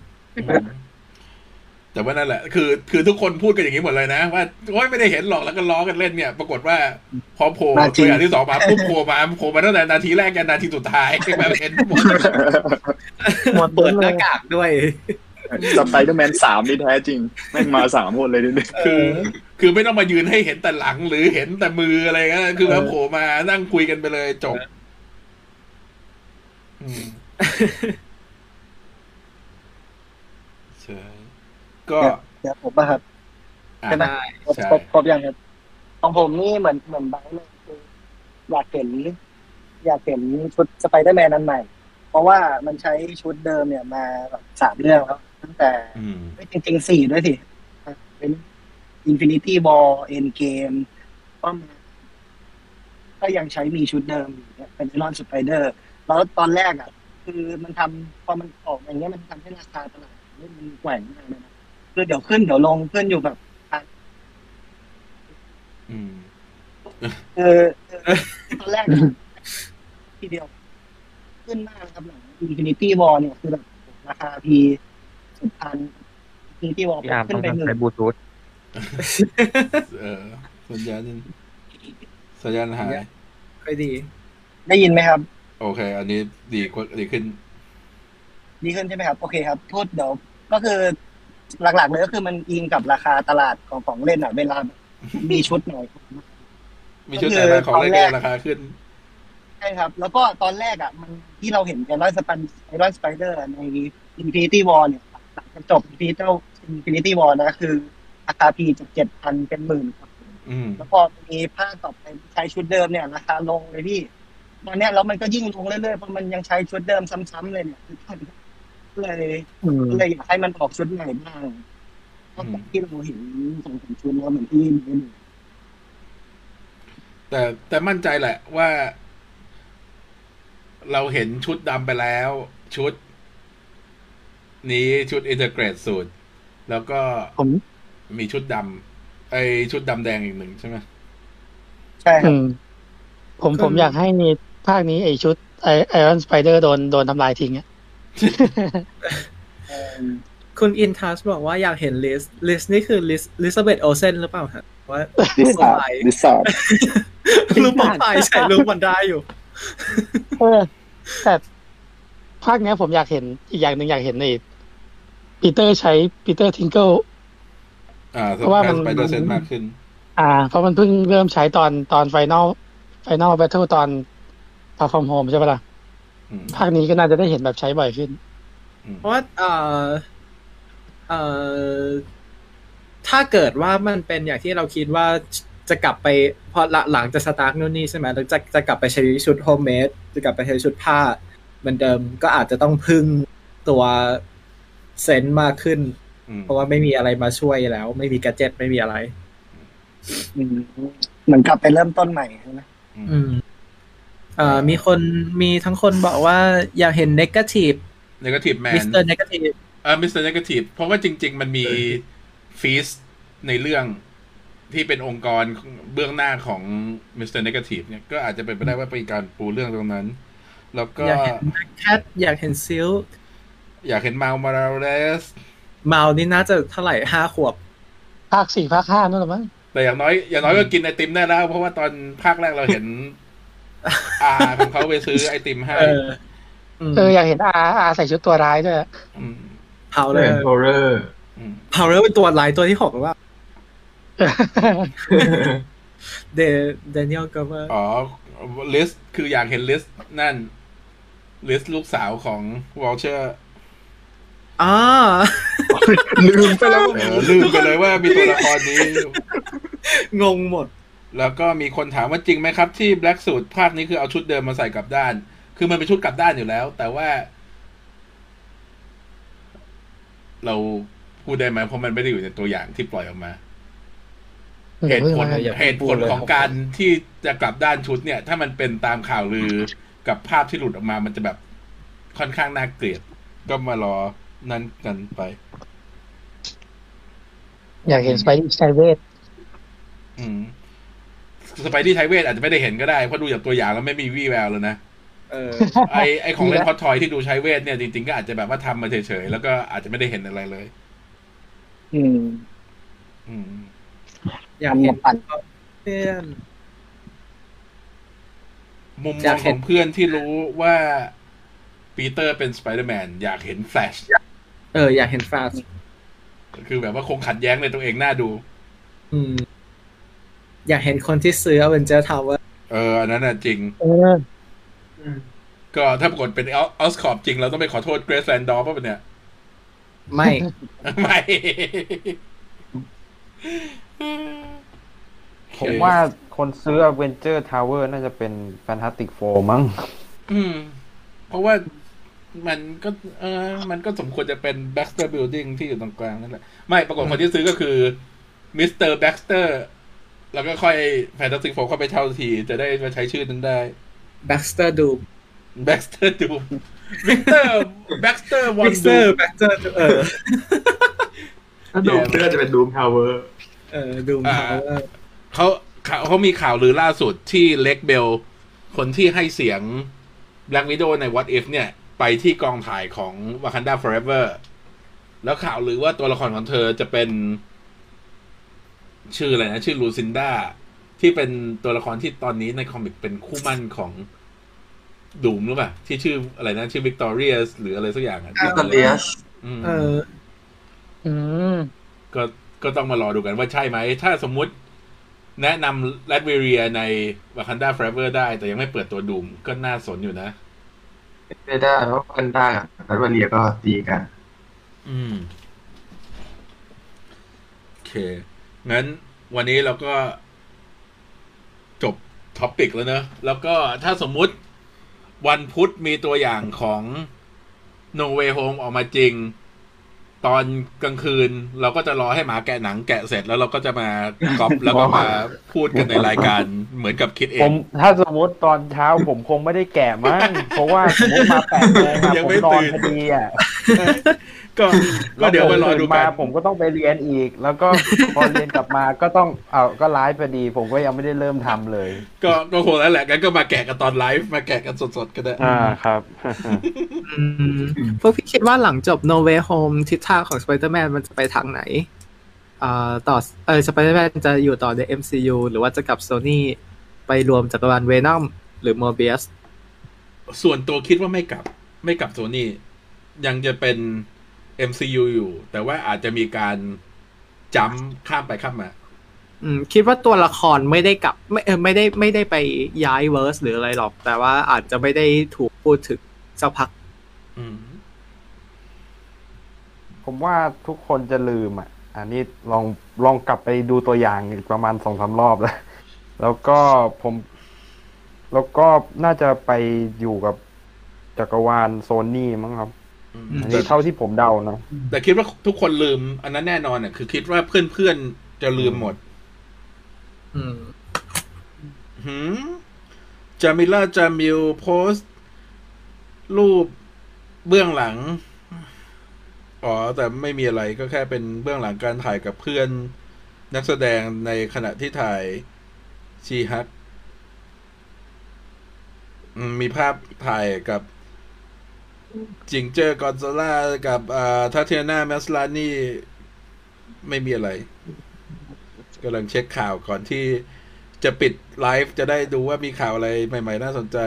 แต่ว่านั่นแหละคือคือทุกคนพูดกันอย่างนี้หมดเลยนะ ว่าโอ้ยไม่ได้เห็นหรอกแล้วก็ล้อกันเล่นเนี่ย ปรากฏว่า พอโผล่ มาจริ ตั ง วอย่างที่สองมาปุ๊บโผล่มาโผล่มาตั้งแต่นาทีแร *laughs* กกันนาทีสุดท้ายแบบเห็นหมด หมด เปิด เล หน้าย กากด้วย สไปเดอร์แมนสามนี่แท้จริง แม่งมาสามคนเลยดิเนี่ย คือคือไม่ต้องมายืนให้เห็นแต่หลังหรือเห็นแต่มืออะไรก็คือแบบโผล่มานั่งคุยกันไปเลยจบอืมใช่ก็ เดี๋ยวผมป่ะครับ อ่า ใช่ไหม ได้ ครบ ใช่ ครบครบยังครับของผมนี่เหมือนเหมือนไบร์ทเลยคืออยากเห็นอยากเห็นชุดสไปเดอร์แมนอันใหม่ เพราะว่ามันใช้ชุดเดิมเนี่ยมาแบบสามเรื่องแล้วตั้งแต่ อืม ไม่จริงๆสี่ด้วยสิอ่ะเป็น Infinity War Endgame ก็มาก็ยังใช้มีชุดเดิมอยู่เนี่ยเป็นไอรอนสไปเดอร์แล้วตอนแรกอ่ะ คือมันทำพอมันออกอย่างเงี้ยมันทำให้ราคาตลาดเนี่ยมันแกว่งมากเลยนะคือเดี๋ยวขึ้นเดี๋ยวลงขึ้นอยู่แบบ อืม เออเออตอนแรกอ่ะทีเดียว ขึ้นมากนะครับหลัง Infinity War เนี่ยคือแบบราคาพีสุดพัน Infinity War พี่อาร์ม ขึ้ ต้อน ง ไปหนึ่ง ใช้บลูทูธ เออสัญญาณสัญญาณหาย ค่อยดี ได้ยินไหมครับ โอเค อันนี้ดีกว่าดีขึ้น ดีขึ้นใช่ไหมครับ โอเคครับพูดเดี๋ยวก็คือหลักๆเลยก็คือมันอิงกับราคาตลาดของของเล่นอ่ะ เวลา มีชุดหน่อย มีชุด ก็คือ แต่ละของเล่น ตอนแรก เกินราคาขึ้น ใช่ครับ แล้วก็ตอนแรกอ่ะ มันที่เราเห็นไอรอนสปันไอรอนสไปเดอร์ใน Infinity War เนี่ยหลังจากจบ Infinity Infinity War นะคือราคาพีจากเจ็ดพันเป็นหมื่นครับ อืม แล้วพอมีภาคต่อไปใช้ชุดเดิมเนี่ยราคาลงเลยพี่ตอนเนี้ยแล้วมันก็ยิ่งลงเรื่อยๆเพราะมันยังใช้ชุดเดิมซ้ำๆเลยเนี่ยก็เลย อืม ก็เลยอยากให้มันออกชุดใหม่บ้างเพราะจากที่เราเห็นสองสามชุดแล้วเหมือนที่เห็น แต่แต่มั่นใจแหละว่า เราเห็นชุดดำไปแล้ว ชุด นี้ชุดอินเตอร์เกรดสูตร แล้วก็ ผม มีชุดดำไอชุดดำแดงอีกหนึ่งใช่ไหม ใช่ อืมผมผมอยากให้มีภาคนี้ไอชุดไอไอรอนสไปเดอร์โดนโดนทำลายทิ้งอะ คุณอินทัสบอกว่าอยากเห็นลิสลิสนี่คือลิสลิซาเบธโอเซนหรือเปล่าฮะว่า ลิ รูป ซ่า ไฟล์ ลิซ่า รูปโปรไฟล์ใช่รูปมันได้อยู่ เออแต่ภาคเนี้ยผมอยากเห็นอีกอย่างหนึ่งอยากเห็นในปีเตอร์ใช้ปีเตอร์ทิงเกิล อ่า เพราะว่ามัน ไปเดอร์เซนมากขึ้น อ่า เพราะมันเพิ่งเริ่มใช้ตอนตอนไฟนอลไฟนอลแบทเทิลตอนพาฟอร์มโฮมใช่ปะล่ะ อืม ภาคนี้ก็น่าจะได้เห็นแบบใช้บ่อยขึ้น เพราะว่าเอ่อเอ่อถ้าเกิดว่ามันเป็นอย่างที่เราคิดว่าจะกลับไปพอหลังหลังจะสตาร์ทนู่นนี่ใช่ไหมแล้วจะจะกลับไปใช้ชุดโฮมเมดจะกลับไปใช้ชุดผ้าเหมือนเดิมก็อาจจะต้องพึ่งตัวเซนส์มากขึ้น อืม เพราะว่าไม่มีอะไรมาช่วยแล้ว ไม่มีกระเจ็ตไม่มีอะไร เหมือนกลับไปเริ่มต้นใหม่ใช่ไหม อืมเอ่อมีคนมีทั้งคนบอกว่าอยากเห็นเนกาทีฟ Negative Man มิสเตอร์เนกาทีฟ เออมิสเตอร์เนกาทีฟเพราะว่าจริง ๆ มันมีฟีสในเรื่องที่เป็นองค์กรเบื้องหน้าของมิสเตอร์เนกาทีฟเนี่ยก็อาจจะเป็นไปได้ว่าเป็นการปูเรื่องตรงนั้น แล้วก็ อยากเห็นแคทอยากเห็นซิล อยากเห็นมาลมาราเรส เมานี่น่าจะเท่าไหร่ห้าขวบ ภาคสี่ภาคห้านั่นแหละมั้ง แต่อย่างน้อย อย่างน้อยก็กินไอติมได้แล้ว เพราะว่าตอนภาคแรกเรา *laughs* เห็น อาของเขาไปซื้อไอติมให้ เออ เอออยากเห็นอาอาใส่ชุดตัวร้ายด้วยอะ พาวเลอ เป็น ร์ โฮเลอร์ พาวเลอร์เป็นตัวลายตัวที่หกหรือเปล่าเดเดนิเอลก็ว่า อ๋อลิสคืออยากเห็นลิสนั่นลิสลูกสาวของวอลเชอร์ อ่า ลืมไปแล้ว เออลืมไปเลยว่ามีตัวละครนี้ งงหมด แล้วก็มีคนถามว่าจริงไหมครับ ที่แบล็กสูตรภาคนี้คือเอาชุดเดิมมาใส่กลับด้าน คือมันเป็นชุดกลับด้านอยู่แล้ว แต่ว่า เราพูดได้ไหมเพราะมันไม่ได้อยู่ในตัวอย่างที่ปล่อยออกมา เหตุผล ออ เหตุผลของการที่จะกลับด้านชุดเนี่ย ถ้ามันเป็นตามข่าวลือกับภาพที่หลุดออกมา มันจะแบบค่อนข้างน่าเกลียด ก็มารอนั่นกันไป อยากเห็นสไปเดอร์ไซเวท อืมสไปดี้ไทเวทอาจจะไม่ได้เห็นก็ได้เพราะดูจากตัวอย่างแล้วไม่มีวี่แววแล้วนะ เออ ไอไอของเล่นพอทอยที่ดูใช้เวทเนี่ยจริงๆก็อาจจะแบบว่าทำมาเฉยๆ แล้วก็อาจจะไม่ได้เห็นอะไรเลย อืม อืม *laughs* อยากเห็น ปั่น เพื่อน มุมม อยา อก ง เห็ ขอนงเพื่อนที่รู้ว่าปีเตอร์เป็นสไปเดอร์แมนอยากเห็นแฟลช เอออยากเห็นฟาส ก็คือแบบว่าคงขัดแย้งในตัวเองน่าดู อืม อยากเห็นคนที่ซื้อ Avenger Tower เอออันนั้นน่ะจริง เออ ก็ถ้าปรากฏเป็นออสคอปจริงเราต้องไปขอโทษเกรซแลนดอร์ป่ะเนี่ย *laughs* ไม่ *laughs* ไม่ ผมว่าคนซื้อ Avenger Tower น่าจะเป็น Fantastic Four มั้ง อืม เพราะว่ามันก็เออมันก็สมควรจะเป็น Baxter Building ที่อยู่ตรงกลางนั่นแหละ ไม่ปรากฏคนที่ซื้อก็คือมิสเตอร์แบ็กสเตอร์แล้วก็ค่อยแฟนตาซีโฟเข้าไปเช่าทีจะได้มาใช้ชื่อนั้นได้ Baxter Doom Baxter Doom วิกเตอร์แบ็กสเตอร์วอน Baxter Baxter เออ ดูมเพื่อจะเป็นดูมทาวเวอร์ เออ Doom อ่า Tower เขาเขาเขามีข่าวลือล่าสุดที่เล็กเบล คนที่ให้เสียง Black Widow ใน What If เนี่ย ไปที่กองถ่ายของ Wakanda Forever แล้วข่าวลือว่าตัวละครของเธอจะเป็น ชื่ออะไรนะ ชื่อลูซินดาที่เป็นตัวละครที่ตอนนี้ในคอมิกเป็นคู่มั่นของดูมหรือเปล่า ที่ชื่ออะไรนะ ชื่อวิกตอเรียสหรืออะไรสักอย่างอะ Victorious อืม เออ อืม ก็ก็ต้องมารอดูกันว่าใช่ไหม ถ้าสมมุติแนะนำแรดเวเรียในวาคันดา f ฟ r e เวอร์ได้ แต่ยังไม่เปิดตัวดูมก็น่าสนอยู่นะ ไม่ได้เพราะกันได้กับรัสเวเลียก็ตีกัน อืม โอเค งั้นวันนี้เราก็จบท็อปิกแล้วเนอะ แล้วก็ถ้าสมมุติวันพุธมีตัวอย่างของ No Way Home ออกมาจริง ตอนกลางคืน เราก็จะรอให้หมาแกะหนังแกะเสร็จแล้วเราก็จะมาก *laughs* อบแล้วก็มาพูดกันในรายการเหมือนกับคิดเอ ผ ง มถ้าสมมติตอนเช้าผมคงไม่ได้แก่มั้ง เพราะว่าสมมติมาแปดโมงอะ ยัง ผม ไม่ นอ ตื่ น น พอดีอ่ะ ก็ก็เดี๋ยวไปรอดู มา กัน ผมก็ต้องไปเรียนอีก แล้วก็พอเรียนกลับมาก็ต้องเอาก็ไลฟ์พอดี ผมก็ยังไม่ได้เริ่มทำเลย ก็ก็คงแล้วแหละงั้นก็มาแกะกันตอนไลฟ์มาแกะกันสดๆก็ได้ อ่าครับ พวกพี่คิดว่าหลังจบ No Way Home ทิศทางของ Spider-Man มันจะไปทางไหนอ่าต่อเออ Spider-Man จะอยู่ต่อใน MCU หรือว่าจะกลับ Sony ไปรวมจักรวาล Venom หรือ Morbius ส่วนตัวคิดว่าไม่กลับ ไม่กลับโซนี่ยังจะเป็น MCU อยู่ แต่ว่าอาจจะมีการจำข้ามไปข้ามมา อืมคิดว่าตัวละครไม่ได้กลับไม่เออไม่ได้ไม่ได้ไปย้ายเวิร์สหรืออะไรหรอก แต่ว่าอาจจะไม่ได้ถูกพูดถึงสักพัก อืม ผมว่าทุกคนจะลืมอ่ะ อันนี้ลองลองกลับไปดูตัวอย่างอีกประมาณสองสารอบแล้ว แล้วก็ผม แล้วก็น่าจะไปอยู่กับจักรวาลโซนี่มั้งครับ อันนี้เท่าที่ผมเดานะ แต่คิดว่าทุกคนลืม อันนั้นแน่นอนอ่ะ คือคิดว่าเพื่อนๆ จะลืมหมด อืม หืมจามิล่าจามิลโพสต์ รูปเบื้องหลัง อ๋อ แต่ไม่มีอะไรก็แค่เป็นเบื้องหลังการถ่ายกับเพื่อนนักแสดงในขณะที่ถ่ายชีฮักอืมมีภาพถ่ายกับ จิงเจอร์กอนซาล่ากับอ่าทัเทียนาแมสลานี่ ไม่มีอะไรกำลังเช็คข่าวก่อนที่ จะปิดไลฟ์จะได้ดูว่ามีข่าวอะไรใหม่ ๆ น่าสนใจ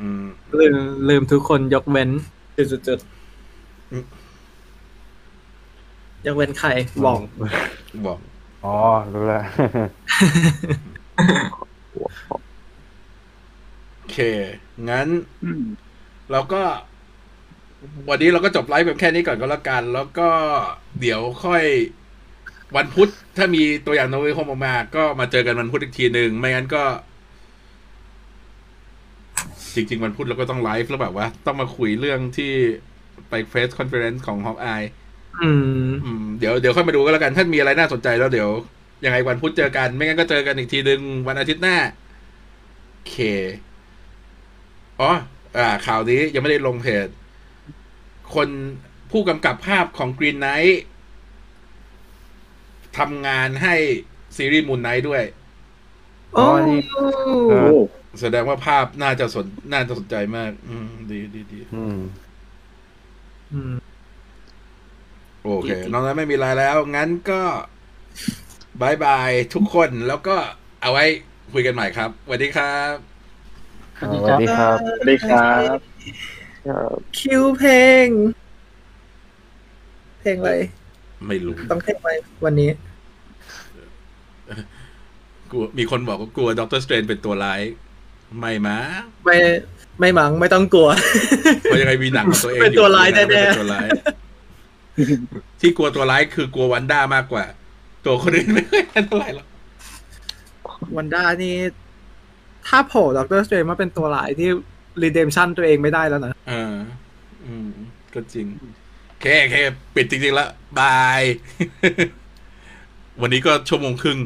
อืม ลืมลืมทุกคนยกเว้นจุดจุดจุดๆ อืม ยกเว้นใครบอก บอก อ๋อ รู้แล้ว โอเค งั้นเราก็ วันนี้เราก็จบไลฟ์แบบแค่นี้ก่อนก็แล้วกัน แล้วก็เดี๋ยวค่อยวันพุธ ถ้ามีตัวอย่างโนเวโฮมออกมา ก็มาเจอกันวันพุธอีกทีหนึ่งไม่งั้นก็ จริง ๆ วันพุธเราก็ต้องไลฟ์แล้วแบบว่า ต้องมาคุยเรื่องที่ไปเฟสคอนเฟอเรนซ์ของฮอกอาย อืม อืมเดี๋ยวเดี๋ยวค่อยมาดูกันแล้วกัน ถ้ามีอะไรน่าสนใจแล้วเดี๋ยว ยังไงวันพุธเจอกัน ไม่งั้นก็เจอกันอีกทีหนึ่งวันอาทิตย์หน้า โอเค อ๋อ อ่า ข่าวนี้ยังไม่ได้ลงเพจ คนผู้กำกับภาพของ Green Knight ทำงานให้ซีรีส์ Moon Knight ด้วย โอ้ เออ แสดงว่าภาพน่าจะสนน่าจะสนใจมาก อืม ดีดีดี อืม อืม โอเค นอกจากนั้นไม่มีอะไรแล้ว งั้นก็บายบายทุกคนแล้วก็เอาไว้คุยกันใหม่ครับสวัสดีครับ สวัสดีครับ สวัสดีครับ คิวเพลง เพลงอะไร ไม่รู้ ต้องเพลงอะไรวันนี้ กลัวมีคนบอกว่ากลัวด็อกเตอร์สเตรนเป็นตัวร้าย ไม่มา ไม่ไม่มังไม่ต้อง *laughs* กลัว เพราะยังไงมีหนังของตัวเองอยู่ เป็นตัวร้ายแน่ๆ ไม่เป็นตัวร้าย ที่กลัวตัวร้ายคือกลัววันด้ามากกว่า ตัวคนอื่นไม่ค่อยเท่าไหร่หรอก วันด้านี่ ถ้าโผล่ดอกเตอร์สเตรมาเป็นตัวร้ายที่รีเดมชั่นตัวเองไม่ได้แล้วนะ เอ่าอืม ก็จริงโอเค *laughs* โอเคปิดจริงๆแล้วบาย วันนี้ก็ชั่วโมงครึ่ง